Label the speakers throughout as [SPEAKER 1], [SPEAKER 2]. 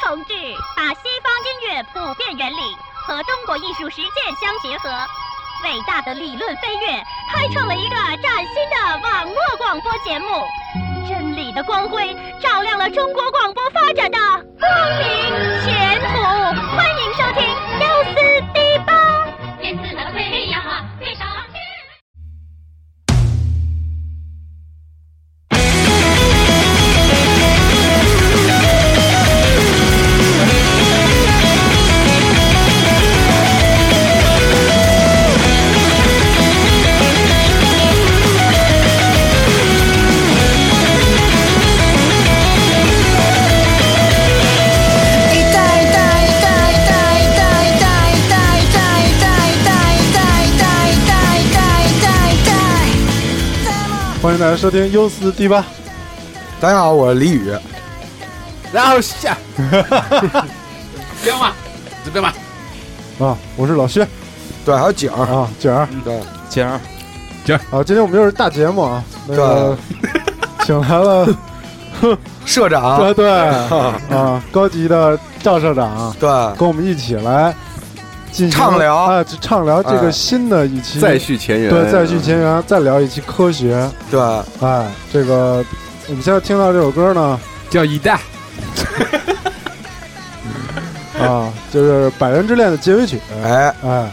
[SPEAKER 1] 同志把西方音乐普遍原理和中国艺术实践相结合，伟大的理论飞跃，开创了一个崭新的网络广播节目。真理的光辉照亮了中国广播发展的光明前途。欢迎收听幺四 D 八。
[SPEAKER 2] 天子的飞呀，飞上天。
[SPEAKER 3] 一代一代一代一代一代一代一代一代一代一代一代一代。
[SPEAKER 4] 欢迎大家收听优思第八，
[SPEAKER 5] 大家好，我是李宇。然后下，
[SPEAKER 6] 彪嘛，这彪嘛，
[SPEAKER 4] 啊，我是老薛
[SPEAKER 5] 对，还有景儿，
[SPEAKER 4] 啊，景儿
[SPEAKER 5] 对，
[SPEAKER 7] 景儿，
[SPEAKER 4] 啊，今天我们又是大节目啊，那个请来了，
[SPEAKER 5] 社
[SPEAKER 4] 对
[SPEAKER 5] 长，
[SPEAKER 4] 对啊，高级的赵社长啊
[SPEAKER 5] 对，
[SPEAKER 4] 跟我们一起来进行
[SPEAKER 5] 畅聊
[SPEAKER 4] 啊，畅聊这
[SPEAKER 5] 哎
[SPEAKER 4] 个新的一期
[SPEAKER 8] 再续哎前缘，
[SPEAKER 4] 嗯对再续前缘，再聊一期科学，
[SPEAKER 5] 对，
[SPEAKER 4] 哎，这个我们现在听到这首歌呢，
[SPEAKER 6] 叫一代，
[SPEAKER 4] 啊，就是《百人之恋》的结尾曲，
[SPEAKER 5] 哎，
[SPEAKER 4] 哎，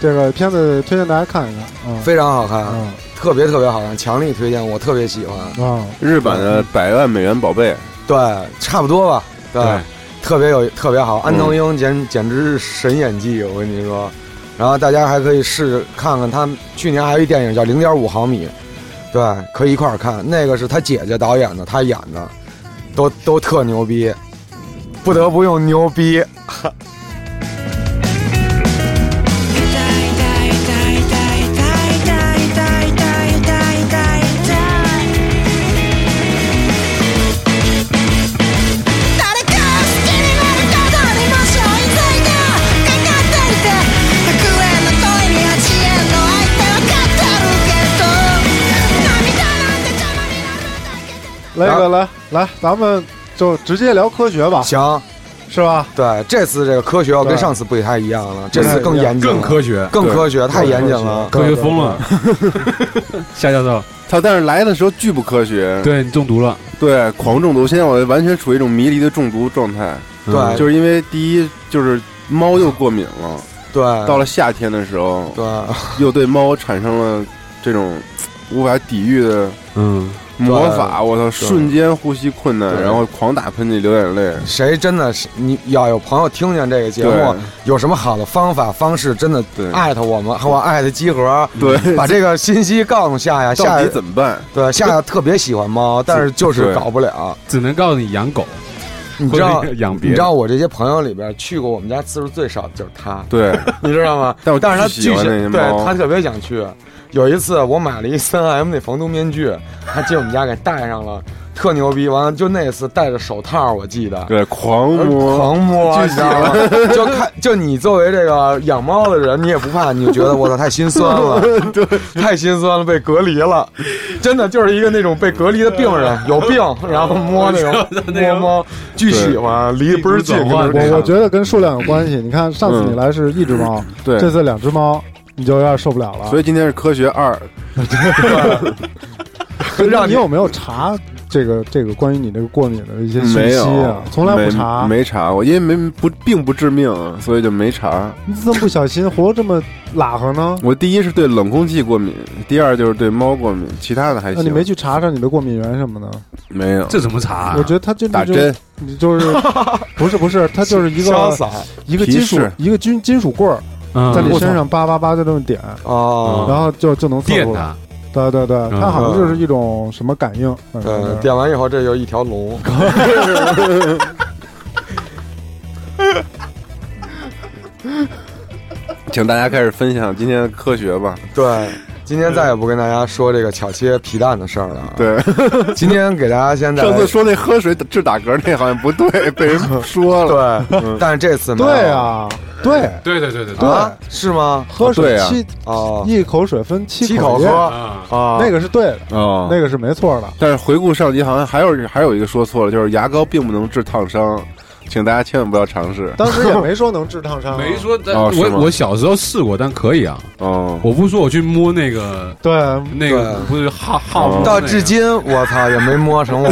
[SPEAKER 4] 这个片子推荐大家看一看啊，
[SPEAKER 5] 非常好看，
[SPEAKER 4] 啊
[SPEAKER 5] 特别特别好看，强力推荐，我特别喜欢。
[SPEAKER 4] 啊，
[SPEAKER 8] 日版的百万美元宝贝，
[SPEAKER 5] 对，差不多吧，对
[SPEAKER 8] 对，
[SPEAKER 5] 特别有，特别好。安藤英简简直是神演技，我跟你说。然后大家还可以试看看他们去年还有一电影叫《零点五毫米》，对，可以一块儿看。那个是他姐姐导演的，他演的，都都特牛逼，不得不用牛逼。
[SPEAKER 4] 来一个来来，咱们就直接聊科学吧，
[SPEAKER 5] 行，
[SPEAKER 4] 是吧？
[SPEAKER 5] 对，这次这个科学要跟
[SPEAKER 4] 对
[SPEAKER 5] 上次不太一样了，这
[SPEAKER 4] 不太
[SPEAKER 5] 次更
[SPEAKER 4] 一样
[SPEAKER 5] 严谨了，
[SPEAKER 6] 学，
[SPEAKER 5] 更
[SPEAKER 8] 对
[SPEAKER 5] 科学，太严谨
[SPEAKER 4] 更科学
[SPEAKER 6] 科学
[SPEAKER 5] 了。
[SPEAKER 6] 疯了，夏教授，
[SPEAKER 8] 他但是来的时候巨不科学，
[SPEAKER 6] 对你中毒了，
[SPEAKER 8] 对，狂中毒。现在我完全处于一种迷离的中毒状态，嗯
[SPEAKER 5] 对，
[SPEAKER 8] 就是因为第一就是猫又过敏了，
[SPEAKER 5] 对，
[SPEAKER 8] 到了夏天的时候，
[SPEAKER 5] 哎对
[SPEAKER 8] 又对猫产生了这种无法抵御的
[SPEAKER 6] 嗯，
[SPEAKER 8] 魔法，我操，瞬间呼吸困难，
[SPEAKER 5] 对
[SPEAKER 8] 然后狂打喷嚏、流眼泪。
[SPEAKER 5] 谁真的是你要有朋友听见这个节目
[SPEAKER 8] 对，
[SPEAKER 5] 有什么好的方法方式，真的
[SPEAKER 8] 对
[SPEAKER 5] 艾特我们和我艾特集合，
[SPEAKER 8] 对，
[SPEAKER 5] 把这个信息告诉夏夏，
[SPEAKER 8] 到
[SPEAKER 5] 夏
[SPEAKER 8] 底怎么办？
[SPEAKER 5] 对夏夏特别喜欢 猫，但是就是
[SPEAKER 8] 对
[SPEAKER 5] 搞不了。
[SPEAKER 6] 只能告诉你养狗，
[SPEAKER 5] 你知道
[SPEAKER 6] 或者养别人
[SPEAKER 5] 你知道我这些朋友里边去过我们家次数最少的就是他，
[SPEAKER 8] 对，
[SPEAKER 5] 你知道吗？
[SPEAKER 8] 但我
[SPEAKER 5] 但是他
[SPEAKER 8] 巨喜
[SPEAKER 5] 巨
[SPEAKER 8] 欢
[SPEAKER 5] 想
[SPEAKER 8] 那些，哦
[SPEAKER 5] 对
[SPEAKER 8] 猫
[SPEAKER 5] 他特别想去。有一次我买了一三 M 那防毒面具，他进我们家给戴上了，特牛逼。完了就那次戴着手套，我记得。呃
[SPEAKER 8] 对，狂摸，
[SPEAKER 5] 狂摸，你
[SPEAKER 8] 巨
[SPEAKER 5] 知道吗？就看，就你作为这个养猫的人，你也不怕，你就觉得我操太心酸 了，对， 太心酸了，被隔离了，真的就是一个那种被隔离的病人，有病，然后摸那 种摸猫，巨喜欢，离倍儿近，
[SPEAKER 6] 一股转换
[SPEAKER 5] 跟那
[SPEAKER 4] 我
[SPEAKER 5] 儿
[SPEAKER 4] 我觉得跟数量有关系。你看上次你来是一只猫，
[SPEAKER 8] 嗯对。
[SPEAKER 4] 这次两只猫，你就有点受不了了。
[SPEAKER 8] 所以今天是科学二，
[SPEAKER 4] 那
[SPEAKER 5] 让
[SPEAKER 4] 你
[SPEAKER 5] 你
[SPEAKER 4] 有没有查这个这个关于你这个过敏的一些信
[SPEAKER 8] 没
[SPEAKER 4] 息
[SPEAKER 8] 有
[SPEAKER 4] 啊？，从来不查，
[SPEAKER 8] 没没查过，因为没不并不致命，所以就没查。
[SPEAKER 4] 你怎么不小心活这么拉和呢？
[SPEAKER 8] 我第一是对冷空气过敏，第二就是对猫过敏，其他的还
[SPEAKER 4] 那
[SPEAKER 8] 行。
[SPEAKER 4] 啊你没去查查你的过敏源什么的？
[SPEAKER 8] 没有
[SPEAKER 6] 这怎么查啊？
[SPEAKER 4] 我觉得它真的
[SPEAKER 8] 打
[SPEAKER 4] 就
[SPEAKER 8] 针，
[SPEAKER 4] 你就是不是不是，它就是一
[SPEAKER 5] 潇
[SPEAKER 4] 个
[SPEAKER 5] 洒
[SPEAKER 4] 一个
[SPEAKER 8] 皮
[SPEAKER 4] 金属
[SPEAKER 8] 试
[SPEAKER 4] 一个金金属棍儿
[SPEAKER 6] 嗯
[SPEAKER 4] 在你身上叭叭叭就这么点，
[SPEAKER 5] 哦，
[SPEAKER 8] 嗯
[SPEAKER 4] 然后就就能测
[SPEAKER 6] 电
[SPEAKER 4] 出来。
[SPEAKER 6] 他，
[SPEAKER 4] 对对对，它好像
[SPEAKER 5] 嗯呃
[SPEAKER 4] 就是一种什么感应，反正
[SPEAKER 5] 对，
[SPEAKER 4] 是
[SPEAKER 5] 嗯点完以后这就是一条 龙，
[SPEAKER 8] 请大家开始分享今天的科学吧。
[SPEAKER 5] 对。今天再也不跟大家说这个巧切皮蛋的事儿了 啊。
[SPEAKER 8] 对，
[SPEAKER 5] 今天给大家先哎带来
[SPEAKER 8] 上次说那喝水治打嗝那好像不对，被人说了。
[SPEAKER 5] 对，但是这次没有
[SPEAKER 4] 嗯对啊，对，
[SPEAKER 6] 对对对对
[SPEAKER 4] 对
[SPEAKER 5] 啊，是吗？
[SPEAKER 4] 喝水
[SPEAKER 8] 对啊
[SPEAKER 4] 七
[SPEAKER 5] 哦，
[SPEAKER 4] 一口水分七
[SPEAKER 5] 七口
[SPEAKER 4] 口
[SPEAKER 5] 喝
[SPEAKER 4] 咽
[SPEAKER 6] 啊，
[SPEAKER 5] 啊，
[SPEAKER 4] 那个是对的，
[SPEAKER 8] 哦
[SPEAKER 4] 那个 是没错的。
[SPEAKER 8] 但是回顾上集，好像还有还有一个说错了，就是牙膏并不能治烫伤，请大家千万不要尝试。
[SPEAKER 4] 当时也没说能治烫伤、
[SPEAKER 6] 啊
[SPEAKER 5] 啊
[SPEAKER 6] 没。说，但
[SPEAKER 8] 哦是
[SPEAKER 6] 我
[SPEAKER 8] 吗
[SPEAKER 6] 我小时候试过，但可以啊。
[SPEAKER 8] 嗯，
[SPEAKER 6] 我不是说我去摸那个
[SPEAKER 4] 对，
[SPEAKER 6] 那个
[SPEAKER 5] 对
[SPEAKER 6] 不是耗耗
[SPEAKER 8] 嗯
[SPEAKER 6] 子
[SPEAKER 5] 啊到至今，我操，也没摸成我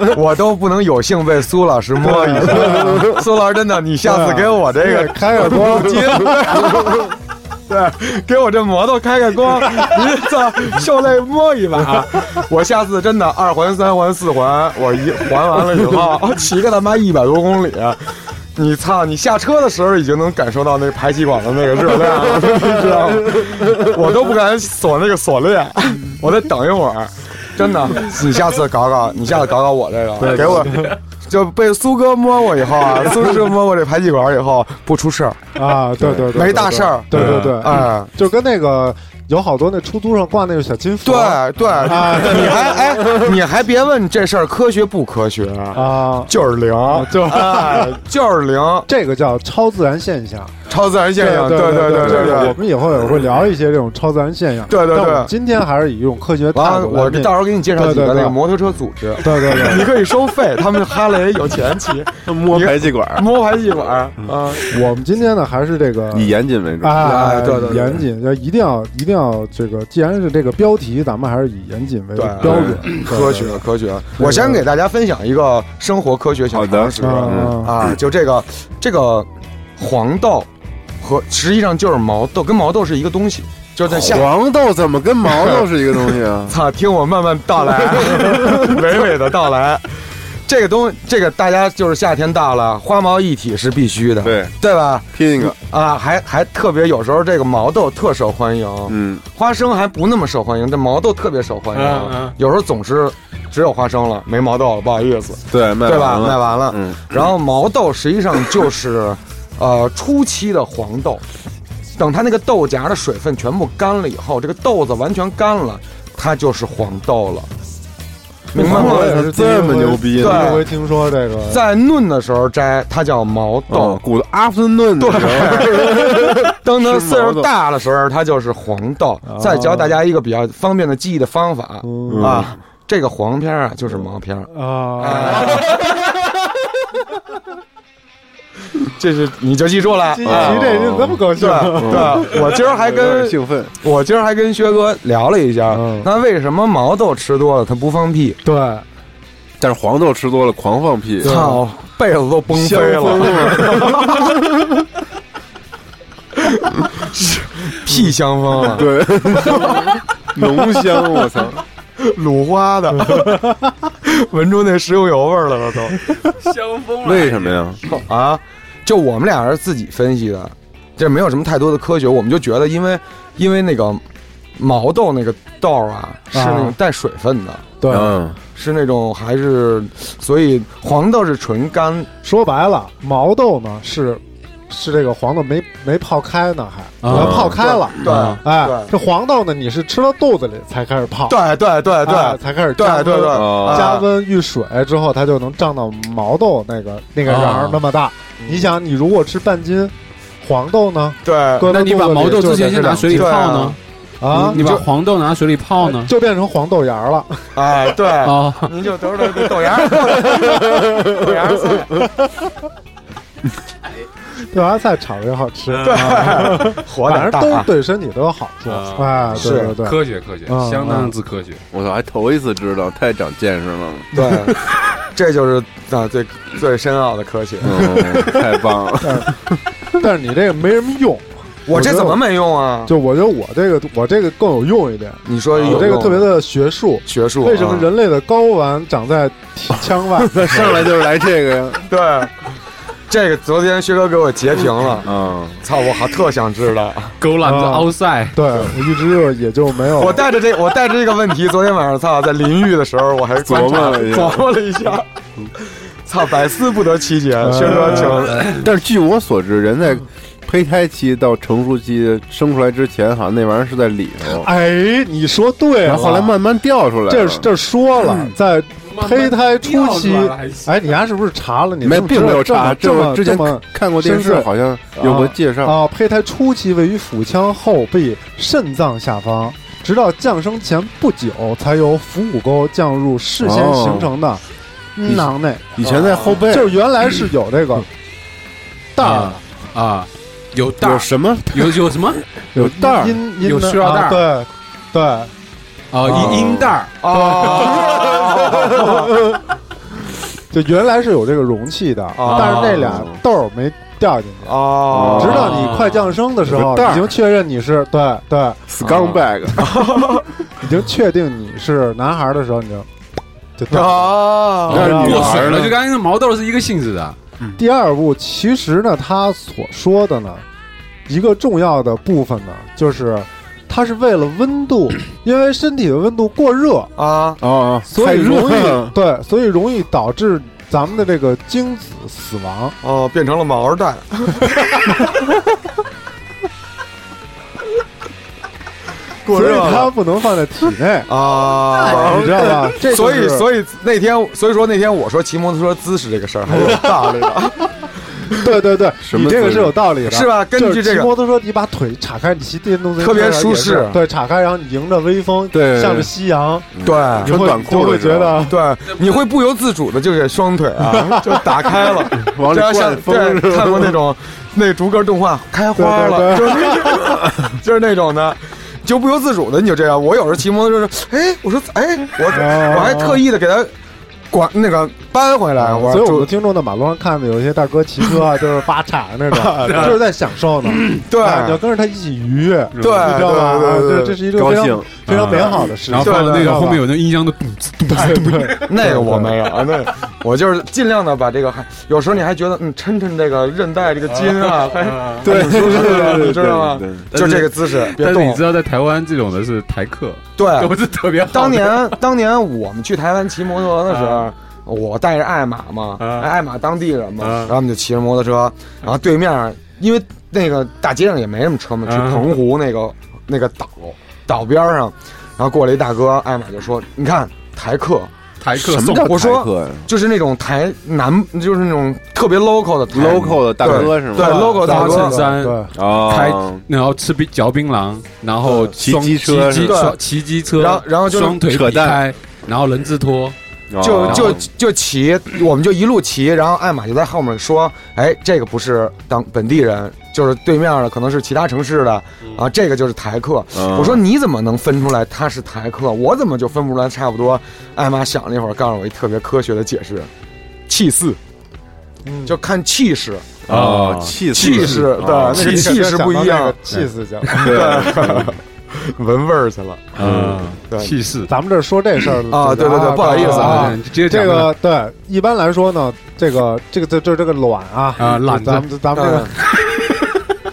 [SPEAKER 5] 这 个，我都不能有幸被苏老师摸一下。苏老师，真的，你下次给我这
[SPEAKER 4] 对
[SPEAKER 5] 个
[SPEAKER 4] 开个光
[SPEAKER 5] 接， 对，给我这摩托开 开光，您操，受累摸一把。我下次真的二环、三环、四环，我一环完了以后，骑个他妈一百多公里。你操！你下车的时候已经能感受到那排气管的那个热量了，你知道吗？我都不敢锁那个锁链，我得等一会儿。真的，你下次搞搞，你下次搞搞我这个，
[SPEAKER 4] 对
[SPEAKER 5] 给我就被苏哥摸过以后啊，苏哥摸过这排气管以后不出事儿，
[SPEAKER 4] 啊，对对对，
[SPEAKER 5] 没大事儿
[SPEAKER 4] 对对对，啊，
[SPEAKER 5] 哎。
[SPEAKER 4] 就跟那个有好多那出租上挂那个小金符，
[SPEAKER 5] 对对，你还哎，你还别问这事儿科学不科学，
[SPEAKER 4] 啊，
[SPEAKER 5] 就是零，
[SPEAKER 4] 就
[SPEAKER 5] 哎就是零，
[SPEAKER 4] 这个叫超自然现象。
[SPEAKER 5] 超自然现象，
[SPEAKER 4] 对
[SPEAKER 5] 对
[SPEAKER 4] 对
[SPEAKER 5] 对
[SPEAKER 4] 这个我
[SPEAKER 5] 对。
[SPEAKER 4] 们以后也会聊一些这种超自然现象。
[SPEAKER 5] 对对对
[SPEAKER 4] 但我们今天还是以一种科学
[SPEAKER 5] 完
[SPEAKER 4] 态
[SPEAKER 5] 了，
[SPEAKER 4] 度
[SPEAKER 5] 我
[SPEAKER 4] 来
[SPEAKER 5] 这
[SPEAKER 4] 面
[SPEAKER 5] 到时候给你介绍几
[SPEAKER 4] 对
[SPEAKER 5] 个
[SPEAKER 4] 对对
[SPEAKER 5] 那个摩托车组织，
[SPEAKER 4] 对对对，
[SPEAKER 5] 你可以收费，他们哈雷有钱骑，
[SPEAKER 8] 摸排气管，
[SPEAKER 5] 摸排气管啊，
[SPEAKER 4] 我们今天呢还是这个
[SPEAKER 8] 以严谨为主。
[SPEAKER 4] 啊，
[SPEAKER 5] 哎对对对
[SPEAKER 4] 严谨，就一定要一定要这个，既然是这个标题，咱们还是以严谨为
[SPEAKER 5] 对
[SPEAKER 4] 标准，对
[SPEAKER 5] 科学。科学。我先给大家分享一个生活科学小
[SPEAKER 8] 好的
[SPEAKER 5] 常识
[SPEAKER 4] 对对
[SPEAKER 5] 啊，
[SPEAKER 4] 嗯啊
[SPEAKER 5] 啊，就这个这个黄豆和实际上就是毛豆，跟毛豆是一个东西，就是在夏？
[SPEAKER 8] 黄豆怎么跟毛豆是一个东西啊
[SPEAKER 5] 操，听我慢慢 道来，娓娓的道来。这个东，这个大家就是夏天到了，花毛一体是必须的，
[SPEAKER 8] 对，
[SPEAKER 5] 对吧？
[SPEAKER 8] 拼一个，
[SPEAKER 5] 啊，还还特别有时候这个毛豆特受欢迎，
[SPEAKER 8] 嗯，
[SPEAKER 5] 花生还不那么受欢迎，这毛豆特别受欢迎。啊
[SPEAKER 6] 嗯嗯
[SPEAKER 5] 有时候总是只有花生了，没毛豆了，不好意思，
[SPEAKER 8] 对，卖
[SPEAKER 5] 对吧？
[SPEAKER 8] 完
[SPEAKER 5] 卖
[SPEAKER 8] 了，
[SPEAKER 5] 完了。
[SPEAKER 8] 嗯，
[SPEAKER 5] 然后毛豆实际上就是，呃，初期的黄豆，等它那个豆荚的水分全部干了以后，这个豆子完全干了，它就是黄豆了，明白
[SPEAKER 4] 我
[SPEAKER 5] 吗？
[SPEAKER 4] 也是
[SPEAKER 8] 这么牛逼
[SPEAKER 4] 第
[SPEAKER 5] 呢
[SPEAKER 4] 一回听说这个。
[SPEAKER 5] 在嫩的时候摘，它叫毛
[SPEAKER 8] 哦
[SPEAKER 5] 豆，；
[SPEAKER 8] 鼓的 afternoon，
[SPEAKER 5] 等它岁
[SPEAKER 8] 毛
[SPEAKER 5] 数
[SPEAKER 8] 豆
[SPEAKER 5] 大的时候，它就是黄豆
[SPEAKER 4] 哦。
[SPEAKER 5] 再教大家一个比较方便的记忆的方法
[SPEAKER 4] 嗯
[SPEAKER 5] 啊，这个黄片儿啊就是毛片儿，哎
[SPEAKER 4] 啊，
[SPEAKER 5] 这是你就记住了。
[SPEAKER 4] 这一
[SPEAKER 5] 啊
[SPEAKER 4] 提这就这么高兴
[SPEAKER 5] 对，对，我今儿还
[SPEAKER 8] 嗯有
[SPEAKER 5] 跟
[SPEAKER 8] 点兴奋，
[SPEAKER 5] 我今儿还跟薛哥聊了一下，
[SPEAKER 4] 嗯
[SPEAKER 5] 那为什么毛豆吃多了它不放屁？
[SPEAKER 4] 对，
[SPEAKER 8] 但是黄豆吃多了狂放屁，
[SPEAKER 5] 操，被子都崩飞
[SPEAKER 8] 香疯
[SPEAKER 5] 了，
[SPEAKER 8] 了，
[SPEAKER 5] 屁香风啊了，
[SPEAKER 8] 对，浓香，我 操，
[SPEAKER 5] 鲁花的， 闻出那食用油味儿来了都
[SPEAKER 6] 香疯了。
[SPEAKER 8] 为什么呀？
[SPEAKER 5] 啊！就我们俩人自己分析的，这没有什么太多的科学，我们就觉得因为因为那个毛豆那个豆儿啊是那种带水分的，
[SPEAKER 4] 对，
[SPEAKER 8] 嗯，
[SPEAKER 5] 是那种还是所以黄豆是纯干
[SPEAKER 4] 说白了，毛豆呢是是这个黄豆没没泡开呢，还
[SPEAKER 6] 啊
[SPEAKER 4] 要泡开了，
[SPEAKER 5] 对
[SPEAKER 4] 哎
[SPEAKER 5] 对，
[SPEAKER 4] 这黄豆呢，你是吃到肚子里才开始泡，
[SPEAKER 5] 对对对对
[SPEAKER 4] 哎才开始
[SPEAKER 5] 对
[SPEAKER 4] 加
[SPEAKER 5] 对对，
[SPEAKER 4] 温
[SPEAKER 5] 啊
[SPEAKER 8] 哦
[SPEAKER 4] 加温遇水之后，它就能胀到毛豆那个那个瓤
[SPEAKER 5] 啊
[SPEAKER 4] 儿那么大。
[SPEAKER 5] 嗯
[SPEAKER 4] 你想，你如果吃半斤黄豆呢，
[SPEAKER 5] 对
[SPEAKER 4] 搁
[SPEAKER 6] 那
[SPEAKER 4] 到
[SPEAKER 6] 你把
[SPEAKER 4] 肚子里
[SPEAKER 6] 毛豆
[SPEAKER 4] 就
[SPEAKER 6] 之前
[SPEAKER 4] 得
[SPEAKER 6] 先拿
[SPEAKER 4] 这
[SPEAKER 6] 水里
[SPEAKER 5] 对
[SPEAKER 6] 泡
[SPEAKER 5] 啊
[SPEAKER 6] 呢？
[SPEAKER 4] 样啊，
[SPEAKER 6] 你你把黄豆拿水里泡呢？
[SPEAKER 4] 就变成黄豆芽了。
[SPEAKER 5] 哎对
[SPEAKER 6] 哦，
[SPEAKER 5] 您就得了个豆芽儿，豆芽儿菜，
[SPEAKER 4] 豆芽菜炒的也好吃，
[SPEAKER 5] 嗯
[SPEAKER 4] 啊
[SPEAKER 5] 对，活
[SPEAKER 4] 反
[SPEAKER 5] 点
[SPEAKER 4] 正
[SPEAKER 5] 大
[SPEAKER 4] 都
[SPEAKER 5] 啊。嗯
[SPEAKER 4] 对身体都有好处。
[SPEAKER 6] 啊
[SPEAKER 4] 哎，对
[SPEAKER 5] 是
[SPEAKER 4] 对对，
[SPEAKER 6] 科学科学，
[SPEAKER 4] 嗯
[SPEAKER 6] 相当之科学。
[SPEAKER 8] 我操，还头一次知道，太长见识 了，
[SPEAKER 5] 对，这就是啊最最深奥的科学。
[SPEAKER 8] 嗯，太棒了，
[SPEAKER 4] 但是你这个没什么用。
[SPEAKER 5] 我这怎么没用啊？
[SPEAKER 4] 就我觉得我这个我这个更有用一点，
[SPEAKER 5] 你说有
[SPEAKER 4] 我这个
[SPEAKER 5] 用啊
[SPEAKER 4] 特别的学术。
[SPEAKER 5] 学术啊，
[SPEAKER 4] 为什么人类的睾丸长在体腔 外？
[SPEAKER 8] 上来就是来这个呀，
[SPEAKER 5] 对？这个昨天薛哥给我截屏了，
[SPEAKER 8] 嗯，
[SPEAKER 5] 操！我好特想知道。
[SPEAKER 6] 狗懒子
[SPEAKER 4] 啊
[SPEAKER 6] outside，
[SPEAKER 4] 对我一直也就没有。
[SPEAKER 5] 我带着这我带着这个问题，昨天晚上操，在淋浴的时候我还观察
[SPEAKER 8] 琢磨了一下
[SPEAKER 5] 琢磨了一下，操，百思不得其解。薛哥，请
[SPEAKER 8] 但是据我所知，人在胚胎期到成熟期生出来之前，好像那玩意儿是在里头，
[SPEAKER 4] 哎，你说对
[SPEAKER 8] 然
[SPEAKER 4] 了，
[SPEAKER 8] 后后来慢慢掉出来了，嗯
[SPEAKER 4] 这这说了，在胚胎初期
[SPEAKER 6] 慢慢掉出来了还，行
[SPEAKER 4] 哎，你丫是不是查了？你
[SPEAKER 8] 没
[SPEAKER 4] 是不是
[SPEAKER 8] 并没有
[SPEAKER 4] 知道
[SPEAKER 8] 查，
[SPEAKER 4] 这
[SPEAKER 8] 我
[SPEAKER 4] 么
[SPEAKER 8] 之
[SPEAKER 4] 这
[SPEAKER 8] 前
[SPEAKER 4] 么
[SPEAKER 8] 看过电
[SPEAKER 4] 深
[SPEAKER 8] 视，
[SPEAKER 4] 邃
[SPEAKER 8] 好像有过介绍，
[SPEAKER 4] 啊，胚胎初期位于腹腔后壁肾脏下方，直到降生前不久才由腹股沟降入事先形成的囊内，
[SPEAKER 8] 哦
[SPEAKER 4] 啊
[SPEAKER 8] 以前在后背嗯
[SPEAKER 4] 就是原来是有这个袋儿
[SPEAKER 6] 啊啊，有袋
[SPEAKER 8] 有
[SPEAKER 6] 儿，
[SPEAKER 8] 什么
[SPEAKER 6] 有有什么
[SPEAKER 8] 有袋儿
[SPEAKER 4] 阴阴
[SPEAKER 6] 有
[SPEAKER 4] 的
[SPEAKER 6] 塑料袋
[SPEAKER 4] 啊对对。
[SPEAKER 6] 啊？
[SPEAKER 8] 啊
[SPEAKER 6] 阴阴袋儿
[SPEAKER 5] 哦，
[SPEAKER 4] 就原来是有这个容器的，
[SPEAKER 8] 啊
[SPEAKER 5] 哦
[SPEAKER 4] 但是那俩豆儿没掉进去。
[SPEAKER 5] 哦，
[SPEAKER 4] 直到你快降生的时
[SPEAKER 8] 有
[SPEAKER 4] 候，
[SPEAKER 8] 个袋儿
[SPEAKER 4] 已经确认你是对对，
[SPEAKER 8] scumbag
[SPEAKER 4] 已经确定你是男孩儿的时候，你就就掉。
[SPEAKER 8] 啊
[SPEAKER 5] 哦，
[SPEAKER 8] 但是女
[SPEAKER 6] 过
[SPEAKER 8] 孩
[SPEAKER 6] 水
[SPEAKER 8] 儿
[SPEAKER 6] 了，
[SPEAKER 8] 呢
[SPEAKER 6] 就刚才那毛豆是一个性质的
[SPEAKER 4] 第二步，其实呢，他所说的呢，一个重要的部分呢，就是它是为了温 度，因为身体的温度过热，
[SPEAKER 5] 啊，
[SPEAKER 8] 哦，
[SPEAKER 4] 所
[SPEAKER 8] 太
[SPEAKER 4] 以容
[SPEAKER 8] 热
[SPEAKER 4] 易
[SPEAKER 8] 了
[SPEAKER 4] 对，所以容易导致咱们的这个精子死亡。
[SPEAKER 5] 哦，变成了毛儿蛋，过
[SPEAKER 4] 所以
[SPEAKER 5] 热了
[SPEAKER 4] 它不能放在体内，
[SPEAKER 5] 啊
[SPEAKER 4] 你知道吧？这
[SPEAKER 5] 所以，
[SPEAKER 4] 以
[SPEAKER 5] 所以那天，所以说那天我说骑摩托车姿势这个事儿还有道理的，
[SPEAKER 4] 对对对，
[SPEAKER 8] 什么
[SPEAKER 4] 你这个
[SPEAKER 8] 姿势
[SPEAKER 4] 是有道理的，
[SPEAKER 5] 是吧？根
[SPEAKER 4] 就是
[SPEAKER 5] 据这
[SPEAKER 4] 骑
[SPEAKER 5] 个，
[SPEAKER 4] 摩托车，你把腿岔开，你骑电动自行
[SPEAKER 5] 特
[SPEAKER 4] 车
[SPEAKER 5] 别
[SPEAKER 4] 也
[SPEAKER 5] 舒
[SPEAKER 4] 是
[SPEAKER 5] 适
[SPEAKER 4] 对，岔开，然后你迎着微风，
[SPEAKER 8] 对
[SPEAKER 4] 向着夕阳，
[SPEAKER 5] 对
[SPEAKER 4] 你会
[SPEAKER 8] 穿短裤
[SPEAKER 4] 就会
[SPEAKER 8] 的时候
[SPEAKER 4] 觉得
[SPEAKER 5] 对，你会不由自主的就给双腿啊就打开了，
[SPEAKER 8] 往里
[SPEAKER 5] 这要
[SPEAKER 8] 灌
[SPEAKER 5] 像
[SPEAKER 8] 风
[SPEAKER 5] 对
[SPEAKER 8] 是吧
[SPEAKER 5] 看过那种那竹竿动画开花了，就是那就是那种的。就不由自主的你就这样，我有时候骑摩托车说，哎，我说，哎，我我还特意的给他管那个扳回来，我
[SPEAKER 4] 所以我们
[SPEAKER 5] 就
[SPEAKER 4] 的听众在马路上看的有一些大哥骑车 啊，就是扒叉那种，就是在享受呢。
[SPEAKER 5] 对
[SPEAKER 4] 哎你要跟着他一起愉悦，
[SPEAKER 5] 对
[SPEAKER 4] 你知道吧？这
[SPEAKER 5] 对对对对嗯
[SPEAKER 4] 这是一个
[SPEAKER 8] 高
[SPEAKER 4] 非常
[SPEAKER 8] 兴
[SPEAKER 4] 非常美好的事情。
[SPEAKER 6] 然后放那
[SPEAKER 4] 对
[SPEAKER 6] 个后面。
[SPEAKER 4] 对
[SPEAKER 6] 有那音箱的咚呲咚呲咚呲，
[SPEAKER 5] 那个我没有，那个我就是尽量的把这个，还有时候你还觉得嗯，抻抻这个韧带这个筋啊，还
[SPEAKER 8] 对
[SPEAKER 5] 挺舒适的，你知道吗
[SPEAKER 8] 对对？
[SPEAKER 6] 对
[SPEAKER 5] 就这个姿势，别
[SPEAKER 6] 但是你
[SPEAKER 5] 动
[SPEAKER 6] 知。道，在台湾这种的是台客，
[SPEAKER 5] 对
[SPEAKER 6] 都，是特别好的
[SPEAKER 5] 哎当年当年我们去台湾骑摩托的时候。我带着艾玛嘛，
[SPEAKER 6] 啊
[SPEAKER 5] 艾玛当地人嘛，
[SPEAKER 6] 啊
[SPEAKER 5] 然后我们就骑着摩托车，然后对面因为那个大街上也没什么车嘛，去
[SPEAKER 6] 啊
[SPEAKER 5] 澎湖那个那个岛岛边上，然后过来一大哥，艾玛就说：“你看台客，
[SPEAKER 6] 台客
[SPEAKER 8] 什么
[SPEAKER 6] 送
[SPEAKER 8] 叫
[SPEAKER 5] 我说
[SPEAKER 8] 台客呀
[SPEAKER 5] 就是那种台南，就是那种特别 local 的台
[SPEAKER 8] local 的大哥是吗？
[SPEAKER 5] 对
[SPEAKER 4] 对
[SPEAKER 5] logo 大
[SPEAKER 6] 搭
[SPEAKER 5] 哥
[SPEAKER 6] 衬衫，
[SPEAKER 4] 对
[SPEAKER 8] 哦，
[SPEAKER 6] 然后吃冰嚼槟榔，然后
[SPEAKER 8] 嗯骑
[SPEAKER 6] 双
[SPEAKER 8] 机车
[SPEAKER 6] 骑
[SPEAKER 5] 是吧
[SPEAKER 6] 双骑机车，
[SPEAKER 5] 然后然后就是
[SPEAKER 6] 双腿
[SPEAKER 8] 扯
[SPEAKER 6] 劈
[SPEAKER 8] 淡
[SPEAKER 6] 开，然后人字拖，
[SPEAKER 5] 就
[SPEAKER 8] 哦
[SPEAKER 5] 就就骑，我们就一路骑，然后艾玛就在后面说：“哎，这个不是当本地人，就是对面的，可能是其他城市的啊，这个就是台客。”
[SPEAKER 8] 嗯
[SPEAKER 5] 我说：“你怎么能分出来他是台客？我怎么就分不出来？差不多。”艾玛想了一会儿，告诉我一特别科学的解释：气势，
[SPEAKER 4] 嗯
[SPEAKER 5] 就看气势，
[SPEAKER 8] 哦
[SPEAKER 6] 啊，
[SPEAKER 8] 气
[SPEAKER 5] 气势对
[SPEAKER 8] 哦
[SPEAKER 5] 那个气势不一样
[SPEAKER 4] 气势讲。
[SPEAKER 5] 闻味儿去了
[SPEAKER 6] 嗯，
[SPEAKER 5] 对
[SPEAKER 6] 气势
[SPEAKER 4] 咱们这说这事儿
[SPEAKER 5] 啊！对对对，不好意思啊，
[SPEAKER 6] 你接着
[SPEAKER 4] 这
[SPEAKER 6] 讲吧
[SPEAKER 4] 个对，一般来说呢，这个这个这这这个卵啊，
[SPEAKER 6] 啊懒子
[SPEAKER 4] 咱们咱们这
[SPEAKER 5] 啊
[SPEAKER 4] 个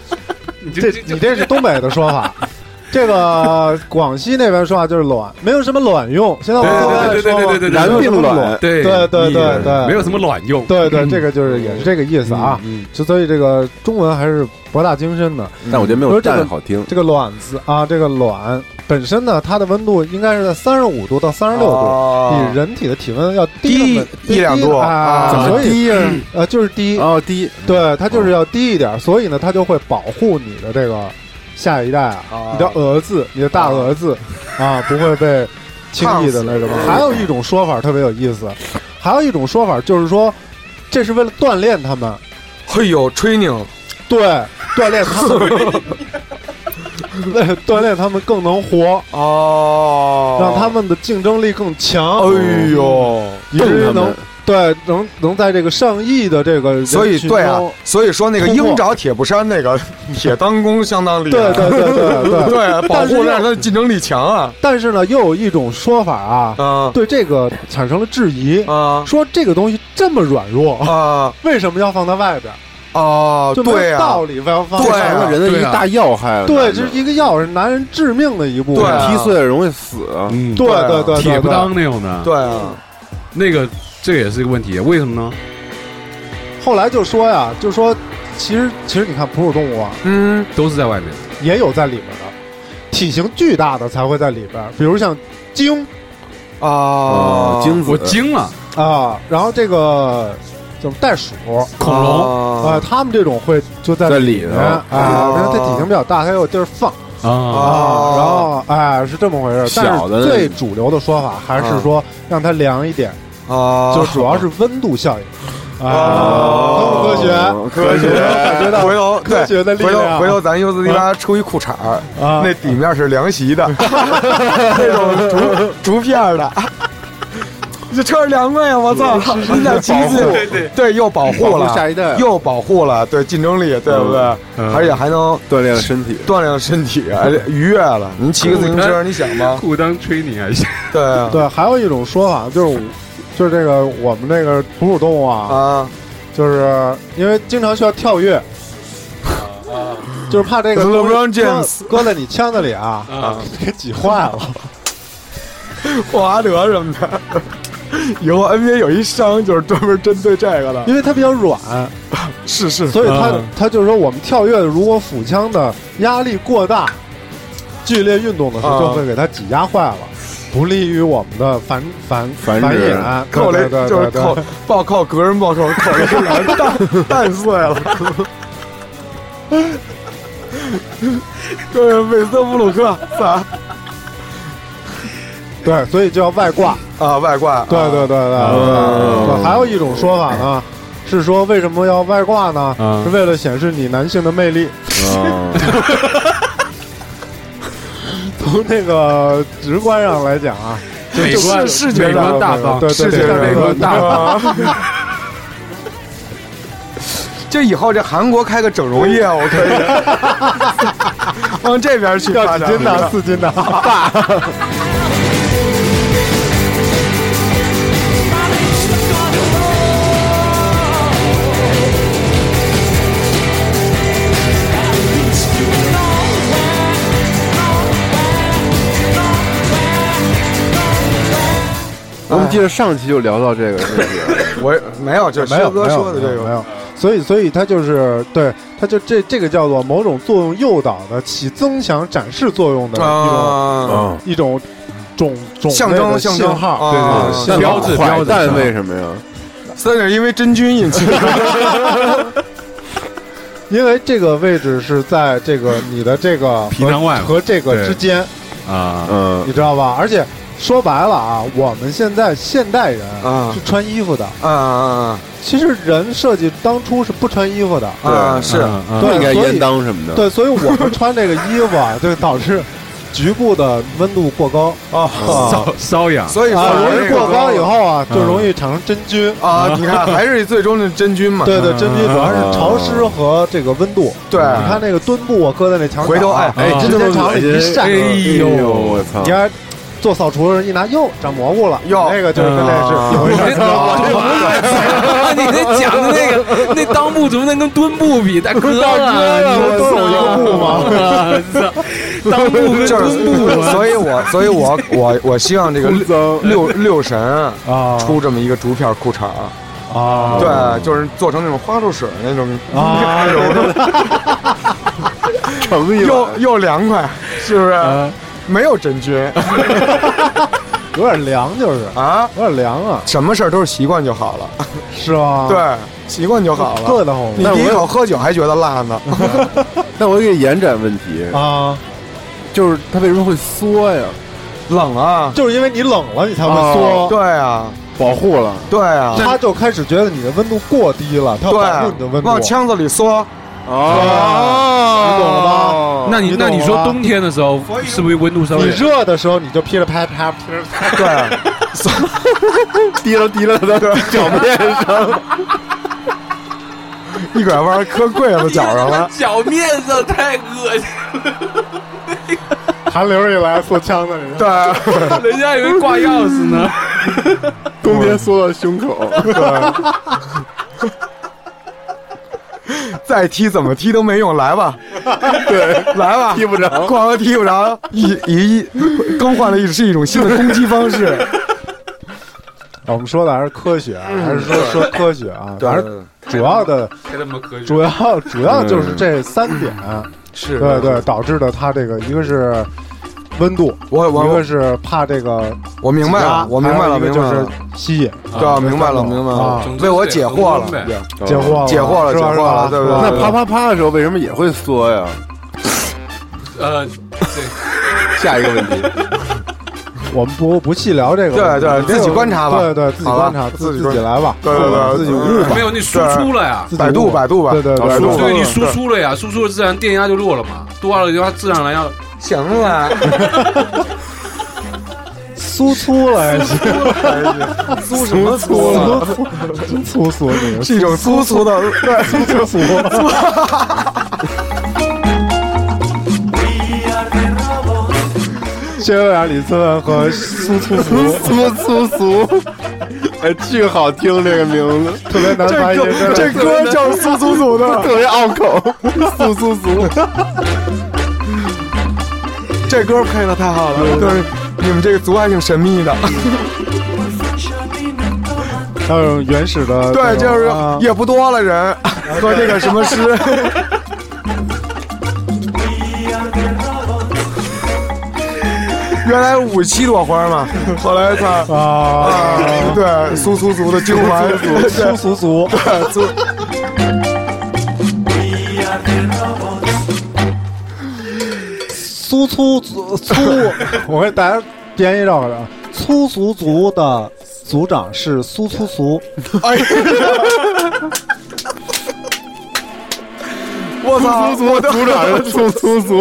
[SPEAKER 6] 你
[SPEAKER 4] 这你这是东北的说法， 这个广西那边说话就是卵，没有什么卵用。现在我们都在
[SPEAKER 6] 对对
[SPEAKER 4] 说
[SPEAKER 6] 对对对对对
[SPEAKER 4] 没有什么
[SPEAKER 8] 燃并卵
[SPEAKER 6] 对
[SPEAKER 4] 对对
[SPEAKER 6] 你
[SPEAKER 4] 对对
[SPEAKER 6] 没有什么卵用，
[SPEAKER 4] 对对，这个就是也是这个意思啊。
[SPEAKER 6] 嗯，
[SPEAKER 4] 就所以这个中文还是博大精深的。
[SPEAKER 8] 但嗯我觉得没
[SPEAKER 4] 不
[SPEAKER 8] 有
[SPEAKER 4] 是这个
[SPEAKER 8] 蛋好听。
[SPEAKER 4] 这个卵子啊，这个卵本身呢，它的温度应该是在三十五度到三十六度，
[SPEAKER 5] 哦
[SPEAKER 4] 比人体的体温要
[SPEAKER 5] 低
[SPEAKER 4] 低那么
[SPEAKER 5] 一两
[SPEAKER 4] 低
[SPEAKER 5] 度啊
[SPEAKER 4] 啊，
[SPEAKER 5] 怎么
[SPEAKER 4] 所以呃就是低，
[SPEAKER 8] 哦，第一，
[SPEAKER 4] 对，它就是要低一点，所以呢，它就会保护你的这个下一代啊
[SPEAKER 5] 啊，
[SPEAKER 4] 你的儿子，你的大儿子啊，不会被轻易的那什么
[SPEAKER 5] 烫。死嗯
[SPEAKER 4] 还有一种说法特别有意思，还有一种说法就是说，这是为了锻炼他们，
[SPEAKER 5] 嘿呦，training，
[SPEAKER 4] 对，锻炼他们， 对锻炼他们更能活，
[SPEAKER 5] 哦，
[SPEAKER 4] 让他，们的竞争力更强，
[SPEAKER 5] 哎呦。
[SPEAKER 4] 以
[SPEAKER 8] 动
[SPEAKER 4] 至于
[SPEAKER 8] 他
[SPEAKER 4] 能
[SPEAKER 8] 们
[SPEAKER 4] 对能能在这个上亿的这个人
[SPEAKER 5] 所以
[SPEAKER 4] 群
[SPEAKER 5] 对啊
[SPEAKER 4] 中，
[SPEAKER 5] 所以说那个
[SPEAKER 4] 通过
[SPEAKER 5] 鹰爪铁布衫 那个铁裆弓相当厉害，
[SPEAKER 4] 对对 对对对
[SPEAKER 5] 对，保
[SPEAKER 4] 但是
[SPEAKER 5] 护
[SPEAKER 4] 又
[SPEAKER 5] 让他的竞争力强啊，
[SPEAKER 4] 但是呢，又有一种说法啊，
[SPEAKER 5] 啊
[SPEAKER 4] 对这个产生了质疑，
[SPEAKER 5] 啊
[SPEAKER 4] 说这个东西这么软弱，
[SPEAKER 5] 啊
[SPEAKER 4] 为什么要放在外边？
[SPEAKER 5] 啊，
[SPEAKER 4] 就没
[SPEAKER 5] 对
[SPEAKER 4] 有
[SPEAKER 5] 呀
[SPEAKER 4] 道，理，非要放
[SPEAKER 5] 对
[SPEAKER 4] 在
[SPEAKER 8] 这
[SPEAKER 5] 啊
[SPEAKER 4] 外
[SPEAKER 8] 成
[SPEAKER 4] 边。
[SPEAKER 8] 了人的一
[SPEAKER 6] 对
[SPEAKER 8] 个
[SPEAKER 6] 啊
[SPEAKER 8] 大要害了。
[SPEAKER 4] 对，
[SPEAKER 8] 男的
[SPEAKER 4] 这是一个药，是男人致命的一部
[SPEAKER 5] 对啊
[SPEAKER 4] 分。
[SPEAKER 8] 踢碎了容易死啊。
[SPEAKER 6] 嗯，
[SPEAKER 4] 对对对对，
[SPEAKER 6] 铁不
[SPEAKER 4] 对
[SPEAKER 6] 当那种的，
[SPEAKER 5] 对啊，
[SPEAKER 6] 那个这个也是一个问题，为什么呢？
[SPEAKER 4] 后来就说呀，就说其实其实你看哺乳动物啊，
[SPEAKER 5] 嗯，
[SPEAKER 6] 都是在外面，
[SPEAKER 4] 也有在里边的，体型巨大的才会在里边，比如像鲸
[SPEAKER 5] 啊，
[SPEAKER 8] 精子，
[SPEAKER 6] 我哦惊了，
[SPEAKER 4] 啊，然后这个叫袋鼠
[SPEAKER 6] 恐龙
[SPEAKER 4] 啊，
[SPEAKER 5] 龙
[SPEAKER 4] 它们这种会就在
[SPEAKER 8] 在
[SPEAKER 4] 里
[SPEAKER 8] 里
[SPEAKER 4] 面
[SPEAKER 8] 头
[SPEAKER 4] 啊，
[SPEAKER 5] 啊
[SPEAKER 4] 因为它体型比较大，它有地儿放。
[SPEAKER 6] 啊，
[SPEAKER 5] 啊
[SPEAKER 4] 啊，然后哎是这么回事儿，但
[SPEAKER 8] 小的
[SPEAKER 4] 是最主流的说法还是说让它凉一点，
[SPEAKER 5] 啊，
[SPEAKER 4] 就是主要是温度效应。
[SPEAKER 5] 啊
[SPEAKER 4] 都不科学，
[SPEAKER 8] 哦科学
[SPEAKER 4] 感觉到
[SPEAKER 5] 回头对
[SPEAKER 4] 科学的力
[SPEAKER 5] 回头
[SPEAKER 4] 量。
[SPEAKER 5] 回头咱优斯迪拉出一裤衩儿，
[SPEAKER 4] 啊
[SPEAKER 5] 那底面是凉席 的，那种竹竹片儿的。这车着凉快呀！我操，你俩骑自
[SPEAKER 8] 保护
[SPEAKER 5] 对对对，又保护
[SPEAKER 8] 保护下一代
[SPEAKER 5] 了，又保护了，对竞争力，对不对？
[SPEAKER 6] 嗯
[SPEAKER 5] 而且还能
[SPEAKER 8] 锻炼了 身体。
[SPEAKER 5] 锻炼身体，而且愉悦了。你骑个自行车，你想吗？
[SPEAKER 6] 裤裆吹你还行，
[SPEAKER 5] 对啊
[SPEAKER 4] 对，还有一种说法就是，就是这个我们这个哺乳动物啊，
[SPEAKER 5] 啊，
[SPEAKER 4] 就是因为经常需要跳跃，
[SPEAKER 5] 啊
[SPEAKER 4] 就是怕这个东
[SPEAKER 5] LeBron
[SPEAKER 4] 西搁
[SPEAKER 5] James
[SPEAKER 4] 搁在你腔子里啊，给挤坏
[SPEAKER 5] 啊
[SPEAKER 4] 了。
[SPEAKER 5] 霍华德什么的， 以后 NBA 有一伤就是专门针对这个的。
[SPEAKER 4] 因为它比较软，
[SPEAKER 5] 是是，
[SPEAKER 4] 所以它
[SPEAKER 5] 嗯
[SPEAKER 4] 它就是说我们跳跃如果腹腔的压力过大，剧烈运动的时候
[SPEAKER 5] 啊
[SPEAKER 4] 就会给它挤压坏了。不利于我们的繁繁
[SPEAKER 8] 繁殖
[SPEAKER 4] 衍，
[SPEAKER 5] 扣
[SPEAKER 4] 对
[SPEAKER 5] 了
[SPEAKER 4] 对对
[SPEAKER 5] 就是
[SPEAKER 4] 对
[SPEAKER 5] 扣暴扣隔人暴扣扣了一 篮蛋蛋碎了。对，韦瑟布鲁克咋
[SPEAKER 4] 对，所以就要外挂。
[SPEAKER 5] 啊？外挂，
[SPEAKER 4] 对对对对对对，还有一种说法呢，是说为什么要外挂呢？
[SPEAKER 6] 嗯
[SPEAKER 5] 啊
[SPEAKER 4] 是为了显示你男性的魅力。
[SPEAKER 8] 啊，
[SPEAKER 4] 从那个直观上来讲啊，
[SPEAKER 6] 美观
[SPEAKER 5] 视觉
[SPEAKER 6] 美
[SPEAKER 5] 上
[SPEAKER 6] 观大方，
[SPEAKER 4] 对对
[SPEAKER 5] 是
[SPEAKER 4] 对
[SPEAKER 5] 这
[SPEAKER 4] 对
[SPEAKER 5] 样
[SPEAKER 6] 美
[SPEAKER 4] 对
[SPEAKER 6] 观大方，
[SPEAKER 5] 方。这以后这韩国开个整容业，我 可以往这边去
[SPEAKER 4] 要
[SPEAKER 5] 发
[SPEAKER 4] 几
[SPEAKER 5] 展。
[SPEAKER 4] 斤的？四斤 的，大。
[SPEAKER 8] 我们记得上期就聊到这个问 题，
[SPEAKER 5] 我没有，就是
[SPEAKER 4] 没有
[SPEAKER 5] 薛
[SPEAKER 4] 没
[SPEAKER 5] 哥
[SPEAKER 4] 有
[SPEAKER 5] 说的这
[SPEAKER 4] 没有没
[SPEAKER 5] 个。
[SPEAKER 4] 有，所以所以它就是对，它就这这个叫做某种作用诱导的起增强展示作用的一种
[SPEAKER 5] 啊，
[SPEAKER 8] 啊，
[SPEAKER 4] 一种种种
[SPEAKER 5] 象
[SPEAKER 4] 类
[SPEAKER 5] 征
[SPEAKER 4] 的
[SPEAKER 5] 象
[SPEAKER 4] 信
[SPEAKER 5] 征
[SPEAKER 4] 号，
[SPEAKER 5] 啊
[SPEAKER 4] 对对对
[SPEAKER 5] 啊
[SPEAKER 4] 信号
[SPEAKER 6] 标志标
[SPEAKER 8] 坏
[SPEAKER 6] 志
[SPEAKER 8] 蛋为什么呀？
[SPEAKER 5] 三点因为真菌 引起的。
[SPEAKER 4] 因为这个位置是在这个你的这个
[SPEAKER 6] 皮囊外
[SPEAKER 4] 和这个之间，
[SPEAKER 6] 啊，
[SPEAKER 8] 嗯
[SPEAKER 4] 你，知道吧？而且说白了啊，我们现在现代人
[SPEAKER 5] 啊
[SPEAKER 4] 是穿衣服的，
[SPEAKER 5] 啊啊
[SPEAKER 4] 其实人设计当初是不穿衣服的，
[SPEAKER 5] 啊啊！是
[SPEAKER 6] 嗯嗯
[SPEAKER 4] 对
[SPEAKER 8] 不应该
[SPEAKER 4] 所以
[SPEAKER 8] 烟当什么的。
[SPEAKER 4] 对，所以我们穿这个衣服啊， 就导致局部的温度过高。
[SPEAKER 5] 哦，
[SPEAKER 6] 瘙瘙痒，
[SPEAKER 5] 所以说
[SPEAKER 4] 啊，
[SPEAKER 5] 这
[SPEAKER 4] 容易
[SPEAKER 5] 个
[SPEAKER 4] 过高以后啊，
[SPEAKER 6] 嗯
[SPEAKER 4] 就容易产生真菌。
[SPEAKER 5] 啊，你看还是最终的真菌嘛。
[SPEAKER 4] 对对，真菌主要是
[SPEAKER 8] 嗯
[SPEAKER 4] 潮湿和这个温度。
[SPEAKER 5] 对
[SPEAKER 4] 你看那个墩布，我啊搁在那墙上，啊
[SPEAKER 5] 嗯回头哎
[SPEAKER 6] 哎
[SPEAKER 4] 直
[SPEAKER 8] 真
[SPEAKER 4] 接
[SPEAKER 8] 的
[SPEAKER 4] 朝里
[SPEAKER 8] 恶
[SPEAKER 4] 一
[SPEAKER 8] 心
[SPEAKER 4] 晒，
[SPEAKER 6] 哎呦
[SPEAKER 8] 我操
[SPEAKER 4] 你！看做扫除的人一拿，哟，长蘑菇了，
[SPEAKER 5] 哟
[SPEAKER 4] 那个就是跟那
[SPEAKER 5] 啊
[SPEAKER 4] 是一回事
[SPEAKER 7] 我
[SPEAKER 4] 儿。
[SPEAKER 7] 这玩意儿，你那讲的那个那裆部怎么能跟蹲部比？大哥啊，
[SPEAKER 4] 我都有一个布嘛。
[SPEAKER 7] 我操裆部跟
[SPEAKER 5] 这
[SPEAKER 7] 蹲部
[SPEAKER 5] 是，所以我所以我我我希望这个六六六神
[SPEAKER 4] 啊
[SPEAKER 5] 出这么一个竹片裤衩，
[SPEAKER 4] 啊
[SPEAKER 5] 对，就是做成那种花露水那种，
[SPEAKER 4] 啊，
[SPEAKER 8] 诚意
[SPEAKER 5] 又又凉快，是不是？没有真菌
[SPEAKER 4] 有点凉就是，
[SPEAKER 5] 啊，
[SPEAKER 4] 有点凉啊，
[SPEAKER 5] 什么事儿都是习惯就好了，
[SPEAKER 4] 是吗？，
[SPEAKER 5] 对，习惯就好
[SPEAKER 4] 硌
[SPEAKER 5] 了。
[SPEAKER 4] 得慌
[SPEAKER 5] 你第一口喝酒还觉得辣呢，
[SPEAKER 8] 那我给你延展问题，
[SPEAKER 4] 啊，
[SPEAKER 8] 就是它为什么会缩呀？
[SPEAKER 5] 冷啊，
[SPEAKER 4] 就是因为你冷了，你才会
[SPEAKER 8] 哦
[SPEAKER 4] 缩。
[SPEAKER 5] 对啊，
[SPEAKER 8] 保护了，
[SPEAKER 5] 对啊，
[SPEAKER 4] 他就开始觉得你的温度过低了，他要保护你的
[SPEAKER 5] 对，
[SPEAKER 4] 温度。
[SPEAKER 5] 往腔子里缩，
[SPEAKER 8] 啊
[SPEAKER 4] 哦啊你懂了吧
[SPEAKER 7] 那你
[SPEAKER 4] 你
[SPEAKER 7] 那
[SPEAKER 4] 懂
[SPEAKER 7] 你说
[SPEAKER 4] 了
[SPEAKER 7] 冬天的时候是不是温度稍
[SPEAKER 4] 你
[SPEAKER 7] 微？。
[SPEAKER 4] 热的时候，你就噼里啪啦啪噼里啪啦。
[SPEAKER 5] 对。
[SPEAKER 8] 滴了滴了到脚面 上，
[SPEAKER 5] 一拐弯磕柜子脚上了
[SPEAKER 7] 脚面上太恶心
[SPEAKER 4] 寒流一来，缩腔子里。
[SPEAKER 5] 对，
[SPEAKER 7] 了，人家以为挂钥匙呢。
[SPEAKER 8] 冬天缩到胸口。
[SPEAKER 5] 再踢怎么踢都没用，来吧，对，来吧，
[SPEAKER 8] 踢不着
[SPEAKER 5] 光哥踢不着，一一更换了一是一种新的攻击方 式。
[SPEAKER 4] 我们说的还是科学啊，还是说说科学啊，反正主要的
[SPEAKER 6] 太他妈科学
[SPEAKER 4] 主要主要就是这三点，
[SPEAKER 5] 是
[SPEAKER 4] 对对，导致的它这个一个是温度，
[SPEAKER 5] 我我
[SPEAKER 4] 一个是怕这个
[SPEAKER 5] 我明白了，我明白了，
[SPEAKER 4] 还有一个
[SPEAKER 5] 明白
[SPEAKER 4] 就是
[SPEAKER 5] 了，
[SPEAKER 4] 吸引
[SPEAKER 5] 对啊，明白了，
[SPEAKER 4] 啊
[SPEAKER 5] 明白
[SPEAKER 4] 啊
[SPEAKER 5] 了，为我解惑了。
[SPEAKER 4] 解惑了
[SPEAKER 5] 解惑了
[SPEAKER 4] 是吧
[SPEAKER 5] 解惑了
[SPEAKER 4] 是吧
[SPEAKER 5] 对不对
[SPEAKER 4] 是吧
[SPEAKER 8] 那啪啪啪的时候为什么也会缩呀？
[SPEAKER 6] 呃，
[SPEAKER 8] 下一个问题，
[SPEAKER 4] 我们不不细聊这个
[SPEAKER 5] 对
[SPEAKER 4] 问题，
[SPEAKER 5] 对
[SPEAKER 4] 没有
[SPEAKER 5] 自己观察吧
[SPEAKER 4] 对对，自己
[SPEAKER 5] 好吧
[SPEAKER 4] 观察，
[SPEAKER 5] 自
[SPEAKER 4] 自
[SPEAKER 5] 己
[SPEAKER 4] 自己
[SPEAKER 5] 观
[SPEAKER 4] 来吧，
[SPEAKER 5] 对对对
[SPEAKER 4] 自己
[SPEAKER 5] 对
[SPEAKER 4] 悟吧
[SPEAKER 5] 对
[SPEAKER 7] 没有你输出了呀，
[SPEAKER 4] 自己悟吧，
[SPEAKER 5] 百度百度吧，
[SPEAKER 4] 对对对，
[SPEAKER 5] 百度
[SPEAKER 4] 对
[SPEAKER 7] 对你
[SPEAKER 5] 对
[SPEAKER 7] 输出了呀，输出了自然电压就弱了嘛，多了的话自然而然要
[SPEAKER 5] 行了，
[SPEAKER 4] 苏粗了，
[SPEAKER 5] 租什么租
[SPEAKER 4] 粗
[SPEAKER 5] 了？
[SPEAKER 4] 粗真粗俗你，
[SPEAKER 5] 是一种粗俗的，对，
[SPEAKER 4] 粗俗，谢维尔、李斯文和苏粗俗，
[SPEAKER 8] 粗粗俗，哎，巨好听这个名字，
[SPEAKER 4] 特别难发音，真的
[SPEAKER 5] 这歌就是苏苏苏的，
[SPEAKER 8] 特别拗口，粗粗俗。
[SPEAKER 5] 这歌配的太好了，就是你们这个族还挺神秘的，
[SPEAKER 4] 还有原始的那种，
[SPEAKER 5] 对，就是
[SPEAKER 4] 啊
[SPEAKER 5] 也不多 了人和这个什么诗， 原来五十七朵花嘛，后来他。
[SPEAKER 4] 啊，
[SPEAKER 5] 啊，对，苏苏族的精华，
[SPEAKER 4] 苏俗 俗，
[SPEAKER 5] 苏
[SPEAKER 4] 苏粗粗粗，我给大家编一绕口令，粗俗族的族长是苏粗俗，
[SPEAKER 5] 我操！我都
[SPEAKER 8] 组长粗粗俗，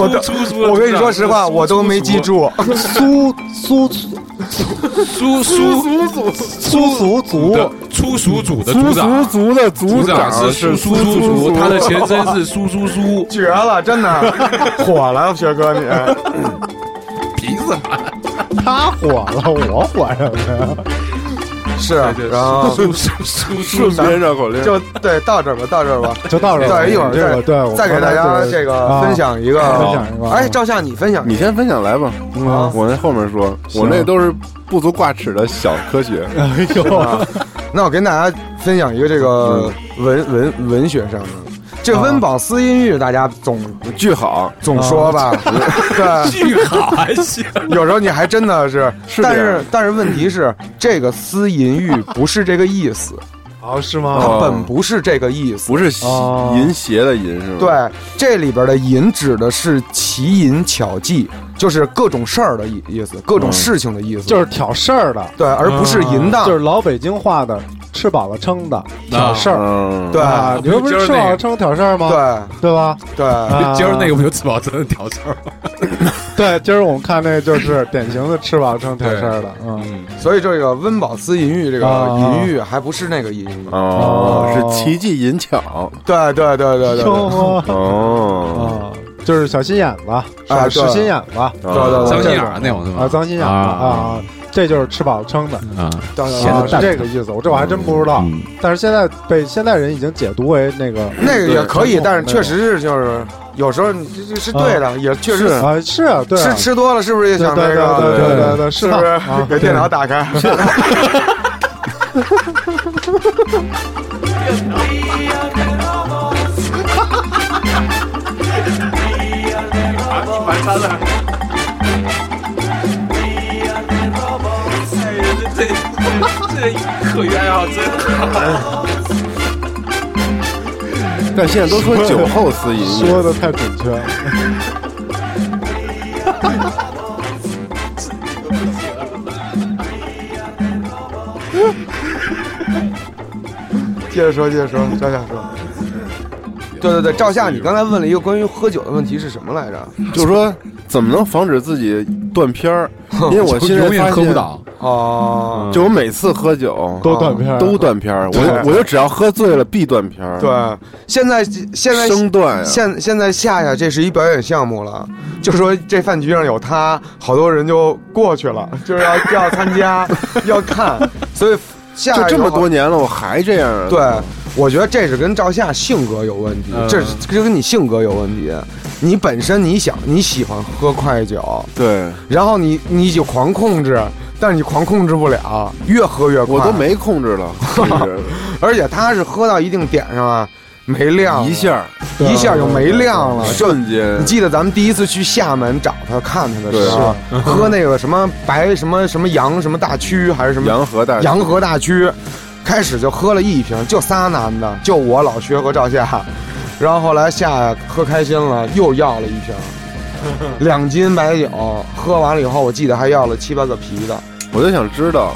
[SPEAKER 5] 我都
[SPEAKER 7] 输出了
[SPEAKER 5] 我跟你说实话，我都没记。住。
[SPEAKER 4] 苏苏
[SPEAKER 7] 输
[SPEAKER 4] 粗
[SPEAKER 7] 输
[SPEAKER 4] 粗俗族，
[SPEAKER 7] 的粗俗组的组
[SPEAKER 8] 粗
[SPEAKER 7] 长，
[SPEAKER 8] 族的族
[SPEAKER 7] 组长
[SPEAKER 8] 长
[SPEAKER 7] 是苏
[SPEAKER 8] 苏
[SPEAKER 7] 苏
[SPEAKER 8] 苏
[SPEAKER 7] 族，
[SPEAKER 8] 苏
[SPEAKER 7] 他的前身是苏苏苏。
[SPEAKER 5] 绝了，真的火了，学哥你
[SPEAKER 6] 凭什么？
[SPEAKER 4] 他火了，我火什么呀？
[SPEAKER 5] 是，
[SPEAKER 7] 对
[SPEAKER 5] 然后
[SPEAKER 7] 苏苏苏苏
[SPEAKER 8] 顺便绕口令，
[SPEAKER 5] 就对到这儿吧，到这儿吧。
[SPEAKER 4] 就到这儿吧，
[SPEAKER 5] 对，一会儿
[SPEAKER 4] 这个对，我
[SPEAKER 5] 再再给大
[SPEAKER 4] 刚
[SPEAKER 5] 家
[SPEAKER 4] 才
[SPEAKER 5] 这
[SPEAKER 4] 啊
[SPEAKER 5] 个分享一
[SPEAKER 4] 分
[SPEAKER 5] 个。
[SPEAKER 4] 享一个，
[SPEAKER 5] 哎，赵夏，你分享
[SPEAKER 8] 你先分享来吧，嗯
[SPEAKER 4] 啊
[SPEAKER 8] 我那后面说，
[SPEAKER 4] 行
[SPEAKER 8] 我那都是不足挂齿的小科学。
[SPEAKER 4] 哎呦，
[SPEAKER 5] 那我跟大家分享一个这个文文文学上的，这
[SPEAKER 4] 啊
[SPEAKER 5] 温饱思音域大家总
[SPEAKER 8] 巨好，
[SPEAKER 5] 总说吧， 对，
[SPEAKER 7] 巨好还行，
[SPEAKER 5] 有时候你还真的是，
[SPEAKER 8] 是
[SPEAKER 5] 但
[SPEAKER 8] 这样
[SPEAKER 5] 是但是问题是，这个思淫欲不是这个意思，
[SPEAKER 4] 啊是
[SPEAKER 8] 哦
[SPEAKER 4] 吗？
[SPEAKER 5] 它本不是这个意思。
[SPEAKER 8] 不是邪
[SPEAKER 4] 哦
[SPEAKER 8] 淫邪的淫是吗？
[SPEAKER 5] 对，这里边的“淫”指的是奇淫巧技，就是各种事儿的意意思，各种事情的意思，
[SPEAKER 4] 就是挑事儿的，
[SPEAKER 5] 对，而不是淫荡。
[SPEAKER 4] 就是老北京话的，吃饱了撑的，挑事儿。
[SPEAKER 8] 嗯，
[SPEAKER 5] 对
[SPEAKER 4] 啊，你们不是吃饱了撑挑事儿吗？
[SPEAKER 5] 对
[SPEAKER 4] 对吧？
[SPEAKER 5] 对，
[SPEAKER 4] 啊
[SPEAKER 7] 今儿那个不 就自保真的挑事儿吗？
[SPEAKER 4] 对，今儿我们看那就是典型的吃饱了撑挑事儿的，嗯，
[SPEAKER 7] 嗯，
[SPEAKER 5] 所以这个温饱思淫欲，这个
[SPEAKER 4] 啊
[SPEAKER 5] 淫欲还不是那个淫欲。
[SPEAKER 8] 哦，
[SPEAKER 4] 哦
[SPEAKER 8] 是奇技淫巧，
[SPEAKER 5] 对对对对对对，
[SPEAKER 4] 哟呵
[SPEAKER 8] 哦，
[SPEAKER 4] 啊，就是小心眼子，啊，
[SPEAKER 5] 哎对
[SPEAKER 4] 实心眼子啊，
[SPEAKER 8] 对
[SPEAKER 5] 对对
[SPEAKER 7] 脏心眼儿那种是吧？
[SPEAKER 4] 脏心眼子
[SPEAKER 7] 啊
[SPEAKER 4] 啊，这就是吃饱了撑的。
[SPEAKER 7] 啊，
[SPEAKER 5] 对对
[SPEAKER 7] 闲
[SPEAKER 4] 啊，
[SPEAKER 7] 得
[SPEAKER 5] 对
[SPEAKER 4] 是
[SPEAKER 7] 蛋
[SPEAKER 4] 这个意思，我这我还真不知道
[SPEAKER 7] 嗯，
[SPEAKER 4] 但是现在被现代人已经解读为那个
[SPEAKER 5] 那个也可以，
[SPEAKER 4] 对
[SPEAKER 5] 但是确实是就是有时候你这这是对的，也确实
[SPEAKER 4] 啊，是啊对啊
[SPEAKER 5] 吃吃多了是不是也
[SPEAKER 4] 对
[SPEAKER 5] 想
[SPEAKER 4] 对
[SPEAKER 5] 这
[SPEAKER 4] 对对
[SPEAKER 5] 个？
[SPEAKER 4] 对对对，
[SPEAKER 5] 是
[SPEAKER 4] 的
[SPEAKER 5] 不是
[SPEAKER 4] 啊
[SPEAKER 5] 给电脑 打开？
[SPEAKER 7] 这这科学爱好真
[SPEAKER 8] 但现在都说酒后私淫，
[SPEAKER 4] 说的太准确了。
[SPEAKER 5] 接着说，接着说，赵夏说。对对对，赵夏，你刚才问了一个关于喝酒的问题是什么来着？
[SPEAKER 8] 就是说怎么能防止自己断片 儿？因为我现在
[SPEAKER 7] 永远
[SPEAKER 8] 发
[SPEAKER 7] 喝不
[SPEAKER 8] 现，
[SPEAKER 7] 倒，
[SPEAKER 5] 哦，
[SPEAKER 8] 就我每次喝酒啊
[SPEAKER 4] 都断片儿，
[SPEAKER 8] 都断片儿，我
[SPEAKER 5] 对
[SPEAKER 8] 就我就只要喝醉了必断片儿，
[SPEAKER 5] 对，嗯现在现在
[SPEAKER 8] 生断呀，
[SPEAKER 5] 现现在夏夏这是一表演项目了，就说这饭局上有他，好多人就过去了，就是要要参加， 要看，所以夏夏
[SPEAKER 8] 就这
[SPEAKER 5] 有
[SPEAKER 8] 么
[SPEAKER 5] 好
[SPEAKER 8] 多。年了，我还这样啊，
[SPEAKER 5] 对，我觉得这是跟赵夏性格有问题，
[SPEAKER 7] 嗯
[SPEAKER 5] 这是这跟你性格有问题。你本身你想你喜欢喝快酒，
[SPEAKER 8] 对，
[SPEAKER 5] 然后你你就狂控制，但是你狂控制不了，越喝越快。
[SPEAKER 8] 我都，没控制了，
[SPEAKER 5] 而且他是喝到一定点上啊，没 亮了
[SPEAKER 8] 一下
[SPEAKER 5] 一下就没亮了。就
[SPEAKER 8] 瞬间
[SPEAKER 5] 你，记得咱们第一次去厦门找他看他的时候，
[SPEAKER 8] 啊
[SPEAKER 5] 喝那个什么白什么什么洋什么大曲还是什么
[SPEAKER 8] 洋河大
[SPEAKER 5] 洋河大曲，开始就喝了一瓶，就仨男的，就我老薛和赵夏。然后后来夏夏喝开心了，又要了一瓶，两斤白酒喝完了以后，我记得还要了七八个啤的。
[SPEAKER 8] 我就想知道，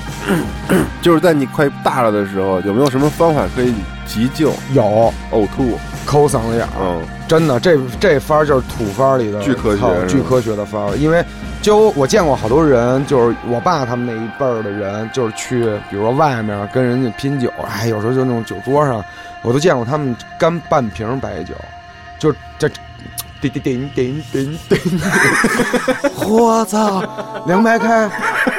[SPEAKER 8] 就是在你快大了的时候，有没有什么方法可以急救
[SPEAKER 5] 有
[SPEAKER 8] 呕吐？
[SPEAKER 5] 抠嗓子眼儿，
[SPEAKER 8] 嗯，
[SPEAKER 5] 真的，这这法儿就是土法儿里的
[SPEAKER 8] 巨科学
[SPEAKER 5] 操
[SPEAKER 8] 是吧
[SPEAKER 5] 巨科学的法儿。因为就我见过好多人，就是我爸他们那一辈儿的人，就是去，比如说外面跟人家拼酒，哎，有时候就那种酒桌上，我都见过他们干半瓶白酒，就这。叮叮叮叮叮叮！我操，凉白开，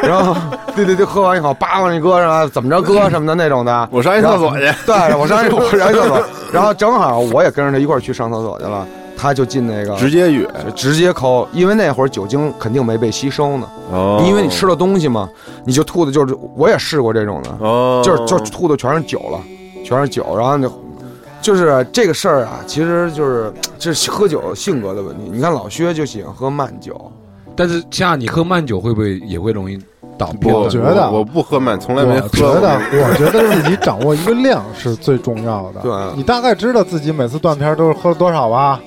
[SPEAKER 5] 然后对对对，喝完以后叭往里搁上，怎么着搁什么的那种的。
[SPEAKER 8] 我上一厕所去。
[SPEAKER 5] 对，我上我上一厕 所，然后正好我也跟着他一块儿去上厕所去了，他就进那个
[SPEAKER 8] 直接哕，
[SPEAKER 5] 直接抠，因为那会儿酒精肯定没被吸收呢，
[SPEAKER 8] 哦
[SPEAKER 5] 因为你吃了东西嘛，你就吐的就是我也试过这种的，
[SPEAKER 8] 哦，
[SPEAKER 5] 就是就是吐的全是酒了，全是酒，然后就。就是这个事儿啊，其实就是这是喝酒性格的问题。你看老薛就喜欢喝慢酒，
[SPEAKER 7] 但是像你喝慢酒会不会也会容易倒
[SPEAKER 8] 不
[SPEAKER 7] 票？
[SPEAKER 4] 我觉得啊
[SPEAKER 8] 我不喝慢，从来没
[SPEAKER 4] 我
[SPEAKER 8] 喝
[SPEAKER 4] 觉
[SPEAKER 8] 过。
[SPEAKER 5] 啊
[SPEAKER 4] 得，我觉得自己掌握一个量是最重要的。
[SPEAKER 5] 对
[SPEAKER 4] 你大概知道自己每次断片儿都是喝多少吧？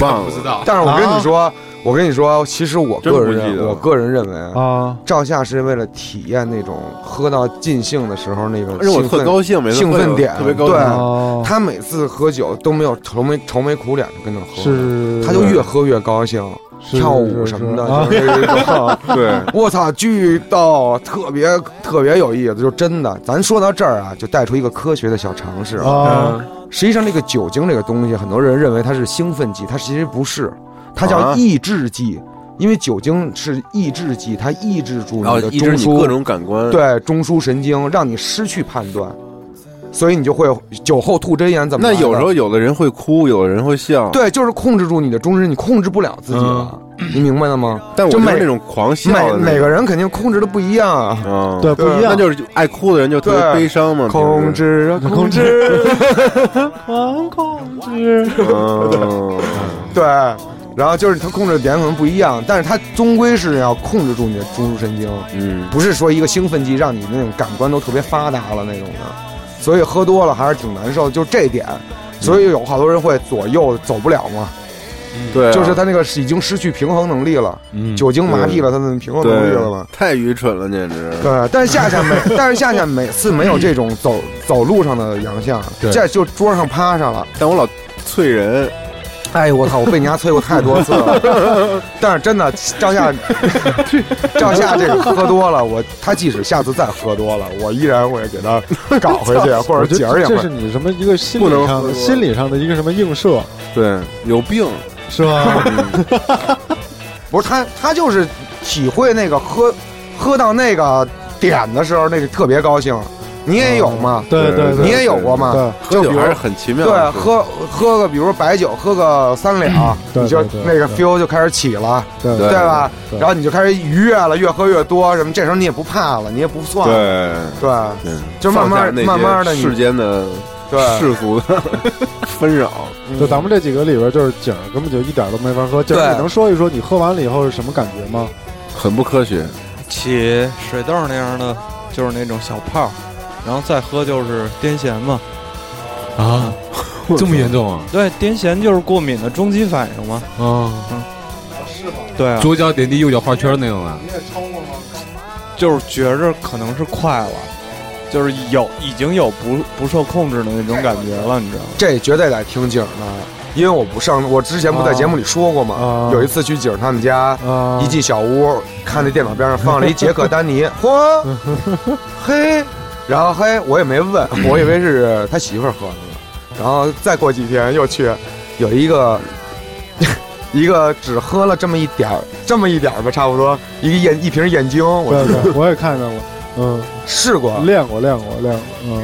[SPEAKER 8] 忘
[SPEAKER 6] 不知
[SPEAKER 8] 了，
[SPEAKER 6] 道，
[SPEAKER 5] 但是我跟你说，我跟你说，其实我个
[SPEAKER 8] 啊真不记
[SPEAKER 5] 人
[SPEAKER 8] 得了
[SPEAKER 5] 我个人认为啊，
[SPEAKER 4] 啊，
[SPEAKER 5] 照相是为了体验那种喝到尽兴的时候那种
[SPEAKER 8] 而且我
[SPEAKER 5] 嗯兴
[SPEAKER 8] 特
[SPEAKER 5] 奋。
[SPEAKER 8] 高兴，每次
[SPEAKER 5] 兴奋
[SPEAKER 8] 喝酒
[SPEAKER 5] 点
[SPEAKER 8] 特别高
[SPEAKER 5] 对
[SPEAKER 8] 兴。啊
[SPEAKER 4] 哦，
[SPEAKER 5] 他每次喝酒都没有愁眉愁眉苦脸的跟那喝，
[SPEAKER 4] 是
[SPEAKER 5] 他就越喝越高兴，
[SPEAKER 4] 是
[SPEAKER 5] 跳舞什么的
[SPEAKER 4] 是，
[SPEAKER 5] 就是 这种。
[SPEAKER 8] 对，
[SPEAKER 5] 我操，巨逗，特别特别有意思，就真的。咱说到这儿啊，就带出一个科学的小常识
[SPEAKER 4] 是啊，啊，
[SPEAKER 5] 实际上，这个酒精这个东西，很多人认为它是兴奋剂，它其实不是，它叫
[SPEAKER 8] 啊
[SPEAKER 5] 抑制剂，因为酒精是抑制剂，它抑制住你
[SPEAKER 8] 然后
[SPEAKER 5] 的
[SPEAKER 8] 哦抑
[SPEAKER 5] 中
[SPEAKER 8] 制你
[SPEAKER 5] 枢，
[SPEAKER 8] 各种感官。，
[SPEAKER 5] 对中枢神经，让你失去判断，所以你就会酒后吐真言怎么
[SPEAKER 8] 那
[SPEAKER 5] 来的？
[SPEAKER 8] 有时候有的人会哭，有的人会笑。，
[SPEAKER 5] 对，就是控制住你的中枢，你控制不了自己了，你明白了吗？
[SPEAKER 8] 嗯但我
[SPEAKER 5] 就
[SPEAKER 8] 就是
[SPEAKER 5] 每
[SPEAKER 8] 那种狂笑
[SPEAKER 5] 每
[SPEAKER 8] 的那
[SPEAKER 5] 每个
[SPEAKER 8] 种，
[SPEAKER 5] 人肯定控制的不一样啊。
[SPEAKER 8] 嗯，
[SPEAKER 4] 对，，不一
[SPEAKER 8] 那
[SPEAKER 4] 样，
[SPEAKER 8] 就是爱哭的人就特别
[SPEAKER 5] 对
[SPEAKER 8] 悲伤嘛。
[SPEAKER 5] 控制啊，控制，
[SPEAKER 4] 狂控制。
[SPEAKER 8] 平时，嗯，
[SPEAKER 5] 对，然后就是他控制的点可能不一样，但是他终归是要控制住你的中枢神经。
[SPEAKER 8] 嗯，
[SPEAKER 5] 不是说一个兴奋剂让你那种感官都特别发达了那种的，所以喝多了还是挺难受，就这点。所以有好多人会左右走不了嘛，
[SPEAKER 8] 对啊，
[SPEAKER 5] 就是他那个是已经失去平衡能力了，
[SPEAKER 7] 嗯，
[SPEAKER 5] 酒精麻痹了他的平衡能力了嘛
[SPEAKER 8] 对，。太愚蠢了，简直。
[SPEAKER 5] 对，但是夏夏每，但是夏夏每次没有这种走走路上的洋相，
[SPEAKER 7] 对
[SPEAKER 5] 这就桌上趴上了。
[SPEAKER 8] 但我老啐人，
[SPEAKER 5] 哎呦我操，我被你家催过太多次了。但是真的，赵夏，赵夏这个喝多了，我他即使下次再喝多了，我依然会给他搞回去，或
[SPEAKER 4] 我
[SPEAKER 5] 者
[SPEAKER 4] 觉
[SPEAKER 5] 姐儿
[SPEAKER 4] 得
[SPEAKER 5] 也
[SPEAKER 4] 这
[SPEAKER 5] 会
[SPEAKER 4] 是。你什么一个心理
[SPEAKER 8] 不能
[SPEAKER 4] 上的
[SPEAKER 8] 喝
[SPEAKER 4] 心理上的一个什么映射
[SPEAKER 8] 对，有 病。
[SPEAKER 4] 是吧？
[SPEAKER 8] 嗯
[SPEAKER 5] 不是他，他就是体会那个喝喝到那个点的时候，那个特别高兴。你也有嘛？
[SPEAKER 4] 对对对，
[SPEAKER 5] 你也有过嘛？
[SPEAKER 4] 对
[SPEAKER 8] 喝
[SPEAKER 5] 就
[SPEAKER 8] 酒
[SPEAKER 5] 比如
[SPEAKER 8] 还是很奇妙
[SPEAKER 5] 对，
[SPEAKER 8] 的。
[SPEAKER 5] 喝喝个，比如白酒，喝个三两，
[SPEAKER 4] 对
[SPEAKER 5] 你就
[SPEAKER 4] 对对
[SPEAKER 5] 那个
[SPEAKER 4] 对
[SPEAKER 5] feel 就开始起了，
[SPEAKER 4] 对
[SPEAKER 5] 对
[SPEAKER 8] 对
[SPEAKER 5] 吧？
[SPEAKER 4] 对
[SPEAKER 5] 然后你就开始愉悦了，越喝越多，什么这时候你也不怕了，你也不算了，
[SPEAKER 8] 对。
[SPEAKER 5] 对，
[SPEAKER 8] 嗯，
[SPEAKER 5] 就慢慢
[SPEAKER 8] 放下那些
[SPEAKER 5] 慢慢地你
[SPEAKER 8] 世间的
[SPEAKER 5] 对
[SPEAKER 8] 世俗 的 纷扰，
[SPEAKER 4] 就咱们这几个里边，就是景儿根本就一点都没法喝。景儿，
[SPEAKER 5] 对
[SPEAKER 4] 你能说一说你喝完了以后是什么感觉吗？
[SPEAKER 8] 很不科学。
[SPEAKER 9] 起水痘那样的，就是那种小泡儿，然后再喝就是癫痫嘛。
[SPEAKER 7] 啊，这么严重啊？
[SPEAKER 9] 对，癫痫就是过敏的终极反应嘛。
[SPEAKER 7] 啊，
[SPEAKER 9] 对啊，
[SPEAKER 7] 左脚点地，右脚画圈那种啊？
[SPEAKER 9] 就是觉着可能是快了，就是有已经有不不受控制的那种感觉了，你知道吗？
[SPEAKER 5] 这绝对得听景儿的，因为我不上，我之前不在节目里说过嘛，
[SPEAKER 4] 啊
[SPEAKER 5] 有一次去景儿他们家。
[SPEAKER 4] 啊，
[SPEAKER 5] 一进小屋，看那电脑边上放了一杰克丹尼，嚯，嘿，然后嘿，我也没问，我以为是他媳妇儿喝的呢。然后再过几天又去，有一个 一个只喝了这么一点儿，这么一点儿吧，差不多一个眼一瓶眼精，我
[SPEAKER 4] 对对，我也看见过，嗯，
[SPEAKER 5] 试
[SPEAKER 9] 啊
[SPEAKER 5] 过，
[SPEAKER 4] 练过练过练过，嗯，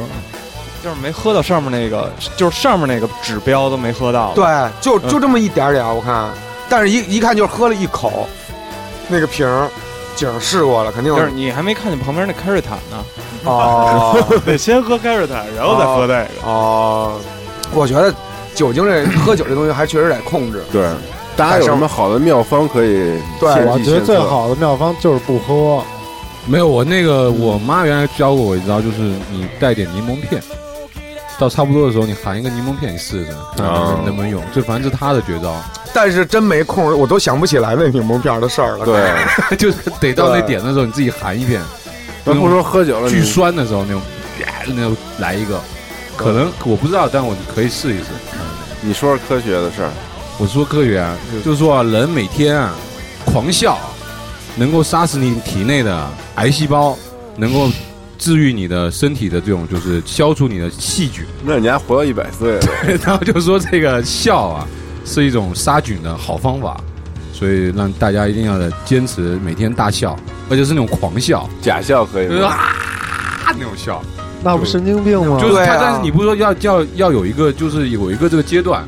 [SPEAKER 9] 就是没喝到上面那个，就是上面那个指标都没喝到。，
[SPEAKER 5] 对，就
[SPEAKER 9] 嗯
[SPEAKER 5] 就这么一点儿点儿，我看，但是一一看就是喝了一口，那个瓶儿。景儿试过了，肯定
[SPEAKER 9] 就是你还没看见旁边那开瑞坦呢，
[SPEAKER 5] 哦，
[SPEAKER 9] 得先喝开瑞坦，然后再喝那个。
[SPEAKER 5] 哦，我觉得酒精这喝酒这东西还确实得控制。
[SPEAKER 8] 对，大家有什么好的妙方可以
[SPEAKER 5] 对
[SPEAKER 8] 献计
[SPEAKER 4] 我觉得
[SPEAKER 8] 献
[SPEAKER 4] 最
[SPEAKER 8] 策
[SPEAKER 4] 好的妙方就是不喝，
[SPEAKER 7] 嗯没有，我那个我妈原来教过我一招，就是你带点柠檬片，
[SPEAKER 10] 到差不多的时候，你含一个柠檬片，你试试看
[SPEAKER 8] 啊
[SPEAKER 10] 看能不
[SPEAKER 7] 哦
[SPEAKER 10] 能用。这反正是他的绝招，
[SPEAKER 5] 但是真没空，我都想不起来那柠檬片儿的事儿了。
[SPEAKER 8] 对，
[SPEAKER 10] 就是得到
[SPEAKER 7] 啊
[SPEAKER 10] 那点的时候，你自己含一片。
[SPEAKER 8] 咱不说喝
[SPEAKER 7] 嗯
[SPEAKER 8] 酒了，
[SPEAKER 10] 巨
[SPEAKER 8] 你
[SPEAKER 10] 酸的时候那种，呀那种来一个，可能我不知道，但我可以试一试。
[SPEAKER 8] 你说说科学的事儿，
[SPEAKER 10] 我说科学啊，
[SPEAKER 5] 嗯
[SPEAKER 10] 就是说啊人每天啊狂笑，能够杀死你体内的癌细胞，能够治愈你的身体的这种，就是消除你的细菌。
[SPEAKER 8] 那你还活到一百岁了，
[SPEAKER 10] 然后就说这个笑啊是一种杀菌的好方法，所以让大家一定要坚持每天大笑，而且是那种狂笑，
[SPEAKER 8] 假笑可以
[SPEAKER 10] 就是
[SPEAKER 8] 吗？
[SPEAKER 10] 啊那种笑。
[SPEAKER 4] 那不神经病吗？
[SPEAKER 10] 就是
[SPEAKER 5] 对
[SPEAKER 10] 他，
[SPEAKER 5] 啊
[SPEAKER 10] 但是你不是说要要要有一个，就是有一个这个阶段，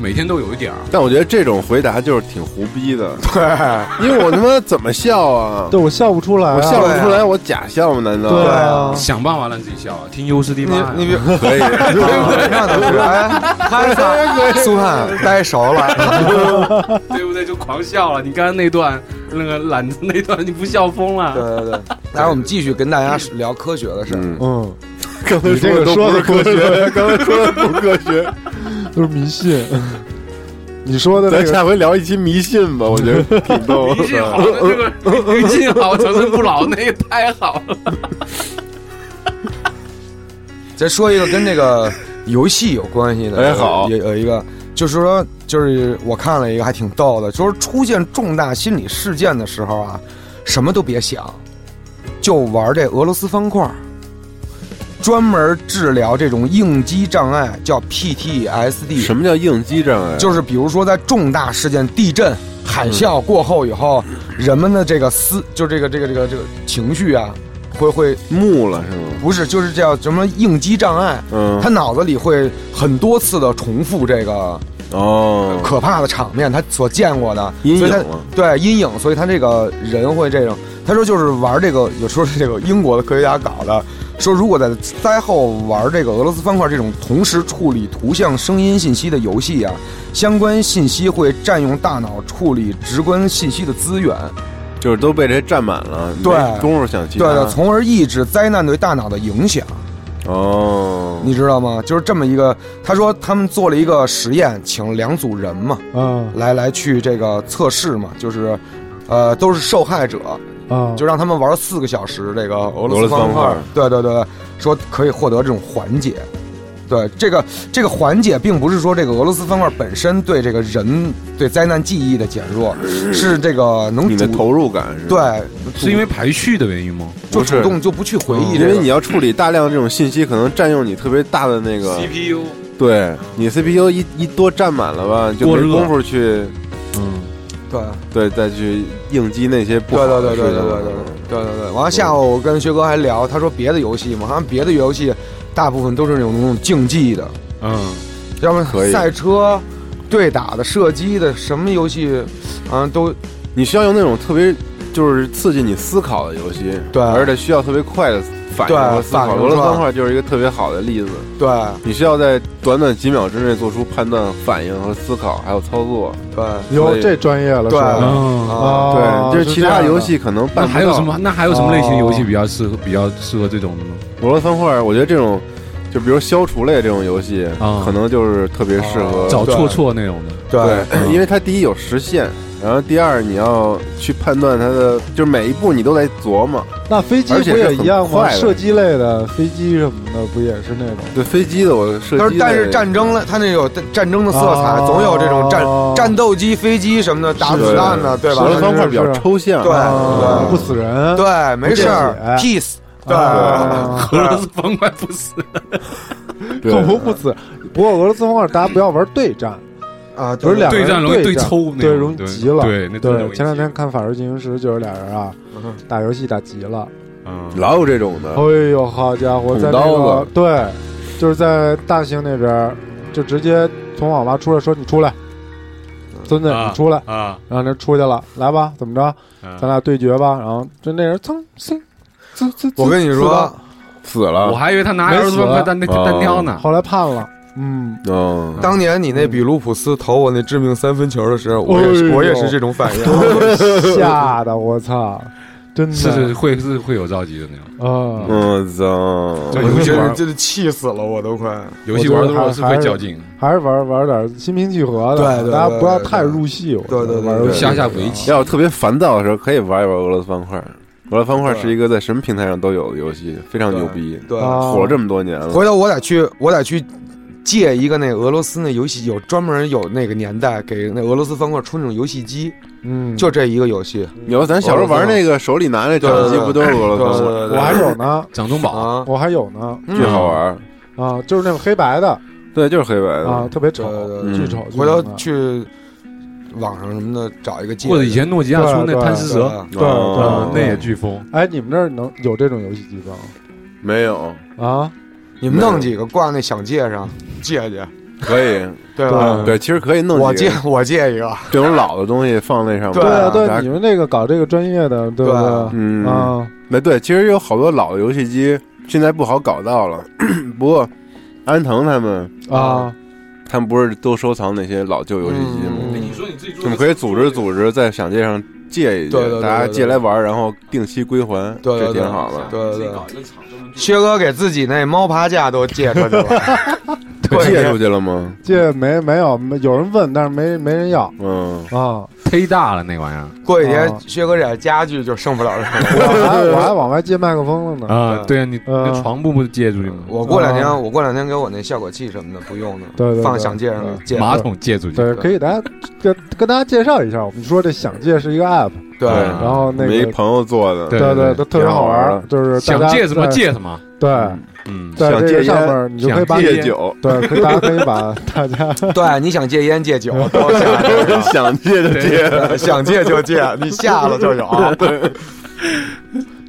[SPEAKER 10] 每天都有一点儿。
[SPEAKER 8] 但我觉得这种回答就是挺胡逼的，
[SPEAKER 5] 对，
[SPEAKER 8] 因为我他妈怎么笑啊？
[SPEAKER 4] 对我笑不出来、啊，
[SPEAKER 8] 我笑不
[SPEAKER 5] 对啊
[SPEAKER 8] 出来，我假笑吗？难道？
[SPEAKER 4] 对啊，
[SPEAKER 10] 想办法让自己笑啊，听优势
[SPEAKER 5] 嗯
[SPEAKER 10] 地
[SPEAKER 5] 你
[SPEAKER 10] 方。
[SPEAKER 5] 你别
[SPEAKER 8] 可以，
[SPEAKER 5] 让他学，哎，他仨苏汉呆熟了，
[SPEAKER 10] 对不对？就狂笑了。你刚刚那段那个懒子那段，你不笑
[SPEAKER 5] 对
[SPEAKER 10] 疯了？
[SPEAKER 5] 对对。来，我们继续跟大家聊科学的事儿。
[SPEAKER 8] 嗯，
[SPEAKER 4] 嗯，
[SPEAKER 8] 刚才
[SPEAKER 4] 你这个
[SPEAKER 8] 说的都不
[SPEAKER 4] 说
[SPEAKER 8] 是
[SPEAKER 4] 的
[SPEAKER 8] 科学，刚才说的不科学，
[SPEAKER 4] 都是迷信。 你说的那
[SPEAKER 8] 咱
[SPEAKER 4] 个
[SPEAKER 8] 下回聊一期迷信吧，我觉得挺逗
[SPEAKER 10] 迷信好，那个迷信好，长生不老，那个太好了。
[SPEAKER 5] 再说一个跟这个游戏有关系的，
[SPEAKER 8] 哎好
[SPEAKER 5] 有有一个就是说，就是我看了一个还挺逗的，就是出现重大心理事件的时候啊，什么都别想，就玩这俄罗斯方块儿，专门治疗这种应激障碍，叫 PTSD。
[SPEAKER 8] 什么叫应激啊障碍？
[SPEAKER 5] 就是比如说在重大事件、地震、海啸过后以后，人们的这个思，就这个这个这个这个情绪啊，会会
[SPEAKER 8] 木了是吗？
[SPEAKER 5] 不是，就是叫什么应激障碍。
[SPEAKER 8] 嗯
[SPEAKER 5] 他，脑子里会很多次的重复这个
[SPEAKER 8] 哦，
[SPEAKER 5] 可怕的场面，他所见过的
[SPEAKER 8] 阴
[SPEAKER 5] 所
[SPEAKER 8] 影啊
[SPEAKER 5] 以他
[SPEAKER 8] 了，
[SPEAKER 5] 对阴影，所以他这个人会这种。他说就是玩这个，有时候是这个英国的科学家搞的，说如果在灾后玩这个俄罗斯方块这种同时处理图像、声音信息的游戏啊，相关信息会占用大脑处理直观信息的资源，
[SPEAKER 8] 就是都被这占满了，没
[SPEAKER 5] 对
[SPEAKER 8] 功夫想其
[SPEAKER 5] 对
[SPEAKER 8] 他。
[SPEAKER 5] 的，从而抑制灾难对大脑的影响。
[SPEAKER 8] 哦，
[SPEAKER 5] 你知道吗？就是这么一个，他说他们做了一个实验，请两组人嘛，
[SPEAKER 4] 啊
[SPEAKER 5] 来来去这个测试嘛，就是，呃，都是受害者，
[SPEAKER 4] 啊，
[SPEAKER 5] 就让他们玩四个小时这个俄罗
[SPEAKER 8] 俄罗
[SPEAKER 5] 斯
[SPEAKER 8] 斯方
[SPEAKER 5] 方块
[SPEAKER 8] 块，
[SPEAKER 5] 对对对，对说可以获得这种缓解。对这个这个缓解，并不是说这个俄罗斯方块本身对这个人对灾难记忆的减弱，是这个能
[SPEAKER 8] 你的
[SPEAKER 5] 主
[SPEAKER 8] 投入感是吧？
[SPEAKER 5] 对，
[SPEAKER 10] 是因为排序的原因吗？
[SPEAKER 5] 就
[SPEAKER 8] 不是
[SPEAKER 5] 主动就不去回忆
[SPEAKER 8] 因
[SPEAKER 5] 这
[SPEAKER 8] 为你
[SPEAKER 5] 个。
[SPEAKER 8] 要处理大量这种信息，可能占用你特别大的那个
[SPEAKER 9] CPU
[SPEAKER 8] 对你 CPU 一一多占满了吧，就
[SPEAKER 10] 过
[SPEAKER 8] 没
[SPEAKER 10] 热
[SPEAKER 8] 功夫去
[SPEAKER 5] 对
[SPEAKER 8] 对再去应激那些不
[SPEAKER 5] 对
[SPEAKER 8] 好
[SPEAKER 5] 对
[SPEAKER 8] 的
[SPEAKER 5] 对对对
[SPEAKER 8] 事情
[SPEAKER 5] 对对对对对。完了下午我跟学哥还聊，他说别的游戏嘛，好像别的游戏大部分都是那种那种竞技的，
[SPEAKER 10] 嗯，
[SPEAKER 5] 要么
[SPEAKER 8] 可以
[SPEAKER 5] 赛车、对打的、射击的，什么游戏，好像都
[SPEAKER 8] 你需要用那种特别就是刺激你思考的游戏，
[SPEAKER 5] 对
[SPEAKER 8] 而且需要特别快的反应
[SPEAKER 5] 对
[SPEAKER 8] 和思考。
[SPEAKER 5] 反应
[SPEAKER 8] 俄罗斯
[SPEAKER 5] 是吧
[SPEAKER 8] 方块就是一个特别好的例子，
[SPEAKER 5] 对
[SPEAKER 8] 你需要在短短几秒之内做出判断、反应和思考，还有操作。
[SPEAKER 5] 对
[SPEAKER 4] 哟，这专业了，
[SPEAKER 5] 对
[SPEAKER 4] 是吧
[SPEAKER 10] 哦，
[SPEAKER 5] 啊，
[SPEAKER 4] 啊
[SPEAKER 8] 对，就是其他游。
[SPEAKER 4] 这样的
[SPEAKER 8] 戏可能办
[SPEAKER 10] 那
[SPEAKER 8] 不
[SPEAKER 10] 还有
[SPEAKER 8] 到
[SPEAKER 10] 什
[SPEAKER 4] 嗯
[SPEAKER 10] 么？那还有什么类型的游戏比较适合比较适合这种的呢？
[SPEAKER 8] 俄罗斯方块？我觉得这种就比如消除类这种游戏
[SPEAKER 10] 啊，
[SPEAKER 8] 可能就是特别适合
[SPEAKER 5] 哦
[SPEAKER 10] 找
[SPEAKER 5] 对
[SPEAKER 10] 错错那 种的。
[SPEAKER 5] 对
[SPEAKER 8] 对，因为它第一有时限，然后第二你要去判断它的，就是每一步你都得琢磨。
[SPEAKER 4] 那飞机
[SPEAKER 8] 而且
[SPEAKER 4] 不
[SPEAKER 8] 是
[SPEAKER 4] 也
[SPEAKER 8] 很
[SPEAKER 4] 一样吗？
[SPEAKER 8] 快的
[SPEAKER 4] 射击类的飞机什么的，不也是那种？
[SPEAKER 8] 对飞机的我射
[SPEAKER 5] 但
[SPEAKER 8] 击
[SPEAKER 5] 是
[SPEAKER 8] 类，
[SPEAKER 5] 但是战争了，它那有战争的色彩，
[SPEAKER 4] 哦
[SPEAKER 5] 总有这种战战斗机、飞机什么的，打子弹呢，对吧
[SPEAKER 8] 俄？罗斯方块比较
[SPEAKER 4] 是是
[SPEAKER 8] 抽象，
[SPEAKER 5] 对
[SPEAKER 4] 啊
[SPEAKER 5] 对
[SPEAKER 4] 不死人，
[SPEAKER 5] 对，没事儿
[SPEAKER 4] 不
[SPEAKER 5] ，peace，对
[SPEAKER 4] 啊
[SPEAKER 10] 俄罗斯方块不死，
[SPEAKER 8] 对
[SPEAKER 4] 怎么不死？不过俄罗斯方块大家不要玩对战，
[SPEAKER 5] 啊，
[SPEAKER 4] 不是两个
[SPEAKER 10] 对
[SPEAKER 4] 人
[SPEAKER 10] 战容
[SPEAKER 4] 对
[SPEAKER 10] 易对抽那种
[SPEAKER 4] 对，容易
[SPEAKER 10] 对
[SPEAKER 4] 急了。
[SPEAKER 10] 对那真容易
[SPEAKER 4] 对，
[SPEAKER 10] 急
[SPEAKER 4] 前两天看《法制进行时》，就有俩人啊
[SPEAKER 5] 嗯
[SPEAKER 4] 打游戏打急了，
[SPEAKER 10] 嗯，
[SPEAKER 8] 老有这种的
[SPEAKER 4] 哎。呦，好家伙，
[SPEAKER 8] 捅
[SPEAKER 4] 在那
[SPEAKER 8] 刀
[SPEAKER 4] 个
[SPEAKER 8] 子
[SPEAKER 4] 对，就是在大兴那边儿，就直接从网吧出来说你出来，
[SPEAKER 8] 嗯
[SPEAKER 4] 孙子
[SPEAKER 9] 啊
[SPEAKER 4] 你出来，
[SPEAKER 9] 啊，
[SPEAKER 4] 然后这出去了，来吧，怎么着，
[SPEAKER 9] 嗯
[SPEAKER 4] 咱俩对决吧，然后就那人噌噌。噌噌
[SPEAKER 5] 我跟你
[SPEAKER 4] 刺
[SPEAKER 5] 说
[SPEAKER 4] 刀，
[SPEAKER 8] 死
[SPEAKER 10] 我
[SPEAKER 8] 了。
[SPEAKER 10] 还以为他拿
[SPEAKER 4] 没
[SPEAKER 10] 二十
[SPEAKER 4] 死
[SPEAKER 10] 万块单单
[SPEAKER 8] 哦
[SPEAKER 10] 单挑呢。
[SPEAKER 4] 后来判了， 嗯，
[SPEAKER 8] 嗯，
[SPEAKER 5] 当年你那比卢普斯投我那致命三分球的时候，我也是
[SPEAKER 4] 哎呦
[SPEAKER 5] 我也是这种反应。
[SPEAKER 4] 吓的我操！真的
[SPEAKER 10] 是是会是会有着急的那种。
[SPEAKER 4] 啊，
[SPEAKER 8] 我操！
[SPEAKER 10] 对
[SPEAKER 5] 有
[SPEAKER 10] 游戏
[SPEAKER 5] 些人
[SPEAKER 10] 玩
[SPEAKER 5] 真的气死了，我都 快。
[SPEAKER 10] 游戏
[SPEAKER 4] 我觉
[SPEAKER 10] 玩
[SPEAKER 4] 得
[SPEAKER 10] 多了是
[SPEAKER 4] 还
[SPEAKER 10] 会
[SPEAKER 4] 还是
[SPEAKER 10] 较劲，
[SPEAKER 4] 还是玩玩点心平气和的，
[SPEAKER 5] 对对对
[SPEAKER 4] 大家不要
[SPEAKER 5] 对对
[SPEAKER 4] 太入戏。我觉得
[SPEAKER 5] 对对对
[SPEAKER 4] 玩
[SPEAKER 5] 对
[SPEAKER 4] 游
[SPEAKER 5] 对
[SPEAKER 4] 戏啊
[SPEAKER 10] 下下围棋。
[SPEAKER 8] 要是特别烦躁的时候，可以玩一玩俄罗斯方块。俄罗斯方块是一个在什么平台上都有的游戏，非常牛逼，
[SPEAKER 5] 对，
[SPEAKER 4] 啊
[SPEAKER 8] 火了这么多年了。
[SPEAKER 5] 回头我得去，我得去借一个那俄罗斯那游戏，有专门有那个年代给那俄罗斯方块出那种游戏机，
[SPEAKER 4] 嗯，
[SPEAKER 5] 就这一个游戏
[SPEAKER 8] 有咱小时候玩那个手里拿那照相机，不都是俄罗斯方
[SPEAKER 5] 对
[SPEAKER 4] 我还有呢，
[SPEAKER 10] 掌中宝，
[SPEAKER 5] 啊，嗯
[SPEAKER 4] 我还有呢
[SPEAKER 8] 块？巨好玩。
[SPEAKER 4] 啊，就是那种黑白的
[SPEAKER 8] 嗯对，就是黑白
[SPEAKER 4] 啊，
[SPEAKER 8] 的。
[SPEAKER 4] 特别丑
[SPEAKER 5] 对，
[SPEAKER 8] 对对
[SPEAKER 4] 巨丑。
[SPEAKER 5] 回头
[SPEAKER 4] 巨丑
[SPEAKER 5] 去网上什么的找一个借的，
[SPEAKER 10] 或者以前诺基亚出那贪吃
[SPEAKER 5] 对
[SPEAKER 10] 蛇，
[SPEAKER 5] 吧
[SPEAKER 4] 对对
[SPEAKER 10] 啊
[SPEAKER 8] 哦，
[SPEAKER 10] 那也飓风。
[SPEAKER 4] 哎，你们这儿能有这种游戏机吗？
[SPEAKER 8] 没有，
[SPEAKER 4] 啊，
[SPEAKER 5] 你们弄几个挂那想借上借去，
[SPEAKER 8] 可以。嗯
[SPEAKER 5] 对吧？
[SPEAKER 8] 对，其实可以弄
[SPEAKER 5] 啊我
[SPEAKER 8] 几
[SPEAKER 5] 借
[SPEAKER 8] 个
[SPEAKER 5] 我借一个，
[SPEAKER 8] 这种老的东西放那上面。
[SPEAKER 5] 对
[SPEAKER 4] 啊，
[SPEAKER 5] 啊
[SPEAKER 4] 对，
[SPEAKER 8] 大家
[SPEAKER 4] 你们这个搞这个专业的，对不
[SPEAKER 5] 对
[SPEAKER 4] 对？
[SPEAKER 8] 嗯
[SPEAKER 4] 啊，
[SPEAKER 8] 那对，其实有好多老的游戏机现在不好搞到了， 不过安藤他们
[SPEAKER 4] 啊，
[SPEAKER 8] 他们不是都收藏那些老旧游戏机吗？
[SPEAKER 5] 嗯
[SPEAKER 10] 说你自己做
[SPEAKER 8] 我们可以组织组织，在想界上借一借，
[SPEAKER 5] 对对对对
[SPEAKER 8] 大家借来玩，然后定期归还，
[SPEAKER 5] 对对
[SPEAKER 8] 这
[SPEAKER 5] 对
[SPEAKER 8] 挺好的。
[SPEAKER 5] 对对对。
[SPEAKER 10] 一个厂专门
[SPEAKER 5] 薛哥给自己那猫爬架都借出去了，
[SPEAKER 8] 借
[SPEAKER 5] 对
[SPEAKER 8] 出去了吗？
[SPEAKER 4] 这没没有，没有人问，但是没没人要
[SPEAKER 8] 嗯，
[SPEAKER 4] 啊。
[SPEAKER 10] 忒大了那玩意
[SPEAKER 5] 过几天
[SPEAKER 8] 哦
[SPEAKER 4] 啊
[SPEAKER 5] 薛哥这点家具就剩不了什么
[SPEAKER 4] 我
[SPEAKER 5] 了。
[SPEAKER 4] 还我还往外借麦克风了
[SPEAKER 10] 儿
[SPEAKER 4] 呢。
[SPEAKER 10] 啊！对啊，你
[SPEAKER 4] 嗯
[SPEAKER 10] 那床布不是借出去吗？
[SPEAKER 5] 嗯我过两
[SPEAKER 4] 啊
[SPEAKER 5] 天，我过两天给我那效果器什么的不用了，
[SPEAKER 4] 对对对
[SPEAKER 5] 放响界上的借
[SPEAKER 10] 马桶借出去，
[SPEAKER 4] 对，可以给大家跟跟大家介绍一下，我们说这想借是一个 app，
[SPEAKER 5] 对
[SPEAKER 8] 对
[SPEAKER 4] 然后
[SPEAKER 8] 我
[SPEAKER 4] 那
[SPEAKER 8] 们一
[SPEAKER 4] 个
[SPEAKER 8] 朋友做的，
[SPEAKER 10] 对
[SPEAKER 4] 对
[SPEAKER 10] 对
[SPEAKER 4] 它特别
[SPEAKER 8] 挺好
[SPEAKER 4] 好玩
[SPEAKER 8] 玩
[SPEAKER 4] 儿，
[SPEAKER 8] 的
[SPEAKER 4] 就是大
[SPEAKER 10] 想
[SPEAKER 4] 家
[SPEAKER 10] 借什么
[SPEAKER 4] 在
[SPEAKER 10] 借什么。
[SPEAKER 4] 对，
[SPEAKER 10] 嗯，
[SPEAKER 4] 在
[SPEAKER 8] 想
[SPEAKER 4] 这
[SPEAKER 8] 戒
[SPEAKER 4] 个
[SPEAKER 8] 烟
[SPEAKER 4] 上面儿你就可以把
[SPEAKER 10] 想
[SPEAKER 8] 借
[SPEAKER 10] 戒
[SPEAKER 8] 酒，
[SPEAKER 4] 对，可以大家可以把大家
[SPEAKER 5] 对，你想戒烟戒 酒都下这个
[SPEAKER 8] 想借就借。
[SPEAKER 5] 对想戒就戒，你下了就有。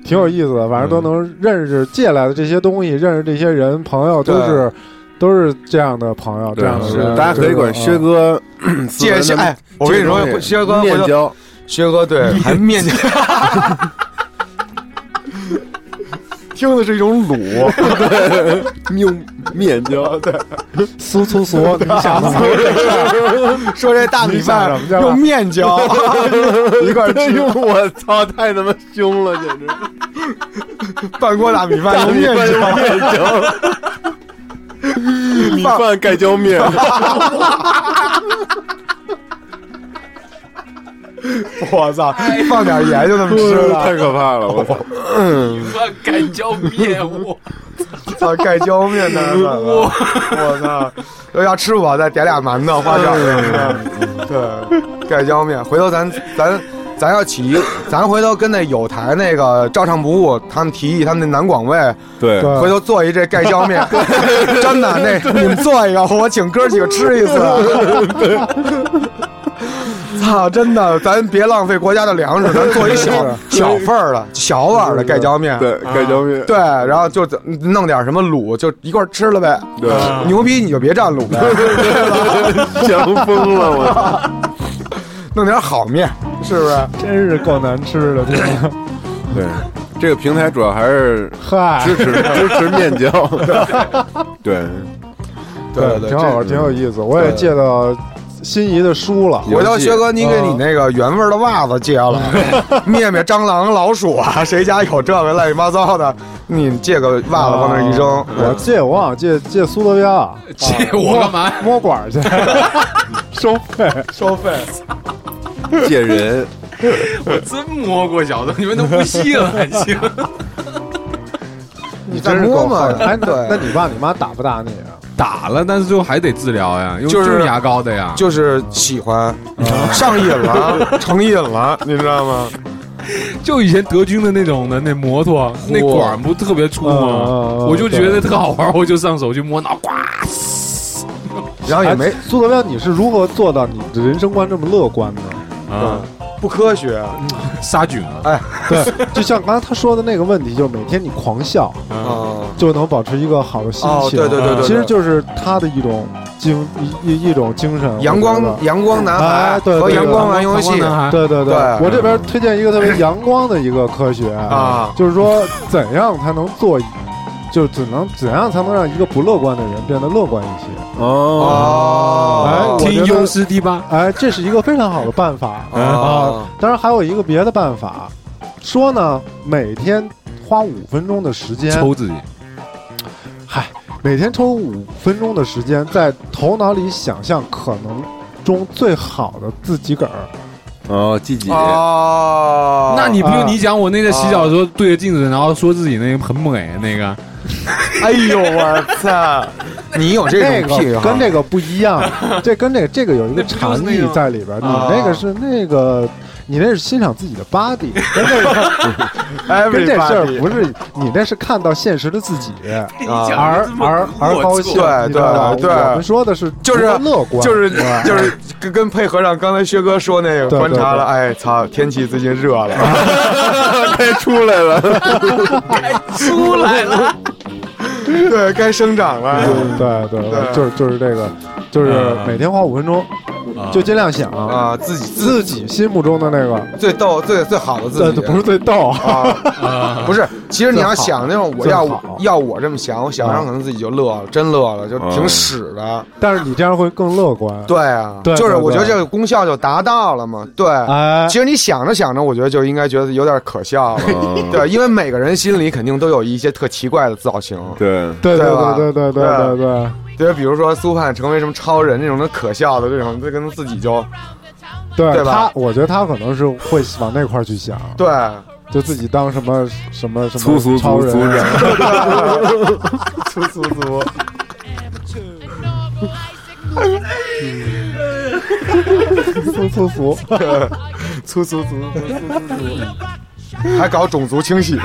[SPEAKER 4] 挺有意思的，反正都能认识借来的这些东西，认识这些人朋友，都
[SPEAKER 5] 对
[SPEAKER 4] 是都是这样的朋友，这样的
[SPEAKER 8] 是
[SPEAKER 4] 人，啊
[SPEAKER 8] 大家可以管薛哥 私
[SPEAKER 5] 借
[SPEAKER 8] 人
[SPEAKER 5] 下
[SPEAKER 8] 的
[SPEAKER 5] 哎，我跟你
[SPEAKER 8] 借
[SPEAKER 5] 说，
[SPEAKER 8] 东西
[SPEAKER 5] 薛哥回
[SPEAKER 8] 面
[SPEAKER 5] 头，
[SPEAKER 8] 交，
[SPEAKER 5] 薛哥对，还面 交，
[SPEAKER 4] 听的是一种鲁，
[SPEAKER 8] 用面交，对，
[SPEAKER 4] 苏苏苏，你想什么？
[SPEAKER 5] 说这大米饭
[SPEAKER 4] 你想什么去了
[SPEAKER 5] 用面 交，一块
[SPEAKER 8] 哎
[SPEAKER 5] 吃
[SPEAKER 8] 呦，我操，太他妈凶了，简直！
[SPEAKER 5] 半锅大米饭
[SPEAKER 8] 大
[SPEAKER 5] 用
[SPEAKER 8] 米
[SPEAKER 5] 面
[SPEAKER 8] 饭
[SPEAKER 5] 交
[SPEAKER 8] 用，面交，米饭盖浇面，
[SPEAKER 5] 我操，放点盐就那么吃了，
[SPEAKER 8] 太可怕了，我操！
[SPEAKER 7] 饭盖浇面我，
[SPEAKER 5] 操，盖浇面太狠了， 我操，要吃不饱再点俩馒头花饺子，
[SPEAKER 8] 嗯
[SPEAKER 5] 对，盖浇面，回头咱咱。咱要起一，咱回头跟那有台那个照唱不误，他们提议他们那南广卫，
[SPEAKER 8] 对
[SPEAKER 4] 对
[SPEAKER 5] 回头做一这盖浇面，真的，那你们做一个，我请哥几个吃一次。操，真的，咱别浪费国家的粮食，咱做一小小份儿的、小碗儿的盖浇面。
[SPEAKER 8] 对，盖浇面，
[SPEAKER 5] 对，然后就弄点什么卤，就一块儿吃了呗。
[SPEAKER 8] 对，
[SPEAKER 5] 牛逼你就别蘸卤呗，
[SPEAKER 8] 香疯了，我操！
[SPEAKER 5] 弄点好面，是不是？
[SPEAKER 4] 真是够难吃的，真的。
[SPEAKER 8] 对，这个平台主要还是
[SPEAKER 4] 嗨
[SPEAKER 8] 支，持支持面交，对，
[SPEAKER 5] 对对，
[SPEAKER 4] 挺好玩，挺有意思。我也借到心仪的书了，
[SPEAKER 5] 这。回头薛哥，你给你那个原味儿的袜子借了，灭灭蟑螂、老鼠啊，谁家有这个乱七八糟的，你借个袜子往那儿一扔，嗯
[SPEAKER 4] 我借啊我忘了借借苏德彪啊，
[SPEAKER 7] 借我干嘛？
[SPEAKER 4] 摸管 儿去，收费。
[SPEAKER 5] 收费。
[SPEAKER 8] 借人，
[SPEAKER 7] 我真摸过小子，你们都不信了还行？
[SPEAKER 5] 你
[SPEAKER 4] 真
[SPEAKER 5] 再
[SPEAKER 4] 是
[SPEAKER 5] 摸
[SPEAKER 4] 够
[SPEAKER 5] 嘛
[SPEAKER 4] 狠，哎，那那
[SPEAKER 5] 对，
[SPEAKER 4] 你爸你妈打不打你啊？
[SPEAKER 10] 打了，但是最后还得治疗呀，用
[SPEAKER 5] 就是
[SPEAKER 10] 用牙膏的呀。
[SPEAKER 5] 就是喜欢，上瘾了，成瘾了，你知道吗？
[SPEAKER 10] 就以前德军的那种的那摩托，那管儿不特别粗
[SPEAKER 4] 嗯嗯
[SPEAKER 10] 吗？
[SPEAKER 4] 嗯
[SPEAKER 10] 我就觉得特好玩，我就上手去摸脑瓜。
[SPEAKER 5] 然后也没
[SPEAKER 4] 哎苏德彪，你是如何做到你的人生观这么乐观 的？
[SPEAKER 5] 嗯
[SPEAKER 10] 啊，
[SPEAKER 5] 不科学，
[SPEAKER 10] 杀菌啊，
[SPEAKER 4] 对，就像刚才他说的那个问题，就是每天你狂笑
[SPEAKER 5] 嗯，
[SPEAKER 4] 就能保持一个好的心
[SPEAKER 5] 哦，
[SPEAKER 4] 情。
[SPEAKER 5] 对对对对，
[SPEAKER 4] 其实就是他的一种精一一一种精神。
[SPEAKER 5] 阳
[SPEAKER 4] 我觉
[SPEAKER 5] 光
[SPEAKER 4] 得
[SPEAKER 5] 阳光男孩
[SPEAKER 4] 嗯哎对对
[SPEAKER 5] 和
[SPEAKER 4] 对
[SPEAKER 5] 阳光玩 游
[SPEAKER 10] 阳
[SPEAKER 5] 戏
[SPEAKER 10] 光
[SPEAKER 9] 啊
[SPEAKER 10] 男孩
[SPEAKER 4] 对对对，
[SPEAKER 5] 对
[SPEAKER 4] 我这边推荐一个特别阳光的一个科学啊，
[SPEAKER 5] 啊，
[SPEAKER 4] 就是说怎样才能做，就只能怎样才能让一个不乐观的人变得乐观一些。
[SPEAKER 8] 哦，
[SPEAKER 5] 哦，
[SPEAKER 4] 哎我觉
[SPEAKER 10] 听
[SPEAKER 4] 得
[SPEAKER 10] 优师第八。
[SPEAKER 4] 哎，这是一个非常好的办法
[SPEAKER 5] 啊
[SPEAKER 4] 啊！当然还有一个别的办法，说呢，每天花五分钟的时间
[SPEAKER 10] 抽自己，
[SPEAKER 4] 嗨，每天抽五分钟的时间，在头脑里想象可能中最好的自己个儿。
[SPEAKER 8] 哦，自己
[SPEAKER 5] 哦，
[SPEAKER 10] 那你不
[SPEAKER 4] 啊
[SPEAKER 10] 就你讲我那在洗澡的时候对着镜子，然后说自己那个很美那个，
[SPEAKER 5] 哎呦我操！ 你有这
[SPEAKER 4] 那
[SPEAKER 5] 种癖
[SPEAKER 4] 个
[SPEAKER 5] 好？
[SPEAKER 4] 跟这个不一样， 这跟这个这个有一个
[SPEAKER 9] 那不就是
[SPEAKER 4] 禅
[SPEAKER 9] 那
[SPEAKER 4] 意
[SPEAKER 9] 个吗
[SPEAKER 4] 在里边儿。你
[SPEAKER 5] 啊
[SPEAKER 4] 那个是那个，你那是欣赏自己的 body，跟这个跟这事儿
[SPEAKER 5] Everybody
[SPEAKER 4] 不是你那是看到现实的自己，
[SPEAKER 6] 你
[SPEAKER 5] 啊
[SPEAKER 6] 讲
[SPEAKER 4] 而
[SPEAKER 6] 的这么
[SPEAKER 4] 而而
[SPEAKER 6] 龌龊
[SPEAKER 4] 高兴。
[SPEAKER 5] 对
[SPEAKER 4] 你知道吧
[SPEAKER 5] 对对
[SPEAKER 4] 我们说的是
[SPEAKER 5] 就是
[SPEAKER 4] 多乐观，
[SPEAKER 5] 就是就是跟跟配合上刚才薛哥说那个
[SPEAKER 4] 对
[SPEAKER 5] 观察
[SPEAKER 4] 对
[SPEAKER 5] 了，哎操，天气最近热了，
[SPEAKER 8] 该出来了，
[SPEAKER 5] 哦
[SPEAKER 6] 出来了，
[SPEAKER 5] 对该生长了。
[SPEAKER 4] 对对
[SPEAKER 5] 对
[SPEAKER 4] 对，就是就是这个，就是每天花五分钟，就尽量想
[SPEAKER 5] 啊，自己
[SPEAKER 4] 自己心目中的那个，
[SPEAKER 5] 最逗、最最好的自
[SPEAKER 4] 这
[SPEAKER 5] 己，
[SPEAKER 4] 不是最逗，
[SPEAKER 5] 啊，不是。其实你
[SPEAKER 4] 最好
[SPEAKER 5] 要想那种，我
[SPEAKER 4] 最
[SPEAKER 5] 要
[SPEAKER 4] 好嗯
[SPEAKER 5] 要我这么想，我想想可能自己就乐了，真乐了，就挺
[SPEAKER 8] 嗯
[SPEAKER 5] 屎的。
[SPEAKER 4] 但是你这样会更乐观。
[SPEAKER 5] 对啊，
[SPEAKER 4] 对
[SPEAKER 5] 就是
[SPEAKER 4] 对
[SPEAKER 5] 我觉得
[SPEAKER 4] 对
[SPEAKER 5] 这个功效就达到了嘛。对，
[SPEAKER 4] 哎，
[SPEAKER 5] 其实你想着想着，我觉得就应该觉得有点可笑了
[SPEAKER 8] 嗯。
[SPEAKER 5] 对，因为每个人心里肯定都有一些特奇怪的造型。
[SPEAKER 8] 对，
[SPEAKER 4] 对
[SPEAKER 5] 对
[SPEAKER 4] 对
[SPEAKER 5] 吧
[SPEAKER 4] 对对对对对对。
[SPEAKER 5] 对，比如说苏盼成为什么超人那种的可笑的这种，这跟自己就
[SPEAKER 4] 对
[SPEAKER 5] 对吧
[SPEAKER 4] 他，我觉得他可能是会往那块儿去想，
[SPEAKER 5] 对，
[SPEAKER 4] 就自己当什么什么什
[SPEAKER 8] 粗
[SPEAKER 4] 么
[SPEAKER 8] 俗
[SPEAKER 4] 超
[SPEAKER 8] 族
[SPEAKER 4] 人
[SPEAKER 8] 族
[SPEAKER 4] 啊，
[SPEAKER 8] 长，
[SPEAKER 5] 粗粗粗。
[SPEAKER 4] 粗粗俗，
[SPEAKER 5] 粗粗粗粗粗，还搞种族清洗呢，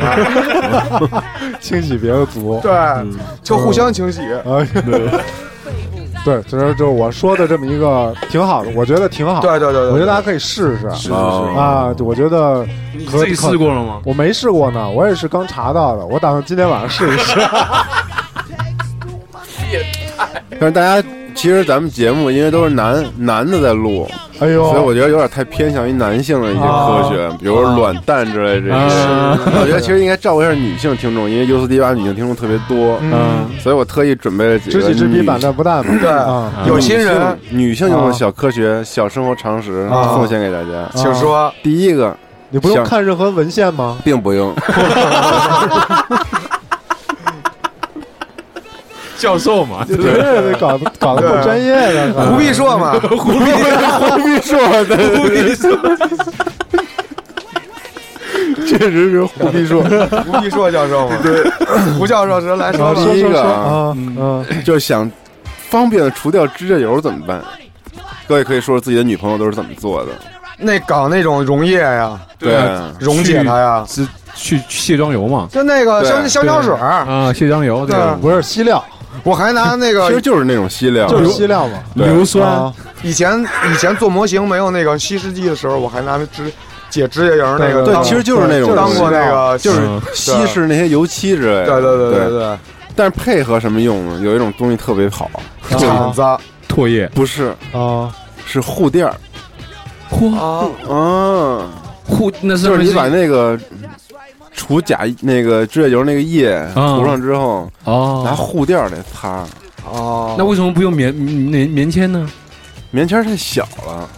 [SPEAKER 4] 清洗别的族。
[SPEAKER 5] 对，就互相清洗。
[SPEAKER 4] 啊，对，其实就是我说的这么一个挺好的，我觉得挺好，
[SPEAKER 5] 对对对对，
[SPEAKER 4] 我觉得大家可以试试
[SPEAKER 5] 是
[SPEAKER 8] 啊
[SPEAKER 4] 啊。我觉得
[SPEAKER 7] 你
[SPEAKER 4] 可
[SPEAKER 7] 自己试过了吗？
[SPEAKER 4] 我没试过呢，我也是刚查到的，我打算今天晚上试一试。
[SPEAKER 8] 但是大家其实咱们节目因为都是男男的在录，
[SPEAKER 4] 哎
[SPEAKER 8] 所以
[SPEAKER 4] 呦，
[SPEAKER 8] 我觉得有点太偏向于男性的一些科学，比如说卵蛋之类这些。我觉得其实应该照顾一下女性听众，因为 U 四 D 八女性听众特别多，
[SPEAKER 4] 嗯，
[SPEAKER 8] 所以我特意准备了几个
[SPEAKER 4] 知己知彼，
[SPEAKER 8] 女
[SPEAKER 4] 百战不殆嘛。
[SPEAKER 5] 对
[SPEAKER 4] 啊，
[SPEAKER 5] 有心人，
[SPEAKER 8] 女性女性用的小科学、小生活常识
[SPEAKER 5] 啊
[SPEAKER 8] 奉献给大家。
[SPEAKER 5] 请说，
[SPEAKER 8] 第一个
[SPEAKER 4] 你不用
[SPEAKER 8] 想
[SPEAKER 4] 看任何文献吗？
[SPEAKER 8] 并不用，
[SPEAKER 9] 教授嘛，
[SPEAKER 4] 这这搞得搞得够专业的， 搞得
[SPEAKER 5] 不必说嘛，
[SPEAKER 8] 不必说，对确实是胡必说。
[SPEAKER 5] 不必说教授嘛，对，胡教授是来说
[SPEAKER 4] 啊
[SPEAKER 5] 了，
[SPEAKER 4] 说
[SPEAKER 8] 第一
[SPEAKER 4] 说
[SPEAKER 8] 个
[SPEAKER 4] 说
[SPEAKER 8] 啊
[SPEAKER 4] 啊，嗯，
[SPEAKER 8] 就想方便的除掉指甲油怎么办？各位可以说说自己的女朋友都是怎么做的。
[SPEAKER 5] 那搞那种溶液呀，
[SPEAKER 8] 对，
[SPEAKER 5] 溶解它呀，
[SPEAKER 10] 是去去卸妆油嘛？
[SPEAKER 5] 就那个
[SPEAKER 8] 对
[SPEAKER 5] 香香蕉水儿，
[SPEAKER 10] 啊，卸妆油这
[SPEAKER 5] 对
[SPEAKER 10] 个
[SPEAKER 5] 啊
[SPEAKER 4] 不是西料，
[SPEAKER 5] 我还拿那
[SPEAKER 8] 其实
[SPEAKER 5] 个啊
[SPEAKER 8] 就是那种稀料，
[SPEAKER 4] 就是西料嘛。
[SPEAKER 8] 对
[SPEAKER 10] 硫酸
[SPEAKER 4] 啊，
[SPEAKER 5] 以前以前做模型没有那个稀释剂的时候，我还拿那指解指甲油那个
[SPEAKER 8] 对
[SPEAKER 5] 当，
[SPEAKER 8] 其实就是那种
[SPEAKER 5] 当过那个
[SPEAKER 8] 就是
[SPEAKER 5] 嗯
[SPEAKER 8] 稀释那些油漆之类
[SPEAKER 5] 对
[SPEAKER 8] 的。
[SPEAKER 5] 对对对
[SPEAKER 8] 对。
[SPEAKER 5] 对
[SPEAKER 8] 但是配合什么用呢？有一种东西特别好，
[SPEAKER 5] 对，铲子。
[SPEAKER 10] 唾液，
[SPEAKER 8] 不是
[SPEAKER 4] 啊，
[SPEAKER 8] 是护垫儿
[SPEAKER 10] 嚯
[SPEAKER 5] 啊，
[SPEAKER 8] 啊，
[SPEAKER 10] 嚯，那是
[SPEAKER 8] 就
[SPEAKER 10] 不
[SPEAKER 8] 是
[SPEAKER 10] 是
[SPEAKER 8] 你把那个除甲那个指甲油那个液
[SPEAKER 10] 嗯
[SPEAKER 8] 涂上之后，
[SPEAKER 5] 啊
[SPEAKER 8] 拿
[SPEAKER 10] 哦，
[SPEAKER 8] 护垫儿来擦，
[SPEAKER 5] 哦，
[SPEAKER 10] 那为什么不用棉棉棉签呢？
[SPEAKER 8] 棉签儿太小了，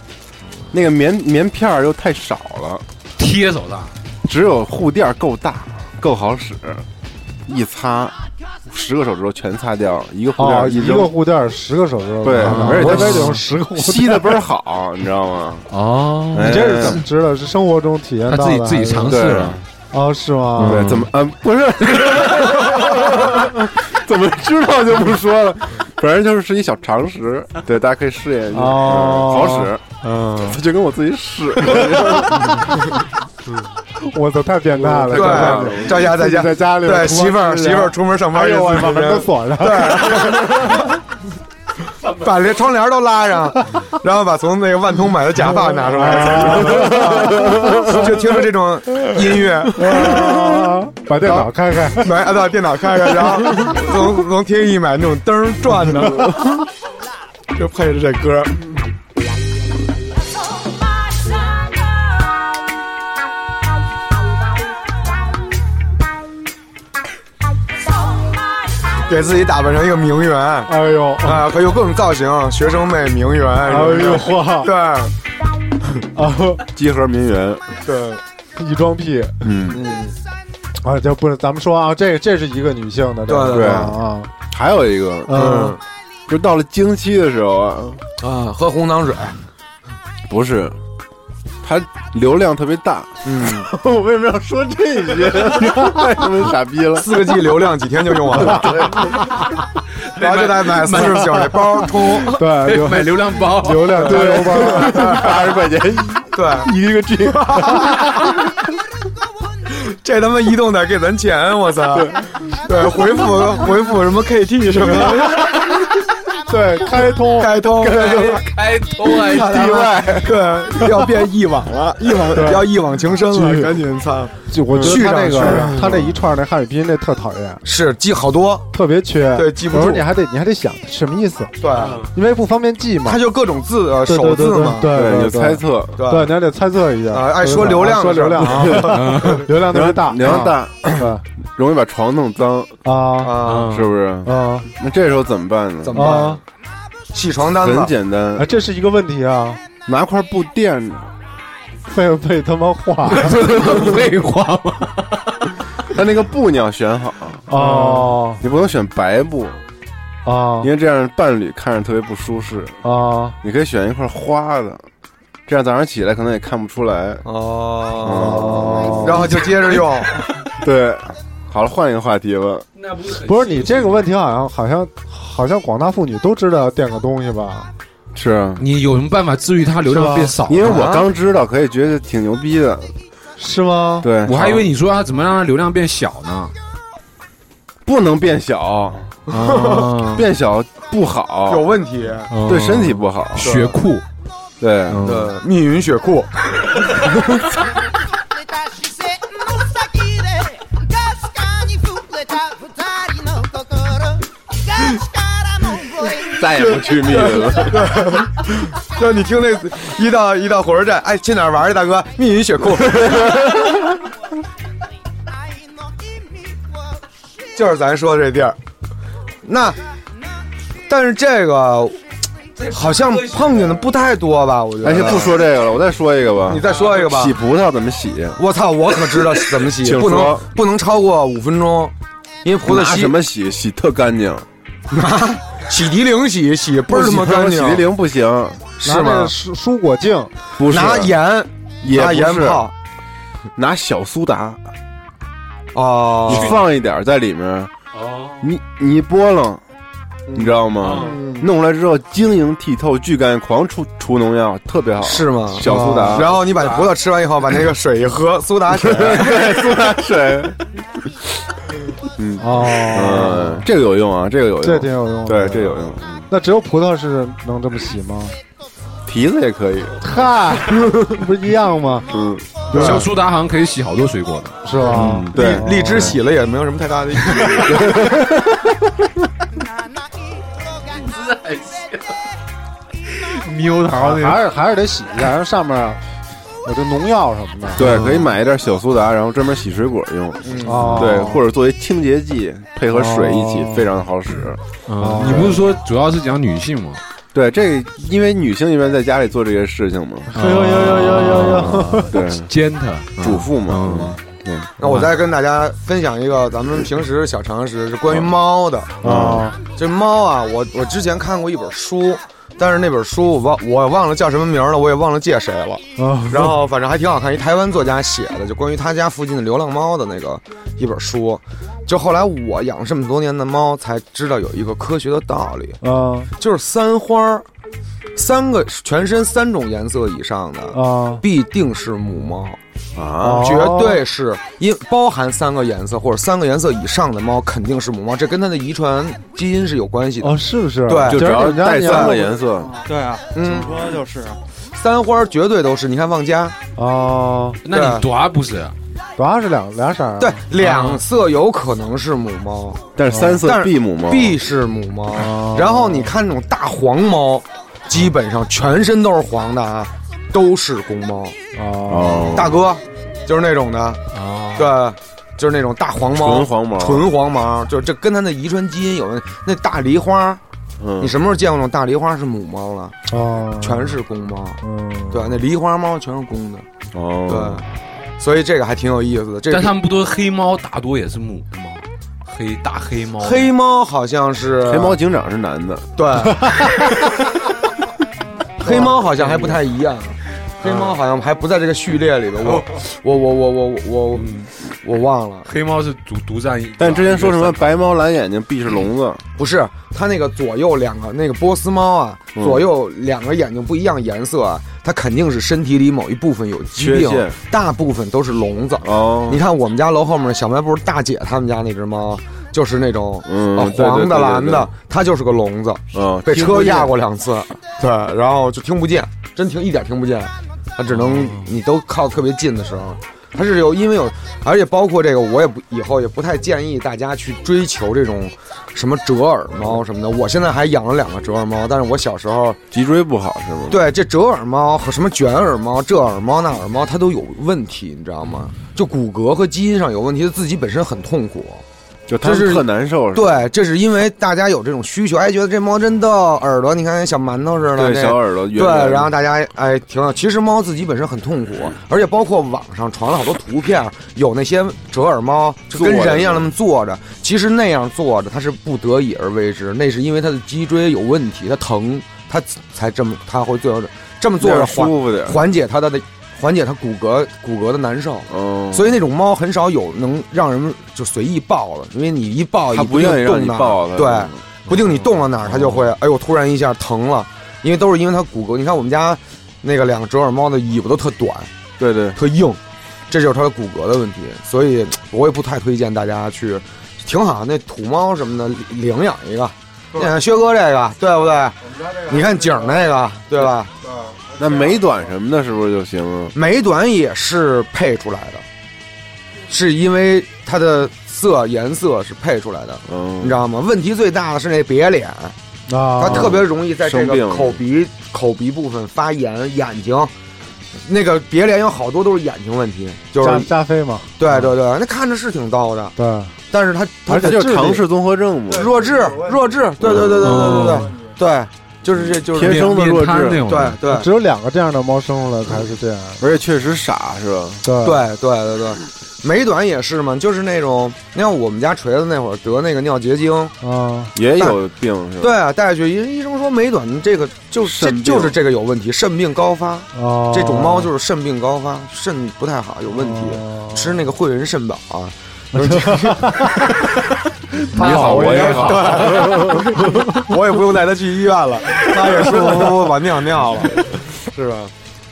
[SPEAKER 8] 那个棉棉片儿又太少了。
[SPEAKER 10] 贴手上，
[SPEAKER 8] 只有护垫儿够大，够好使，一擦，十个手指头全擦掉，一个护垫
[SPEAKER 4] 哦，
[SPEAKER 8] 儿
[SPEAKER 4] 一个
[SPEAKER 8] 扔，
[SPEAKER 4] 护垫儿十个手指头，
[SPEAKER 8] 对
[SPEAKER 4] 啊
[SPEAKER 8] 而且它
[SPEAKER 4] 我以为得用十个护垫儿。
[SPEAKER 8] 吸的倍儿好，你知道吗？
[SPEAKER 10] 哦，
[SPEAKER 8] 哎
[SPEAKER 4] 你这是怎么知道？是生活中体验
[SPEAKER 10] 他
[SPEAKER 4] 到的
[SPEAKER 10] 自
[SPEAKER 4] 还是？
[SPEAKER 10] 己自己尝试嗯
[SPEAKER 8] 对
[SPEAKER 10] 了，
[SPEAKER 4] 哦，是吗？
[SPEAKER 8] 对，怎么啊？不是， 怎么知道就不说了，反正就是是一小常识，对，大家可以试验一下，
[SPEAKER 4] 哦
[SPEAKER 8] 嗯好使，
[SPEAKER 4] 嗯，
[SPEAKER 8] 就跟我自己使，
[SPEAKER 4] 我操，太变态了！
[SPEAKER 8] 对
[SPEAKER 4] 这家里
[SPEAKER 5] 对，在家在
[SPEAKER 4] 自己
[SPEAKER 5] 家
[SPEAKER 4] 在家里
[SPEAKER 5] 对媳妇儿媳妇儿，出门上
[SPEAKER 4] 厨房
[SPEAKER 5] 班
[SPEAKER 4] 哎
[SPEAKER 5] 去
[SPEAKER 4] 呦，我把
[SPEAKER 5] 自己
[SPEAKER 4] 门
[SPEAKER 5] 人
[SPEAKER 4] 都锁上，
[SPEAKER 5] 把连窗帘都拉上，然后把从那个万通买的假发拿出来，就听着这种音乐，
[SPEAKER 4] 啊把电脑开开，
[SPEAKER 5] 买啊，把电脑开开，然后从从天一买那种灯转的，就配着这歌。给自己打扮成一个名媛啊，
[SPEAKER 4] 哎呦，
[SPEAKER 5] 还有各种造型，学生妹、名媛，
[SPEAKER 4] 哎呦，哇，
[SPEAKER 5] 对
[SPEAKER 8] 集合名媛，
[SPEAKER 5] 对，
[SPEAKER 4] 一装屁
[SPEAKER 8] 嗯，
[SPEAKER 5] 嗯，
[SPEAKER 4] 啊，就不是咱们说啊，这个这是一个女性的，这个
[SPEAKER 5] 对
[SPEAKER 8] 对
[SPEAKER 4] 啊，
[SPEAKER 8] 还有一个，
[SPEAKER 4] 嗯，
[SPEAKER 8] 就到了经期的时候啊，
[SPEAKER 5] 啊，喝红糖水，
[SPEAKER 8] 不是，它流量特别大。
[SPEAKER 5] 嗯，
[SPEAKER 8] 我为什么要说这些？ 太他妈傻逼了！
[SPEAKER 5] 四个 G 流量几天就用完了， 然后就得买四十九那包充，
[SPEAKER 4] 对，流
[SPEAKER 6] 买流量 包，
[SPEAKER 4] 流量对流吧，
[SPEAKER 8] 八十块钱
[SPEAKER 5] 对，
[SPEAKER 4] 一个 G，
[SPEAKER 5] 这他妈移动得给咱钱，我操！对，回复回复什么 KT 什么的，
[SPEAKER 4] 对，嗯开通哎
[SPEAKER 5] 开通
[SPEAKER 10] 哎
[SPEAKER 7] 开通啊！
[SPEAKER 5] 地外，对，要变一网了，一网
[SPEAKER 4] 对
[SPEAKER 5] 要一网情深
[SPEAKER 4] 去
[SPEAKER 5] 了，赶紧操！
[SPEAKER 4] 就我觉得他那
[SPEAKER 5] 续上续上
[SPEAKER 4] 个他这一串那汉语拼音那特讨厌，
[SPEAKER 5] 是记好多，
[SPEAKER 4] 特别缺，
[SPEAKER 5] 对记不
[SPEAKER 4] 我说
[SPEAKER 5] 住
[SPEAKER 4] 你还得你还得想什么意思，
[SPEAKER 5] 对，
[SPEAKER 4] 因为不方便记嘛
[SPEAKER 5] 他，就各种字，呃
[SPEAKER 4] 对
[SPEAKER 5] 首
[SPEAKER 4] 对对
[SPEAKER 5] 字嘛，
[SPEAKER 4] 对
[SPEAKER 8] 对，你就猜
[SPEAKER 4] 对
[SPEAKER 8] 测，
[SPEAKER 5] 对
[SPEAKER 4] 对，你还得猜测一下
[SPEAKER 5] 啊爱说流量
[SPEAKER 4] 说
[SPEAKER 5] 的
[SPEAKER 4] 流
[SPEAKER 5] 事儿
[SPEAKER 4] 量 啊，流量特别大，
[SPEAKER 8] 流量大，
[SPEAKER 4] 啊
[SPEAKER 8] 容易把床弄脏，
[SPEAKER 4] 对啊
[SPEAKER 5] 啊，
[SPEAKER 8] 是不是？
[SPEAKER 4] 啊
[SPEAKER 8] 那这时候怎么办呢？
[SPEAKER 5] 怎么办
[SPEAKER 4] 啊？？
[SPEAKER 5] 起床单
[SPEAKER 8] 很
[SPEAKER 5] 子，
[SPEAKER 8] 简单
[SPEAKER 4] 啊，，这是一个问题啊，
[SPEAKER 8] 拿块布垫着，
[SPEAKER 4] 被被他妈画
[SPEAKER 10] 废话嘛，
[SPEAKER 8] 但那个布你要选好，
[SPEAKER 4] 哦
[SPEAKER 8] 你不能选白布，
[SPEAKER 4] 啊
[SPEAKER 8] 因为这样伴侣看着特别不舒适。
[SPEAKER 4] 啊
[SPEAKER 8] 你可以选一块花的，这样早上起来可能也看不出来。
[SPEAKER 5] 哦，然后就接着用，
[SPEAKER 8] 对，好了，换一个话题吧。
[SPEAKER 4] 不是你这个问题好像好像好像广大妇女都知道垫个东西吧？
[SPEAKER 8] 是啊，
[SPEAKER 10] 你有什么办法治愈它流量变少？
[SPEAKER 8] 因为我刚知道，可以觉得挺牛逼的。
[SPEAKER 4] 是吗？
[SPEAKER 8] 对，
[SPEAKER 10] 我还以为你说它怎么让它流量变小呢？
[SPEAKER 8] 不能变小，
[SPEAKER 10] 啊，
[SPEAKER 8] 变小不
[SPEAKER 5] 有
[SPEAKER 8] 好，
[SPEAKER 5] 问题。
[SPEAKER 10] 哦
[SPEAKER 8] 对身体不好。
[SPEAKER 10] 学酷，
[SPEAKER 8] 对，
[SPEAKER 5] 对，密云雪裤，
[SPEAKER 8] 再也不去密云了。
[SPEAKER 5] 就你听那一到一到火车站，哎，去哪儿玩儿去，大哥？密云雪 裤，就是咱说这地儿。那，但是这个好像碰见的不太多吧？我觉得。
[SPEAKER 8] 哎，先不，说这个了，我再说一个吧
[SPEAKER 5] 你。再说一个吧
[SPEAKER 8] 洗。葡萄怎么洗？
[SPEAKER 5] 我操，我可知道怎么洗，
[SPEAKER 8] 请
[SPEAKER 5] 不能
[SPEAKER 8] 说
[SPEAKER 5] 不能超过五分钟，因为葡萄
[SPEAKER 8] 拿
[SPEAKER 5] 洗
[SPEAKER 8] 什么洗？洗特干净，
[SPEAKER 5] 洗涤灵洗洗倍
[SPEAKER 8] 不
[SPEAKER 5] 儿
[SPEAKER 8] 是
[SPEAKER 5] 他妈干净
[SPEAKER 8] 洗涤，灵不行，
[SPEAKER 5] 是
[SPEAKER 4] 拿那
[SPEAKER 5] 吗
[SPEAKER 4] 个？蔬蔬果镜
[SPEAKER 8] 不是
[SPEAKER 5] 拿盐
[SPEAKER 8] 也
[SPEAKER 5] 拿
[SPEAKER 8] 不
[SPEAKER 5] 盐
[SPEAKER 8] 是
[SPEAKER 5] 泡
[SPEAKER 8] 拿小苏打，
[SPEAKER 5] 哦
[SPEAKER 8] 你放一点儿在里面，
[SPEAKER 4] 哦
[SPEAKER 8] 你你拨楞，
[SPEAKER 4] 嗯
[SPEAKER 8] 你知道吗？弄出来之后晶莹剔透，巨干净，狂除除农药，特别好。
[SPEAKER 5] 是吗？
[SPEAKER 4] 啊
[SPEAKER 8] 小苏打，
[SPEAKER 5] 然后你把那葡萄吃完以后，把那个水一喝，苏打 水。
[SPEAKER 8] 对 苏打 水，
[SPEAKER 4] 哦，
[SPEAKER 8] 嗯，这个有用啊，这个有用，
[SPEAKER 4] 这挺有用的。
[SPEAKER 8] 对，这有用。
[SPEAKER 4] 那只有葡萄是能这么洗吗？
[SPEAKER 8] 提子也可以，
[SPEAKER 4] 嗨， 不是一样吗？
[SPEAKER 8] 嗯，
[SPEAKER 10] 小苏打好像可以洗好多水果的，
[SPEAKER 4] 是吧？
[SPEAKER 8] 对，
[SPEAKER 5] 荔荔枝洗了也没有什么太大的意义。
[SPEAKER 4] 啊
[SPEAKER 9] 猕猴桃那
[SPEAKER 4] 还是还是得洗一下，然后上面有这农药什么的。
[SPEAKER 8] 对，可以买一点小苏打，然后专门洗水果用，嗯
[SPEAKER 4] 哦，
[SPEAKER 8] 对，或者作为清洁剂，配合水一起，非常的好使。
[SPEAKER 10] 嗯你不是说主要是讲女性吗？
[SPEAKER 8] 对，这个因为女性一般在家里做这些事情嘛，
[SPEAKER 4] 哎呦呦呦呦呦呦，
[SPEAKER 8] 对，
[SPEAKER 10] 煎它，嗯
[SPEAKER 8] 主妇嘛，
[SPEAKER 10] 嗯
[SPEAKER 5] 那我再跟大家分享一个咱们平时小常识，是关于猫的。
[SPEAKER 4] 啊
[SPEAKER 5] 这猫啊，我我之前看过一本书，但是那本书我忘我忘了叫什么名了，我也忘了借谁了。
[SPEAKER 4] 啊，
[SPEAKER 5] 然后反正还挺好看，一台湾作家写的，就关于他家附近的流浪猫的那个一本书。就后来我养这么多年的猫，才知道有一个科学的道理，
[SPEAKER 4] 啊
[SPEAKER 5] 就是三花儿，三个全身三种颜色以上的
[SPEAKER 4] 啊
[SPEAKER 5] 必定是母猫，
[SPEAKER 8] 啊，
[SPEAKER 5] 绝对是因包含三个颜色或者三个颜色以上的猫肯定是母猫，这跟它的遗传基因是有关系的。
[SPEAKER 4] 哦，是不是？
[SPEAKER 5] 对
[SPEAKER 8] 就只要
[SPEAKER 4] 人家
[SPEAKER 8] 带三个颜色，
[SPEAKER 9] 对啊，
[SPEAKER 5] 嗯，
[SPEAKER 9] 说就是啊
[SPEAKER 5] 三花儿绝对都是，你看旺家，
[SPEAKER 4] 啊，
[SPEAKER 10] 那
[SPEAKER 5] 对
[SPEAKER 10] 你多不是？
[SPEAKER 4] 主要是两俩色儿。啊
[SPEAKER 8] 啊
[SPEAKER 5] 对，两色有可能是母猫，
[SPEAKER 8] 但是三
[SPEAKER 5] 但
[SPEAKER 8] 色
[SPEAKER 5] 是
[SPEAKER 8] 必母猫，哦
[SPEAKER 5] 必是母猫。然后你看那种大黄猫，基本上全身都是黄的啊，都是公猫。
[SPEAKER 4] 哦
[SPEAKER 8] 哦，
[SPEAKER 5] 大哥，就是那种的，
[SPEAKER 10] 啊，
[SPEAKER 5] 对，就是那种大黄猫，
[SPEAKER 8] 纯黄毛，
[SPEAKER 5] 纯黄毛，就是这跟它的遗传基因有关。那大梨花，你
[SPEAKER 8] 嗯，
[SPEAKER 5] 什么时候见过那种大梨花是母猫了？
[SPEAKER 4] 哦，
[SPEAKER 5] 全是公猫。
[SPEAKER 4] 嗯
[SPEAKER 5] 对，那梨花猫全是公的。对
[SPEAKER 8] 哦，，
[SPEAKER 5] 所以这个还挺有意思的。这
[SPEAKER 7] 但他
[SPEAKER 5] 个
[SPEAKER 7] 们不都黑猫，大多也是母的吗？黑大黑猫，
[SPEAKER 5] 黑猫好像是
[SPEAKER 8] 黑猫警长是男的，
[SPEAKER 5] 对，黑猫好像还不太一样，黑猫好像还不在这个序列里边。我
[SPEAKER 8] 嗯
[SPEAKER 5] 我我我我我我我忘了，
[SPEAKER 7] 黑猫是独独占一。
[SPEAKER 8] 但之前说什
[SPEAKER 5] 哦
[SPEAKER 8] 么白猫蓝眼睛必是聋子，
[SPEAKER 5] 不是它那个左右两个那个波斯猫啊，
[SPEAKER 8] 嗯
[SPEAKER 5] 左右两个眼睛不一样颜色啊，它肯定是身体里某一部分有疾
[SPEAKER 8] 缺
[SPEAKER 5] 病
[SPEAKER 8] 陷，
[SPEAKER 5] 大部分都是聋子。
[SPEAKER 8] 哦
[SPEAKER 5] 你，看我们家楼后面小卖部大姐他们家那只猫，就是那种
[SPEAKER 8] 嗯
[SPEAKER 5] 啊，
[SPEAKER 8] 对
[SPEAKER 5] 黄的蓝的，，它就是个聋子，
[SPEAKER 8] 嗯，
[SPEAKER 5] 被
[SPEAKER 8] 听不
[SPEAKER 5] 车
[SPEAKER 8] 见
[SPEAKER 5] 压过两次，对，然后就听不见，真听一点听不见，嗯它只能你都靠特别近的时候，它是有因为有，而且包括这个，我也不以后也不太建议大家去追求这种什么折耳猫什么的。我现在还养了两个折耳猫，但是我小时候
[SPEAKER 8] 脊椎不好是吗？
[SPEAKER 5] 对这折耳猫和什么卷耳猫、这耳猫那耳猫，它都有问题，你知道吗？就骨骼和基因上有问题，它自己本身很痛苦。
[SPEAKER 8] 就它
[SPEAKER 5] 这是
[SPEAKER 8] 特难受，是吧
[SPEAKER 5] 对，这是因为大家有这种需求，哎，觉得这猫真逗，耳朵你看跟小馒头似的，
[SPEAKER 8] 对
[SPEAKER 5] 这
[SPEAKER 8] 小耳朵圆
[SPEAKER 5] 对
[SPEAKER 8] 圆的，，
[SPEAKER 5] 然后大家哎挺好。其实猫自己本身很痛苦，而且包括网上传了好多图片，有那些折耳猫就跟人一样那么坐着，其实那样坐着它是不得已而为之，那是因为它的脊椎有问题，它疼，它才这么它会坐着这么坐
[SPEAKER 8] 那
[SPEAKER 5] 着
[SPEAKER 8] 样
[SPEAKER 5] 缓
[SPEAKER 8] 舒服点，
[SPEAKER 5] 缓解它的缓解它骨骼骨骼的难受。
[SPEAKER 8] 嗯，
[SPEAKER 5] 所以那种猫很少有能让人就随意抱的，因为你一抱，
[SPEAKER 8] 它
[SPEAKER 5] 你
[SPEAKER 8] 不
[SPEAKER 5] 定
[SPEAKER 8] 愿意让
[SPEAKER 5] 动
[SPEAKER 8] 你
[SPEAKER 5] 哪儿
[SPEAKER 8] 抱嗯哦它，
[SPEAKER 5] 对，不定你动了哪儿，它就会，哎呦，突然一下疼了，因为都是因为它骨骼。你看我们家那个两个折耳猫的尾巴都特短，
[SPEAKER 8] 对对，
[SPEAKER 5] 特硬，这就是它的骨骼的问题，所以我也不太推荐大家去。挺好，那土猫什么的领养一个，像薛哥这个对不对？你看景儿那个对吧？
[SPEAKER 8] 那美短什么的，是不是就行啊了？
[SPEAKER 5] 美短也是配出来的，是因为它的色颜色是配出来的，
[SPEAKER 8] 嗯，
[SPEAKER 5] 你知道吗？问题最大的是那瘪脸，它
[SPEAKER 4] 啊，
[SPEAKER 5] 特别容易在这
[SPEAKER 8] 生病
[SPEAKER 5] 个口鼻口鼻部分发炎，眼睛。那个瘪脸有好多都是眼睛问题，就是
[SPEAKER 4] 加加菲嘛，
[SPEAKER 5] 对对对，那看着是挺逗的，
[SPEAKER 4] 对，
[SPEAKER 5] 但是它它
[SPEAKER 8] 而且
[SPEAKER 5] 的
[SPEAKER 8] 就是
[SPEAKER 5] 智力
[SPEAKER 8] 唐氏综合症嘛，
[SPEAKER 5] 弱智弱智，对对对对对对对
[SPEAKER 8] 哦
[SPEAKER 5] 对，就是这就是
[SPEAKER 8] 天生的弱
[SPEAKER 7] 面瘫那
[SPEAKER 8] 智，
[SPEAKER 7] 种
[SPEAKER 5] 对
[SPEAKER 7] 的，
[SPEAKER 5] 对
[SPEAKER 4] 只有两个这样的猫生出来才是这样，
[SPEAKER 8] 而且确实傻，是吧？
[SPEAKER 4] 对
[SPEAKER 5] 对对对对，美短也是嘛，就是那种，你看我们家锤子那会儿得那个尿结晶，
[SPEAKER 4] 啊，
[SPEAKER 8] 也有病是吧？
[SPEAKER 5] 对啊，带去医医生说美短这个就是
[SPEAKER 8] 肾
[SPEAKER 5] 这
[SPEAKER 8] 病
[SPEAKER 5] 就是这个有问题，肾病高发，
[SPEAKER 4] 哦，
[SPEAKER 5] 这种猫就是肾病高发，肾不太好，有问题，
[SPEAKER 4] 哦
[SPEAKER 5] 吃那个汇仁肾宝 啊，
[SPEAKER 8] 你 好，我也好，
[SPEAKER 5] 我也不用带它去医院了，它 也舒舒服服把尿尿了，是吧？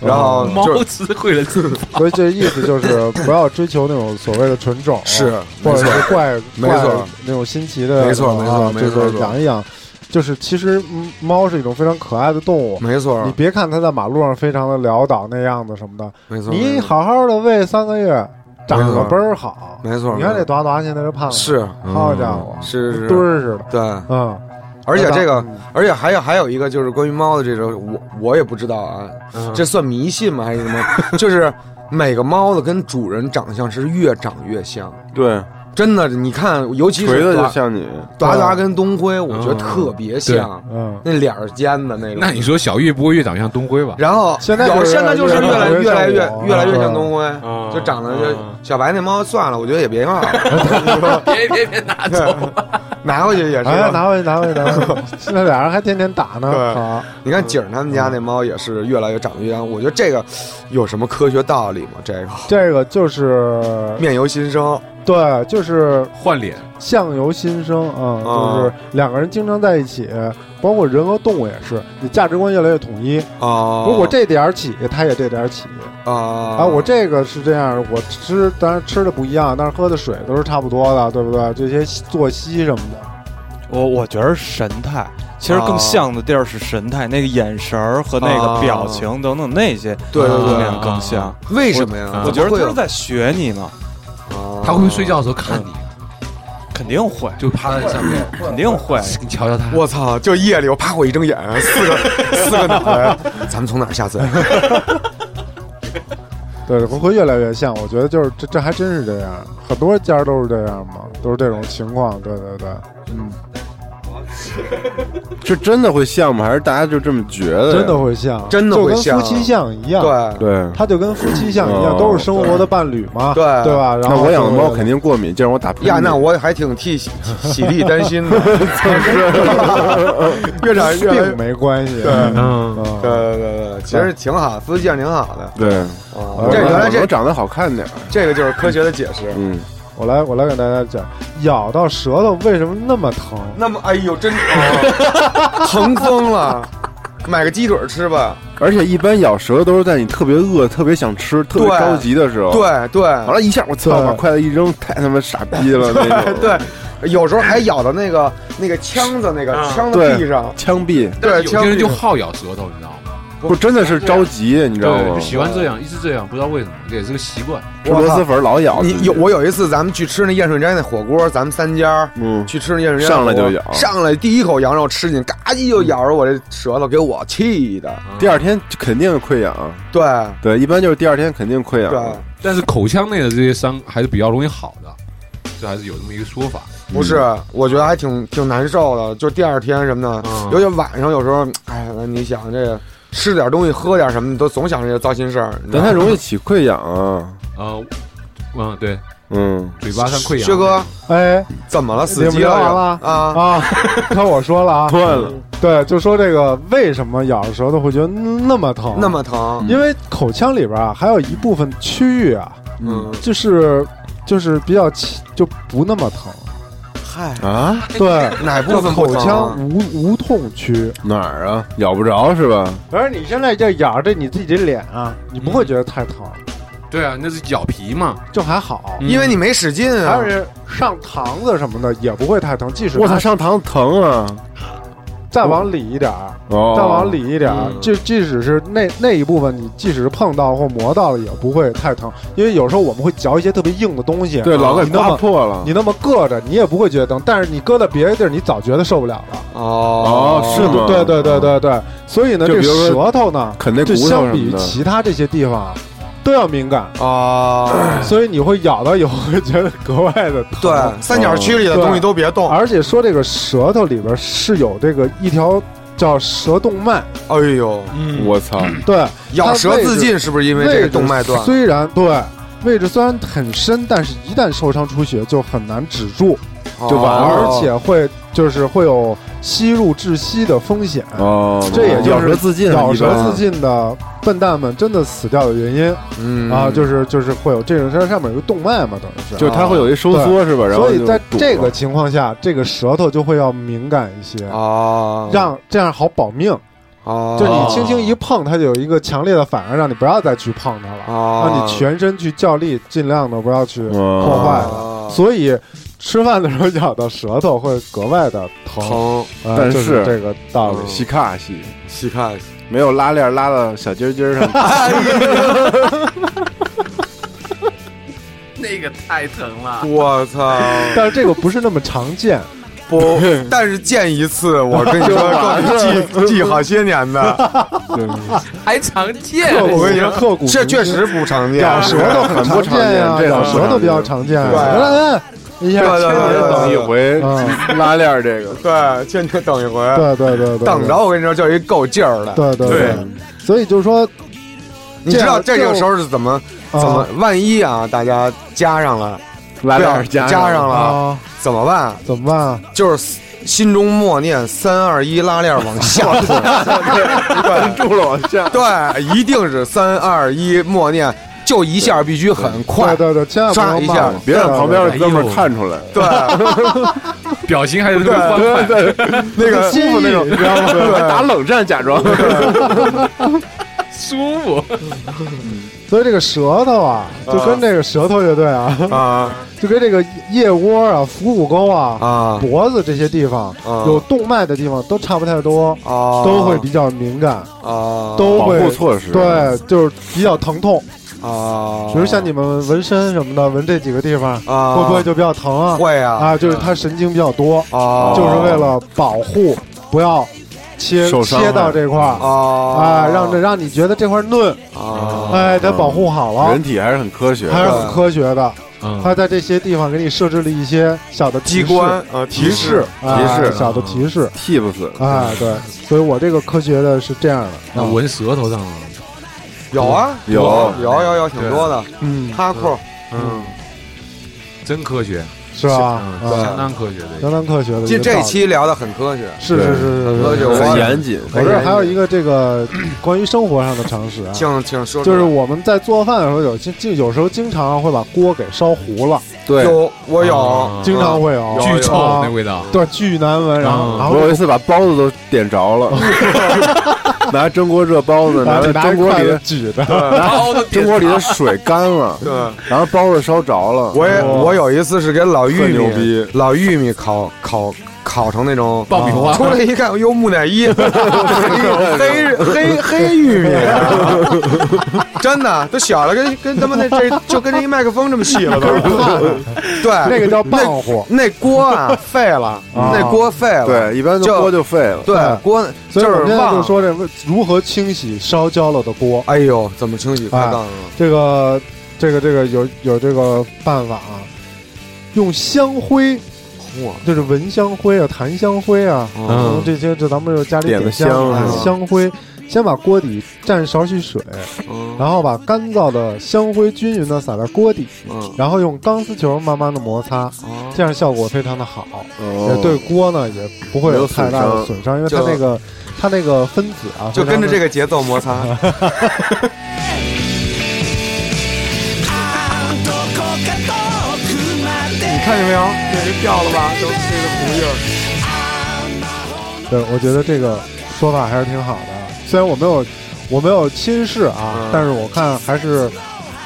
[SPEAKER 5] 然后
[SPEAKER 4] 哦
[SPEAKER 5] 就
[SPEAKER 7] 猫
[SPEAKER 5] 是
[SPEAKER 7] 吃会了自
[SPEAKER 4] 所以这意思就是不要追求那种所谓的纯种，啊
[SPEAKER 5] 是
[SPEAKER 4] 或者是怪
[SPEAKER 5] 没错
[SPEAKER 4] 怪那种新奇的，
[SPEAKER 5] 没错没错
[SPEAKER 4] 啊
[SPEAKER 5] 没
[SPEAKER 4] 这
[SPEAKER 5] 错
[SPEAKER 4] 个
[SPEAKER 5] 没错
[SPEAKER 4] 养一养，就是其实嗯猫是一种非常可爱的动物。
[SPEAKER 5] 没错
[SPEAKER 4] 你别看它在马路上非常的潦倒那样子什么的，
[SPEAKER 5] 没错，
[SPEAKER 4] 你好好的喂三个月，长
[SPEAKER 5] 没
[SPEAKER 4] 得
[SPEAKER 5] 错
[SPEAKER 4] 倍儿好。
[SPEAKER 5] 没错
[SPEAKER 4] 你看这短短现在是胖子，
[SPEAKER 5] 是嗯
[SPEAKER 4] 好家伙，
[SPEAKER 5] 是是
[SPEAKER 4] 墩儿似的，
[SPEAKER 5] 对，
[SPEAKER 4] 嗯，
[SPEAKER 5] 而且这个
[SPEAKER 4] 嗯。
[SPEAKER 5] 而且还有还有一个就是关于猫的这种，我我也不知道啊，这算迷信吗还是什么？ 就是每个猫的跟主人长相是越长越像，
[SPEAKER 8] 对，
[SPEAKER 5] 真的，你看，尤其
[SPEAKER 8] 锤
[SPEAKER 5] 是
[SPEAKER 8] 子就
[SPEAKER 5] 达
[SPEAKER 8] 像你，
[SPEAKER 5] 达达跟东辉，我觉得特别像，
[SPEAKER 4] 嗯，
[SPEAKER 5] 那脸儿尖的那种。
[SPEAKER 10] 那你说小玉不会越长像东辉吧？
[SPEAKER 5] 然后
[SPEAKER 4] 现在就是
[SPEAKER 5] 有现在就是越来越
[SPEAKER 4] 越来
[SPEAKER 5] 来
[SPEAKER 4] 越
[SPEAKER 5] 越
[SPEAKER 4] 像我
[SPEAKER 5] 越来越像
[SPEAKER 4] 嗯
[SPEAKER 5] 东辉，就长得就小白那猫算了，我觉得也别要了，
[SPEAKER 7] 别别别拿 走，
[SPEAKER 5] 拿回去也是。
[SPEAKER 4] 哎，拿回去，拿回去，拿回去。 现在俩人还天天打呢，
[SPEAKER 5] 对
[SPEAKER 4] 啊，
[SPEAKER 5] 你看景儿他们家那猫也是越来越长得越像，我觉得这个有什么科学道理吗？这个
[SPEAKER 4] 这个就是
[SPEAKER 5] 面由心生，
[SPEAKER 4] 对，就是
[SPEAKER 7] 换脸，
[SPEAKER 4] 相由心生啊，
[SPEAKER 5] 啊
[SPEAKER 4] 就是两个人经常在一起，包括人和动物也是，你价值观越来越统一。
[SPEAKER 5] 啊，
[SPEAKER 4] 如果这点儿起，它也这点儿起
[SPEAKER 5] 啊
[SPEAKER 4] 啊。我这个是这样，我吃当然吃的不一样，但是喝的水都是差不多的，对不对？这些作息什么的，
[SPEAKER 9] 我我觉得是神态，其实更像的地儿是神态，那个眼神儿和那
[SPEAKER 5] 啊
[SPEAKER 9] 个表情等等那些
[SPEAKER 5] 对对
[SPEAKER 9] 方
[SPEAKER 5] 对
[SPEAKER 9] 面更像。
[SPEAKER 5] 为什么呀？
[SPEAKER 9] 我觉得
[SPEAKER 5] 会
[SPEAKER 9] 他
[SPEAKER 5] 有啊
[SPEAKER 9] 是在学你呢，
[SPEAKER 10] 他会不会睡觉的时候看你，
[SPEAKER 9] 肯定会，
[SPEAKER 10] 就趴在上面，
[SPEAKER 9] 肯定会。
[SPEAKER 10] 你瞧瞧他。
[SPEAKER 5] 我操！就夜里我啪，我一睁眼，四个四个脑袋，咱们从哪儿下次？
[SPEAKER 4] 对，会会越来越像。我觉得就是这这还真是这样，很多家都是这样嘛，都是这种情况。对对对，嗯，
[SPEAKER 8] 是真的会像吗？还是大家就这么觉得呀？
[SPEAKER 4] 真的会像，
[SPEAKER 5] 真的
[SPEAKER 4] 就
[SPEAKER 5] 会
[SPEAKER 4] 跟
[SPEAKER 5] 像
[SPEAKER 4] 夫妻相一样，，
[SPEAKER 5] 对
[SPEAKER 8] 对。
[SPEAKER 4] 它就跟夫妻相一样，
[SPEAKER 8] 哦
[SPEAKER 4] 都是生活的伴侣嘛，
[SPEAKER 5] 对
[SPEAKER 4] 对吧？然
[SPEAKER 8] 那
[SPEAKER 4] 后
[SPEAKER 8] 我养的猫
[SPEAKER 4] 就
[SPEAKER 8] 肯定过敏，就让我打喷嚏
[SPEAKER 5] 呀，那我还挺替喜喜力担心的，越长越来
[SPEAKER 4] 并没关系，
[SPEAKER 5] 对
[SPEAKER 4] 嗯，
[SPEAKER 5] 对对对对，其实挺好，夫妻相挺好的。
[SPEAKER 8] 对，
[SPEAKER 5] 啊
[SPEAKER 8] 我
[SPEAKER 5] 这
[SPEAKER 8] 能
[SPEAKER 5] 原来
[SPEAKER 8] 呃我
[SPEAKER 5] 这
[SPEAKER 8] 能长得好看点儿，
[SPEAKER 5] 这个就是科学的解释。
[SPEAKER 8] 嗯，
[SPEAKER 4] 我来我来给大家讲，咬到舌头为什么那么疼？
[SPEAKER 5] 那么，哎呦，真 哦疼疯了，买个鸡腿吃吧。
[SPEAKER 8] 而且一般咬舌头都是在你特别饿、特别想吃、特别
[SPEAKER 5] 对
[SPEAKER 8] 着急的时候。，
[SPEAKER 5] 对对，
[SPEAKER 8] 哦 完了，一下我操，
[SPEAKER 4] 对
[SPEAKER 8] 把筷子一扔，太他妈傻逼了那种。
[SPEAKER 5] 对，有时候还咬到那个那个枪子那个
[SPEAKER 7] 啊
[SPEAKER 5] 枪子
[SPEAKER 8] 对
[SPEAKER 5] 壁上，
[SPEAKER 8] 枪毙，
[SPEAKER 5] 对，
[SPEAKER 10] 有
[SPEAKER 5] 枪
[SPEAKER 10] 些
[SPEAKER 5] 壁
[SPEAKER 10] 人就
[SPEAKER 5] 上
[SPEAKER 10] 好咬舌头，你知道吗？
[SPEAKER 8] 不真的是着急，你知道
[SPEAKER 10] 对，
[SPEAKER 8] 吗
[SPEAKER 10] 就？喜欢这样，一直这样，不知道为什么，这也是个习惯。
[SPEAKER 8] 吃螺蛳粉老咬。
[SPEAKER 5] 你有我有一次咱们去吃那燕顺斋那火锅，咱们三家儿
[SPEAKER 8] 嗯，
[SPEAKER 5] 去吃那燕顺斋
[SPEAKER 8] 上来
[SPEAKER 5] 火锅
[SPEAKER 8] 就咬
[SPEAKER 5] 上来第一口羊肉吃进，嘎叽就咬着我这舌头，给我气的。
[SPEAKER 8] 第二天就肯定溃疡，
[SPEAKER 5] 对
[SPEAKER 8] 对，一般就是第二天肯定溃
[SPEAKER 5] 对，
[SPEAKER 8] 疡。
[SPEAKER 10] 但是口腔内的这些伤还是比较容易好的，这还是有这么一个说法。
[SPEAKER 5] 不是，
[SPEAKER 4] 嗯
[SPEAKER 5] 我觉得还挺挺难受的，就第二天什么的，
[SPEAKER 10] 嗯
[SPEAKER 5] 尤其晚上有时候，哎，你想这个吃点东西喝点什么的，都总想这些糟心事儿。你知道
[SPEAKER 8] 但
[SPEAKER 5] 吗
[SPEAKER 8] 它容易起溃疡啊，
[SPEAKER 10] 呃，嗯，对，
[SPEAKER 8] 嗯，
[SPEAKER 10] 嘴巴上溃疡。
[SPEAKER 5] 薛哥
[SPEAKER 4] 哎
[SPEAKER 5] 怎么了？死
[SPEAKER 4] 你
[SPEAKER 5] 机
[SPEAKER 4] 们聊
[SPEAKER 5] 了
[SPEAKER 4] 完
[SPEAKER 5] 又
[SPEAKER 4] 了
[SPEAKER 5] 啊？
[SPEAKER 4] 啊，看我说了啊，
[SPEAKER 8] 断了，
[SPEAKER 4] 对，就说这个为什么咬着舌头会觉得那么疼？
[SPEAKER 5] 那么疼，
[SPEAKER 4] 因为口腔里边啊，还有一部分区域啊，
[SPEAKER 5] 嗯，
[SPEAKER 4] 就是就是比较轻就不那么疼，
[SPEAKER 5] 嗨，
[SPEAKER 8] 啊，
[SPEAKER 4] 对，
[SPEAKER 5] 哪部
[SPEAKER 4] 叫
[SPEAKER 5] 分不
[SPEAKER 4] 口
[SPEAKER 5] 疼啊
[SPEAKER 4] 腔无无痛区。
[SPEAKER 8] 哪儿啊？咬不着是吧？
[SPEAKER 4] 可是你现在这咬着你自己的脸啊，你不
[SPEAKER 5] 嗯
[SPEAKER 4] 会觉得太疼，
[SPEAKER 10] 对啊，那是咬皮嘛。
[SPEAKER 4] 就还好。
[SPEAKER 5] 因为你没使劲
[SPEAKER 4] 嗯还
[SPEAKER 5] 啊
[SPEAKER 4] 有。是上膛子什么的也不会太疼，即使
[SPEAKER 8] 我操，
[SPEAKER 4] 它
[SPEAKER 8] 上膛疼啊！
[SPEAKER 4] 再往里一点儿，
[SPEAKER 8] 哦，
[SPEAKER 4] 再往里一点儿
[SPEAKER 5] 嗯，
[SPEAKER 4] 就即使是那那一部分，你即使是碰到或磨到了，也不会太疼，因为有时候我们会嚼一些特别硬的东西，啊
[SPEAKER 8] 对，老给
[SPEAKER 4] 你那
[SPEAKER 8] 刮
[SPEAKER 4] 么
[SPEAKER 8] 破了。
[SPEAKER 4] 你那么硌着，你也不会觉得疼，但是你搁在别的地儿，你早觉得受不了了。
[SPEAKER 5] 哦
[SPEAKER 8] 哦是吗
[SPEAKER 4] 对对对对对，所以呢，
[SPEAKER 8] 就
[SPEAKER 4] 这
[SPEAKER 8] 比如说
[SPEAKER 4] 舌头呢，
[SPEAKER 8] 啃那骨
[SPEAKER 4] 就
[SPEAKER 8] 头什
[SPEAKER 4] 相比
[SPEAKER 8] 么
[SPEAKER 4] 于
[SPEAKER 8] 的，
[SPEAKER 4] 其他这些地方都要敏 感，
[SPEAKER 5] 啊，
[SPEAKER 4] 所以你会咬到以后会觉得格外的疼。
[SPEAKER 5] 对，三角区里的东西都别动。
[SPEAKER 4] 而且说这个舌头里边是有这个一条叫舌动脉，
[SPEAKER 5] 哎呦，
[SPEAKER 7] 嗯，
[SPEAKER 8] 我操，
[SPEAKER 4] 对，
[SPEAKER 5] 咬舌自尽是不是因为这
[SPEAKER 4] 位
[SPEAKER 5] 个
[SPEAKER 4] 置
[SPEAKER 5] 动脉断了？
[SPEAKER 4] 虽然对位置虽然很深，但是一旦受伤出血就很难止住，
[SPEAKER 5] 就
[SPEAKER 8] 完了
[SPEAKER 4] 而
[SPEAKER 5] 哦
[SPEAKER 4] 且会就是会有吸入窒息的风险。
[SPEAKER 8] 哦，
[SPEAKER 4] 这也就是
[SPEAKER 8] 咬舌自尽，
[SPEAKER 4] 咬舌
[SPEAKER 8] 一般
[SPEAKER 4] 自尽的笨蛋们真的死掉的原因、
[SPEAKER 5] 嗯
[SPEAKER 4] 啊，就是就是会有这种，它上面有个动脉嘛，等于是。啊
[SPEAKER 8] 就是它会有一收缩是吧？然后
[SPEAKER 4] 所以
[SPEAKER 8] 就
[SPEAKER 4] 在
[SPEAKER 8] 堵
[SPEAKER 4] 这
[SPEAKER 8] 了哦
[SPEAKER 4] 个情况下，这个舌头就会要敏感一些，
[SPEAKER 5] 啊，
[SPEAKER 4] 让这样好保命。
[SPEAKER 5] 啊，
[SPEAKER 4] 就是你轻轻一碰，它就有一个强烈的反应，让你不要再去碰它了，
[SPEAKER 5] 啊，
[SPEAKER 4] 让你全身去较力，尽量的不要去
[SPEAKER 8] 哦嗯
[SPEAKER 4] 破坏
[SPEAKER 5] 啊
[SPEAKER 4] 它。所以吃饭的时候咬到舌头会格外的疼，
[SPEAKER 5] 疼，
[SPEAKER 4] 呃
[SPEAKER 8] 但嗯
[SPEAKER 4] 就是这个道理。
[SPEAKER 8] 细卡细，
[SPEAKER 5] 细看
[SPEAKER 8] 没有拉链拉到小鸡儿鸡儿上。
[SPEAKER 7] 那个太疼了。
[SPEAKER 5] 我操！
[SPEAKER 4] 但是这个不是那么常见，
[SPEAKER 5] 不，但是见一次，我跟你说，够你记记好些年 的。
[SPEAKER 7] 还常见，
[SPEAKER 4] 刻骨刻骨铭
[SPEAKER 5] 这
[SPEAKER 4] 心
[SPEAKER 5] 确实不常见，
[SPEAKER 4] 咬舌头很常见呀、
[SPEAKER 8] 啊这很不
[SPEAKER 4] 咬
[SPEAKER 8] 常见啊
[SPEAKER 4] 舌头比较常见、啊哎
[SPEAKER 5] 对
[SPEAKER 4] 来来来，一下
[SPEAKER 5] 对对
[SPEAKER 8] 啊
[SPEAKER 4] 切
[SPEAKER 5] 对
[SPEAKER 8] 等一回
[SPEAKER 4] 嗯
[SPEAKER 8] 拉链这个，
[SPEAKER 5] 对，劝你等一回，
[SPEAKER 4] 对对对对对，
[SPEAKER 5] 等着我跟你说，就是一够劲儿的。
[SPEAKER 4] 对，对对
[SPEAKER 7] 对
[SPEAKER 4] 对，所以就是说，
[SPEAKER 5] 你知道这个时候是怎么
[SPEAKER 4] 啊
[SPEAKER 5] 怎么？万一啊，大家加上了，
[SPEAKER 8] 拉
[SPEAKER 5] 不要
[SPEAKER 8] 链
[SPEAKER 5] 加
[SPEAKER 8] 上
[SPEAKER 5] 上了，
[SPEAKER 4] 啊，
[SPEAKER 5] 怎么办？
[SPEAKER 4] 怎么办啊？
[SPEAKER 5] 就是心中默念三二一，拉链往 下拖。
[SPEAKER 8] 啊 摁住了往 下。
[SPEAKER 5] 对，一定是三二一，默念，就一下必须很快。
[SPEAKER 4] 对对对，千万不
[SPEAKER 5] 刷
[SPEAKER 4] 能
[SPEAKER 5] 一
[SPEAKER 4] 慢
[SPEAKER 5] 下，
[SPEAKER 8] 别让旁边的哥们
[SPEAKER 10] 哎
[SPEAKER 8] 儿
[SPEAKER 10] 呦
[SPEAKER 8] 看出来，
[SPEAKER 5] 对，
[SPEAKER 7] 表情还是那
[SPEAKER 8] 啊
[SPEAKER 7] 么欢快。
[SPEAKER 5] 那个
[SPEAKER 4] 心意，你知道吗？
[SPEAKER 5] 对
[SPEAKER 8] 打冷战假装。
[SPEAKER 7] 舒服。
[SPEAKER 4] 所以这个舌头啊，就跟这个舌头乐队啊，
[SPEAKER 5] 啊
[SPEAKER 4] 就跟这个腋窝啊、腹股沟啊、
[SPEAKER 5] 啊
[SPEAKER 4] 脖子这些地方
[SPEAKER 5] 啊
[SPEAKER 4] 有动脉的地方都差不太多，
[SPEAKER 5] 啊，
[SPEAKER 4] 都会比较敏感，
[SPEAKER 5] 啊
[SPEAKER 4] 都
[SPEAKER 8] 保
[SPEAKER 4] 会
[SPEAKER 8] 护措施
[SPEAKER 4] 对，就是比较疼痛。
[SPEAKER 5] 啊，
[SPEAKER 4] 比如像你们纹身什么的，纹这几个地方，
[SPEAKER 5] 啊，
[SPEAKER 4] 会不会就比较疼啊？
[SPEAKER 5] 会啊
[SPEAKER 4] 啊，就是它神经比较多，
[SPEAKER 5] 啊，
[SPEAKER 4] 就是为了保护，不要切
[SPEAKER 8] 受伤害
[SPEAKER 4] 切到这块儿，
[SPEAKER 5] 啊
[SPEAKER 4] 哎，让这让你觉得这块儿嫩，
[SPEAKER 5] 啊
[SPEAKER 4] 哎，它保护好了
[SPEAKER 8] 人，体还是很科学的，
[SPEAKER 4] 还是很科学的。
[SPEAKER 10] 嗯
[SPEAKER 4] 它在这些地方给你设置了一些小的提
[SPEAKER 5] 机
[SPEAKER 4] 示
[SPEAKER 5] 关啊，
[SPEAKER 4] 提示啊
[SPEAKER 8] 提示
[SPEAKER 4] 小的提示
[SPEAKER 8] tips
[SPEAKER 4] 啊，对，所以我这个科学的是这样的
[SPEAKER 10] 那
[SPEAKER 4] 啊，
[SPEAKER 10] 纹舌头上了，
[SPEAKER 5] 有啊，
[SPEAKER 8] 有
[SPEAKER 5] 有有有，挺多的。
[SPEAKER 4] 嗯，
[SPEAKER 5] 哈扣，嗯，
[SPEAKER 10] 真科学，
[SPEAKER 4] 是吧？
[SPEAKER 10] 嗯，
[SPEAKER 5] 对
[SPEAKER 4] 啊，
[SPEAKER 10] 相当科学的一
[SPEAKER 4] 相
[SPEAKER 10] 个。
[SPEAKER 4] 当科学的一个道理。
[SPEAKER 5] 这这期聊的很科学，
[SPEAKER 4] 是是是是
[SPEAKER 5] 很科
[SPEAKER 4] 是
[SPEAKER 5] 学。
[SPEAKER 4] 是。
[SPEAKER 5] 我
[SPEAKER 8] 很严谨，
[SPEAKER 4] 我这儿还啊有一个这个关于生活上的常识啊，
[SPEAKER 5] 请请说，
[SPEAKER 4] 就是我们在做饭的时候有经经有时候经常会把锅给烧糊了，
[SPEAKER 8] 对。
[SPEAKER 5] 有我有
[SPEAKER 10] 啊，
[SPEAKER 4] 经常会有，
[SPEAKER 5] 有
[SPEAKER 10] 巨臭
[SPEAKER 4] 啊
[SPEAKER 10] 那味道，
[SPEAKER 4] 对，巨难闻。然后
[SPEAKER 10] 嗯
[SPEAKER 4] 然
[SPEAKER 8] 我有
[SPEAKER 4] 后
[SPEAKER 8] 一次把包子都点 着了，拿蒸锅热包子，拿
[SPEAKER 4] 拿
[SPEAKER 8] 蒸锅
[SPEAKER 4] 筷
[SPEAKER 8] 里
[SPEAKER 4] 子
[SPEAKER 8] 的
[SPEAKER 4] 举 着，
[SPEAKER 8] 蒸锅里的水干了，
[SPEAKER 5] 对，
[SPEAKER 8] 然后包子烧着了。
[SPEAKER 5] 我也我有一次是给老玉
[SPEAKER 8] 特牛
[SPEAKER 5] 米
[SPEAKER 8] 逼
[SPEAKER 5] 老玉米烤烤烤成那种
[SPEAKER 7] 爆米花
[SPEAKER 5] 出来一看，哟，木 乃伊，黑黑黑玉米，啊真的都小了，跟跟他妈那这就跟这一麦克风这么细 了都，
[SPEAKER 4] 那
[SPEAKER 5] 对，
[SPEAKER 4] 个叫棒乎，
[SPEAKER 5] 那锅啊废了，
[SPEAKER 4] 啊
[SPEAKER 5] 那锅废了，
[SPEAKER 8] 对，一般就
[SPEAKER 5] 就
[SPEAKER 8] 锅就废了。
[SPEAKER 5] 对锅
[SPEAKER 4] 所以
[SPEAKER 5] 就
[SPEAKER 4] 我们
[SPEAKER 5] 是
[SPEAKER 4] 现在
[SPEAKER 5] 忘
[SPEAKER 4] 就
[SPEAKER 5] 了，
[SPEAKER 4] 说这个如何清洗烧焦了的锅，
[SPEAKER 5] 哎呦，怎么清洗？快
[SPEAKER 4] 哎
[SPEAKER 5] 告诉
[SPEAKER 4] 这个这个这个有有这个办法啊，用香灰，
[SPEAKER 5] 我，
[SPEAKER 4] 就是蚊香灰啊、檀香灰啊，
[SPEAKER 5] 嚯，
[SPEAKER 4] 可能
[SPEAKER 5] 嗯
[SPEAKER 4] 这些就咱们就是家里
[SPEAKER 8] 点
[SPEAKER 4] 点
[SPEAKER 8] 个
[SPEAKER 4] 香
[SPEAKER 8] 香
[SPEAKER 4] 啊
[SPEAKER 5] 是吧
[SPEAKER 4] 香灰，先把锅底蘸少许水，
[SPEAKER 5] 嗯
[SPEAKER 4] 然后把干燥的香灰均匀的撒在锅底，
[SPEAKER 5] 嗯
[SPEAKER 4] 然后用钢丝球慢慢的摩擦，
[SPEAKER 5] 哦
[SPEAKER 4] 这样效果非常的好。
[SPEAKER 8] 哦
[SPEAKER 4] 也对锅呢也不会有太大的损伤，因为它
[SPEAKER 5] 就
[SPEAKER 4] 那个它那个分子啊，
[SPEAKER 5] 就跟着这
[SPEAKER 4] 个
[SPEAKER 5] 个节奏摩擦。
[SPEAKER 4] 啊
[SPEAKER 5] 你看见没有？这就掉了吧，都是这个红印儿。
[SPEAKER 4] 对，我觉得这个说法还是挺好的。虽然我没有我没有亲试啊，
[SPEAKER 5] 嗯
[SPEAKER 4] 但是我看还是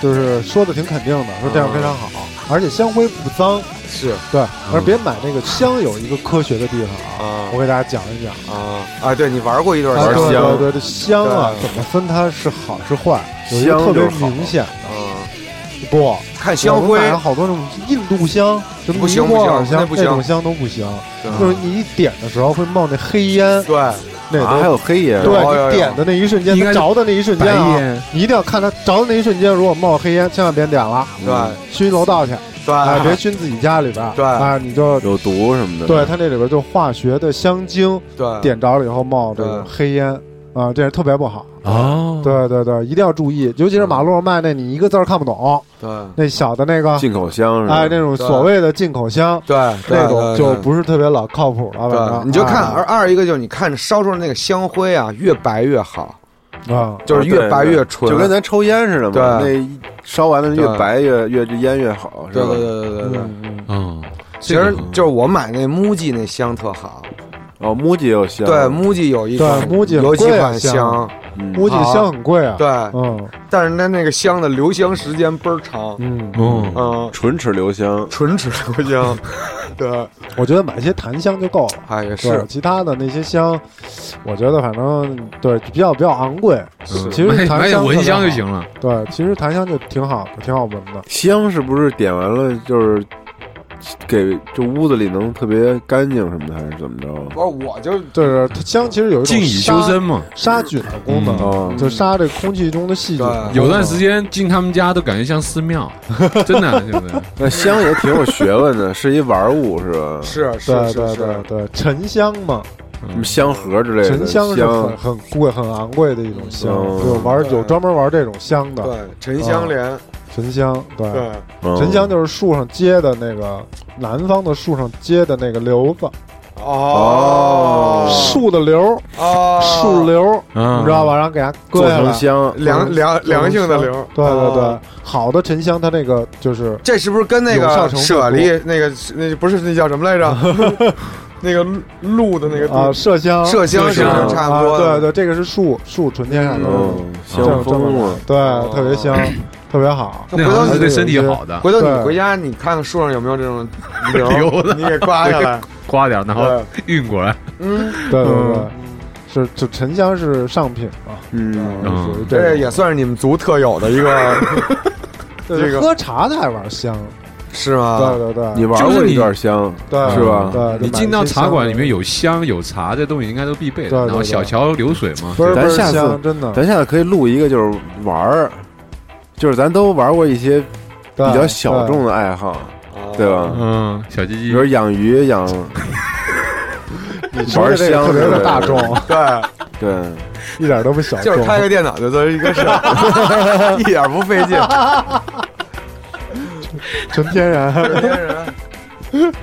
[SPEAKER 4] 就是说的挺肯定的，说这样非常好，而且香灰不脏，
[SPEAKER 5] 嗯是嗯
[SPEAKER 4] 对，而别买那个香有一个科学的地方啊，
[SPEAKER 5] 啊
[SPEAKER 4] 我给大家讲一讲。
[SPEAKER 5] 啊啊！对你玩过一段
[SPEAKER 4] 啊，
[SPEAKER 5] 时
[SPEAKER 4] 对
[SPEAKER 5] 间
[SPEAKER 8] 香
[SPEAKER 4] 对对，这香啊，
[SPEAKER 5] 对
[SPEAKER 4] 怎么分它是好是坏？有一个
[SPEAKER 8] 香
[SPEAKER 4] 特别
[SPEAKER 8] 就是好
[SPEAKER 4] 明显
[SPEAKER 5] 啊
[SPEAKER 4] 的，不，
[SPEAKER 5] 看香
[SPEAKER 4] 我
[SPEAKER 5] 灰
[SPEAKER 4] 们买了好多那种印度香、什么
[SPEAKER 5] 不
[SPEAKER 4] 尼
[SPEAKER 5] 行
[SPEAKER 4] 泊尔
[SPEAKER 5] 不行那
[SPEAKER 4] 香
[SPEAKER 5] 不
[SPEAKER 4] 那
[SPEAKER 5] 行
[SPEAKER 4] 种香都不行，
[SPEAKER 5] 嗯
[SPEAKER 4] 就是你一点的时候会冒那黑烟，
[SPEAKER 5] 对
[SPEAKER 4] 那
[SPEAKER 8] 啊，还
[SPEAKER 4] 都
[SPEAKER 8] 有黑烟，
[SPEAKER 5] 有有
[SPEAKER 4] 对
[SPEAKER 5] 有
[SPEAKER 4] 你点的那一瞬间，
[SPEAKER 7] 应该
[SPEAKER 4] 它
[SPEAKER 7] 是
[SPEAKER 4] 着的那一瞬间
[SPEAKER 7] 白
[SPEAKER 4] 啊，
[SPEAKER 7] 烟，
[SPEAKER 4] 你一定要看它着的那一瞬间，如果冒黑烟，千万别点了，
[SPEAKER 5] 对
[SPEAKER 4] 熏楼道去，哎，嗯别
[SPEAKER 5] 对
[SPEAKER 4] 熏自己家里边儿，
[SPEAKER 5] 啊对
[SPEAKER 4] 啊，你就
[SPEAKER 8] 有毒什么的。
[SPEAKER 4] 对它那里边就化学的香精
[SPEAKER 5] 对，
[SPEAKER 4] 点着了以后冒这种
[SPEAKER 5] 对
[SPEAKER 4] 黑烟。啊，这样特别不好。
[SPEAKER 7] 哦，
[SPEAKER 4] 对对对，一定要注意，尤其是马路上卖那，你一个字儿看不懂，
[SPEAKER 5] 对
[SPEAKER 4] 那小的那个，
[SPEAKER 8] 进口香是吧？
[SPEAKER 4] 哎，那种所谓的进口香，
[SPEAKER 5] 对
[SPEAKER 4] 那种就。
[SPEAKER 5] 对对
[SPEAKER 4] 不是特别老靠谱了。反
[SPEAKER 5] 对，
[SPEAKER 4] 正
[SPEAKER 5] 你就看，而
[SPEAKER 4] 啊
[SPEAKER 5] 二一个就是你看烧出来那个香灰啊，越白越好，
[SPEAKER 4] 啊，
[SPEAKER 5] 就是越白越
[SPEAKER 8] 就
[SPEAKER 5] 纯。
[SPEAKER 8] 跟咱抽烟似的嘛，
[SPEAKER 5] 对
[SPEAKER 8] 那烧完了越
[SPEAKER 5] 对
[SPEAKER 8] 白越越这烟越好，是
[SPEAKER 5] 对
[SPEAKER 8] 吧
[SPEAKER 5] 对？对对对对。
[SPEAKER 10] 嗯，
[SPEAKER 5] 其
[SPEAKER 10] 这
[SPEAKER 5] 实
[SPEAKER 10] 个
[SPEAKER 5] 就是我买那 MUJI 那香特好，
[SPEAKER 8] 哦，木吉也有香，
[SPEAKER 5] 对 MUJI 有一款
[SPEAKER 4] 对，MUJI
[SPEAKER 5] 有几
[SPEAKER 4] 贵啊
[SPEAKER 5] 款
[SPEAKER 4] 香
[SPEAKER 5] 香，
[SPEAKER 8] 嗯，
[SPEAKER 4] 估计香很贵啊。
[SPEAKER 5] 对，
[SPEAKER 4] 嗯
[SPEAKER 5] 但是它那个香的留香时间倍儿长，
[SPEAKER 4] 嗯，
[SPEAKER 10] 嗯，
[SPEAKER 5] 嗯，
[SPEAKER 8] 唇齿留香，
[SPEAKER 5] 唇齿留香，对，
[SPEAKER 4] 我觉得买一些檀香就够了。
[SPEAKER 5] 哎也
[SPEAKER 4] 对
[SPEAKER 5] 是，
[SPEAKER 4] 其他的那些香，我觉得反正对比较比较昂贵。
[SPEAKER 10] 嗯
[SPEAKER 4] 其实
[SPEAKER 10] 买
[SPEAKER 4] 檀
[SPEAKER 10] 买点
[SPEAKER 4] 香
[SPEAKER 10] 蚊香
[SPEAKER 4] 特
[SPEAKER 10] 就
[SPEAKER 4] 别
[SPEAKER 10] 行了。
[SPEAKER 4] 好。对，其实檀香就挺好的，挺好闻的。
[SPEAKER 8] 香是不是点完了就是给这屋子里能特别干净什么的，还是怎么
[SPEAKER 5] 不
[SPEAKER 8] 着？
[SPEAKER 5] 是我就
[SPEAKER 4] 就是它香其实有一种
[SPEAKER 10] 静以修
[SPEAKER 4] 杀
[SPEAKER 10] 身嘛。
[SPEAKER 4] 杀菌的功能，
[SPEAKER 8] 哦，
[SPEAKER 4] 就杀这空气中的细菌。
[SPEAKER 5] 对
[SPEAKER 10] 有段时间进他们家都感觉像寺庙，真的，啊对不对？
[SPEAKER 8] 那香也挺有学问的，是一玩物是吧？
[SPEAKER 5] 是是
[SPEAKER 4] 对
[SPEAKER 5] 是
[SPEAKER 4] 对
[SPEAKER 5] 是
[SPEAKER 4] 对，对，沉香嘛，
[SPEAKER 8] 什么香盒之类的
[SPEAKER 4] 沉香是很
[SPEAKER 8] 香，
[SPEAKER 4] 很贵、很昂贵的一种香，
[SPEAKER 8] 嗯
[SPEAKER 4] 就玩
[SPEAKER 5] 对
[SPEAKER 4] 有专门玩这种香的
[SPEAKER 5] 对沉香莲，
[SPEAKER 4] 沉香。对，
[SPEAKER 5] 对
[SPEAKER 8] 嗯
[SPEAKER 4] 沉香就是树上结的那个南方的树上结的那个瘤子，
[SPEAKER 5] 哦，
[SPEAKER 4] 树的瘤，
[SPEAKER 5] 哦
[SPEAKER 4] 树瘤，
[SPEAKER 10] 嗯
[SPEAKER 4] 你知道吧？然后给它割
[SPEAKER 8] 做
[SPEAKER 4] 下来
[SPEAKER 8] 成，香，
[SPEAKER 5] 良良良性的瘤，
[SPEAKER 4] 对对对
[SPEAKER 5] 哦，，
[SPEAKER 4] 好的沉香它那个就是
[SPEAKER 5] 这是不是跟那
[SPEAKER 4] 有效
[SPEAKER 5] 个
[SPEAKER 4] 成分
[SPEAKER 5] 舍利那个那不是那叫什么 来着？那个鹿的那个
[SPEAKER 4] 啊麝香，
[SPEAKER 5] 麝香是不
[SPEAKER 10] 麝
[SPEAKER 5] 是
[SPEAKER 10] 香
[SPEAKER 5] 差不多？
[SPEAKER 4] 啊对对，这个是树树纯天然的，
[SPEAKER 8] 嗯，
[SPEAKER 4] 这
[SPEAKER 8] 香
[SPEAKER 4] 种这
[SPEAKER 8] 疯
[SPEAKER 4] 么
[SPEAKER 8] 了，
[SPEAKER 4] 对，特别香，
[SPEAKER 5] 嗯
[SPEAKER 4] 特别好。
[SPEAKER 5] 回
[SPEAKER 10] 那好
[SPEAKER 5] 头
[SPEAKER 10] 像
[SPEAKER 5] 你
[SPEAKER 10] 是对身体好的，
[SPEAKER 5] 回头
[SPEAKER 4] 对
[SPEAKER 5] 你回家，你看看树上有没有 这种
[SPEAKER 10] 瘤
[SPEAKER 5] 瘤，
[SPEAKER 10] 子
[SPEAKER 5] 你给刮下来。
[SPEAKER 10] 刮点，然后
[SPEAKER 5] 对，
[SPEAKER 10] 运过来。
[SPEAKER 5] 嗯，
[SPEAKER 4] 对对对，是这沉香是上品啊，
[SPEAKER 8] 嗯，
[SPEAKER 10] 嗯
[SPEAKER 4] 属于这
[SPEAKER 5] 这
[SPEAKER 4] 种
[SPEAKER 5] 也算是你们族特有的一个，
[SPEAKER 4] 对
[SPEAKER 5] 这个啊
[SPEAKER 4] 喝茶的还玩香，
[SPEAKER 5] 是吗
[SPEAKER 4] 对？对对，
[SPEAKER 8] 你玩过一段香，
[SPEAKER 4] 对
[SPEAKER 8] 是吧
[SPEAKER 4] 对，
[SPEAKER 10] 你进到茶馆里面有香有茶，这东西应该都必备
[SPEAKER 4] 对
[SPEAKER 10] 的。
[SPEAKER 4] 对
[SPEAKER 10] 然后小桥流水嘛，
[SPEAKER 4] 倍儿倍
[SPEAKER 8] 咱
[SPEAKER 4] 儿
[SPEAKER 8] 下次
[SPEAKER 5] 啊
[SPEAKER 4] 香，真的。
[SPEAKER 8] 咱下次可以录一个，就是玩儿，就是咱都玩过一些
[SPEAKER 4] 对
[SPEAKER 8] 比较小众的爱好，
[SPEAKER 5] 啊
[SPEAKER 8] 对吧？
[SPEAKER 9] 嗯，
[SPEAKER 10] 小鸡
[SPEAKER 8] 比
[SPEAKER 10] 鸡
[SPEAKER 8] 如养鱼、养
[SPEAKER 4] 这个特别
[SPEAKER 8] 玩香之类
[SPEAKER 4] 的
[SPEAKER 8] 的
[SPEAKER 4] 大众，
[SPEAKER 5] 对，
[SPEAKER 8] 对，
[SPEAKER 4] 一点都不小
[SPEAKER 5] 就是
[SPEAKER 4] 众。
[SPEAKER 5] 开个电脑就做一个事儿，一点不费劲。
[SPEAKER 4] 纯天然
[SPEAKER 5] 这些人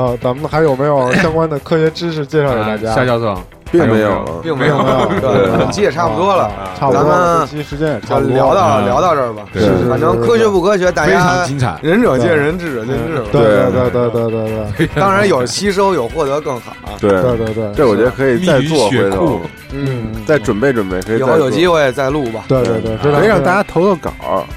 [SPEAKER 4] 啊！咱们还有没有相关的科学知识介绍给大家？
[SPEAKER 10] 夏教授，
[SPEAKER 8] 并
[SPEAKER 10] 还
[SPEAKER 8] 没
[SPEAKER 10] 有
[SPEAKER 8] 有。
[SPEAKER 5] 并
[SPEAKER 4] 没有没有
[SPEAKER 5] 啊对
[SPEAKER 4] 对啊
[SPEAKER 5] 本期也差不多了，
[SPEAKER 4] 差不多
[SPEAKER 5] 咱
[SPEAKER 4] 了，
[SPEAKER 5] 们
[SPEAKER 4] 这期时间也差
[SPEAKER 5] 就
[SPEAKER 4] 不多啊了。
[SPEAKER 5] 聊到
[SPEAKER 10] 嗯
[SPEAKER 5] 聊到这儿吧。
[SPEAKER 10] 对
[SPEAKER 4] 是
[SPEAKER 5] 反正科学不科学，大
[SPEAKER 4] 哎
[SPEAKER 10] 非常
[SPEAKER 5] 家
[SPEAKER 10] 精彩。
[SPEAKER 5] 仁者见仁，智者见智吧。
[SPEAKER 4] 对对对
[SPEAKER 8] 对
[SPEAKER 4] 对对对对
[SPEAKER 5] 当然有吸收，有获得更好。
[SPEAKER 8] 对
[SPEAKER 4] 对对对，
[SPEAKER 8] 这我觉得可以再
[SPEAKER 10] 密语
[SPEAKER 8] 做回
[SPEAKER 10] 血
[SPEAKER 8] 头
[SPEAKER 10] 库，
[SPEAKER 4] 嗯，
[SPEAKER 8] 再准备准备，可以
[SPEAKER 5] 以
[SPEAKER 8] 再
[SPEAKER 5] 后有
[SPEAKER 8] 做
[SPEAKER 5] 机会再录吧。
[SPEAKER 4] 对对对，非常
[SPEAKER 8] 可以让大家投投稿，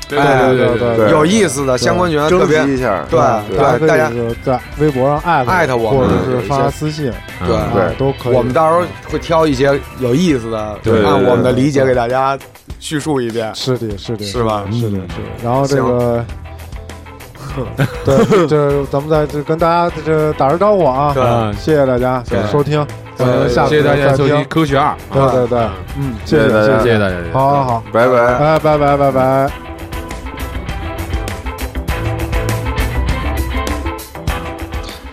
[SPEAKER 9] 对
[SPEAKER 5] 哎
[SPEAKER 9] 对
[SPEAKER 4] 对对嗯
[SPEAKER 8] 对
[SPEAKER 5] 有意思的相关学员特
[SPEAKER 8] 征
[SPEAKER 5] 别
[SPEAKER 8] 集一下，啊
[SPEAKER 5] 对
[SPEAKER 8] 对
[SPEAKER 4] 大家可
[SPEAKER 5] 大家
[SPEAKER 4] 以就是在微博上艾
[SPEAKER 5] 艾特我
[SPEAKER 4] 或
[SPEAKER 5] 们
[SPEAKER 4] 者是发私信，
[SPEAKER 10] 嗯
[SPEAKER 5] 对
[SPEAKER 4] 啊
[SPEAKER 8] 对
[SPEAKER 4] 都可以。
[SPEAKER 5] 我们到时候会挑一些有意思的，
[SPEAKER 10] 对对
[SPEAKER 5] 按
[SPEAKER 8] 对
[SPEAKER 5] 我们的理解给大家叙述一遍，
[SPEAKER 4] 是的，是的，
[SPEAKER 5] 是吧？
[SPEAKER 4] 是的，是的。然后这个，对，这咱们再这跟大家这打声招呼啊！
[SPEAKER 5] 对，
[SPEAKER 10] 嗯，
[SPEAKER 4] 谢谢大家
[SPEAKER 5] 对
[SPEAKER 4] 收听，咱
[SPEAKER 5] 对
[SPEAKER 4] 们嗯下
[SPEAKER 10] 谢
[SPEAKER 4] 次
[SPEAKER 10] 谢大
[SPEAKER 4] 再
[SPEAKER 10] 家收听
[SPEAKER 4] 听
[SPEAKER 10] 《科学二》，
[SPEAKER 4] 对对对，嗯，谢谢
[SPEAKER 8] 谢谢大家
[SPEAKER 10] 谢谢大家。谢谢
[SPEAKER 4] 好好好，
[SPEAKER 8] 拜拜。
[SPEAKER 4] 哎，拜拜拜拜。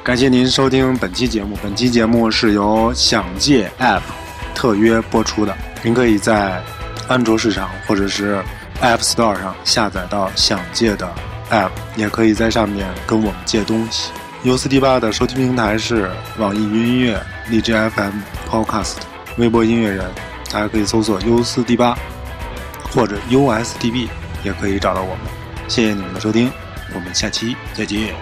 [SPEAKER 11] 感谢您收听本期节目。本期节目是由想借 App 特约播出的。您可以在安卓市场或者是 App Store 上下载到想借的 App，也可以在上面跟我们借东西。U 四 D 八的收听平台是网易云音乐、荔枝 FM、Podcast、微博音乐人，大家可以搜索 U 四 D 八或者 USDB，也可以找到我们。谢谢你们的收听，我们下期再见。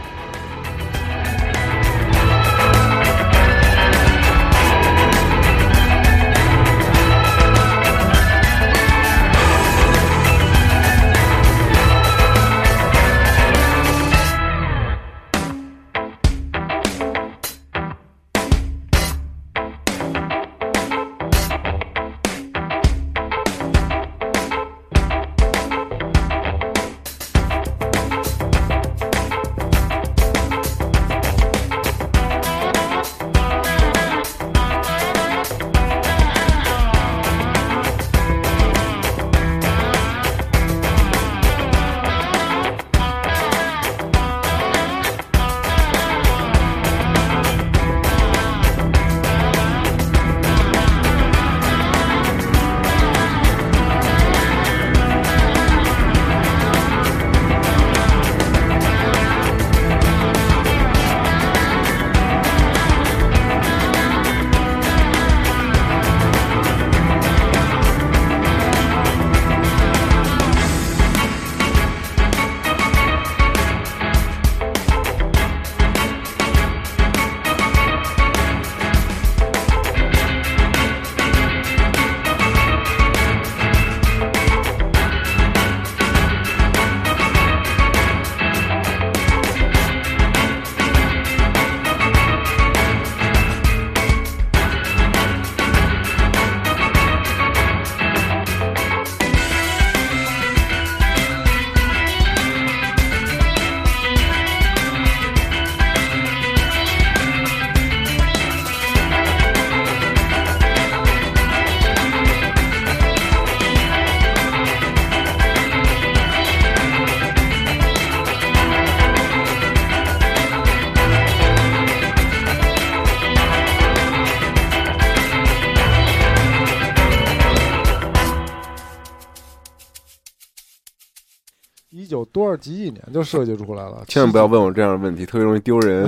[SPEAKER 4] 一九多少几几年就设计出来了？
[SPEAKER 8] 千万不要问我这样的问题，特别容易 丢人。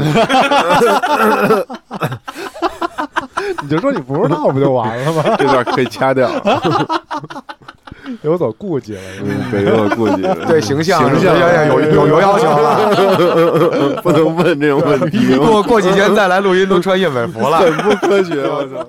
[SPEAKER 4] 你就说你不知道不就 完了吗？
[SPEAKER 8] 这段可以掐掉，
[SPEAKER 4] 有所顾忌了，是吧
[SPEAKER 8] 嗯，对，有点顾忌。
[SPEAKER 5] 对形象
[SPEAKER 8] 形
[SPEAKER 5] 是吧
[SPEAKER 8] 象
[SPEAKER 5] 有有有有要求了。
[SPEAKER 8] 不能问这种问题，
[SPEAKER 5] 过过几天再来录音，都穿燕尾服了。
[SPEAKER 8] 很不科学，我操。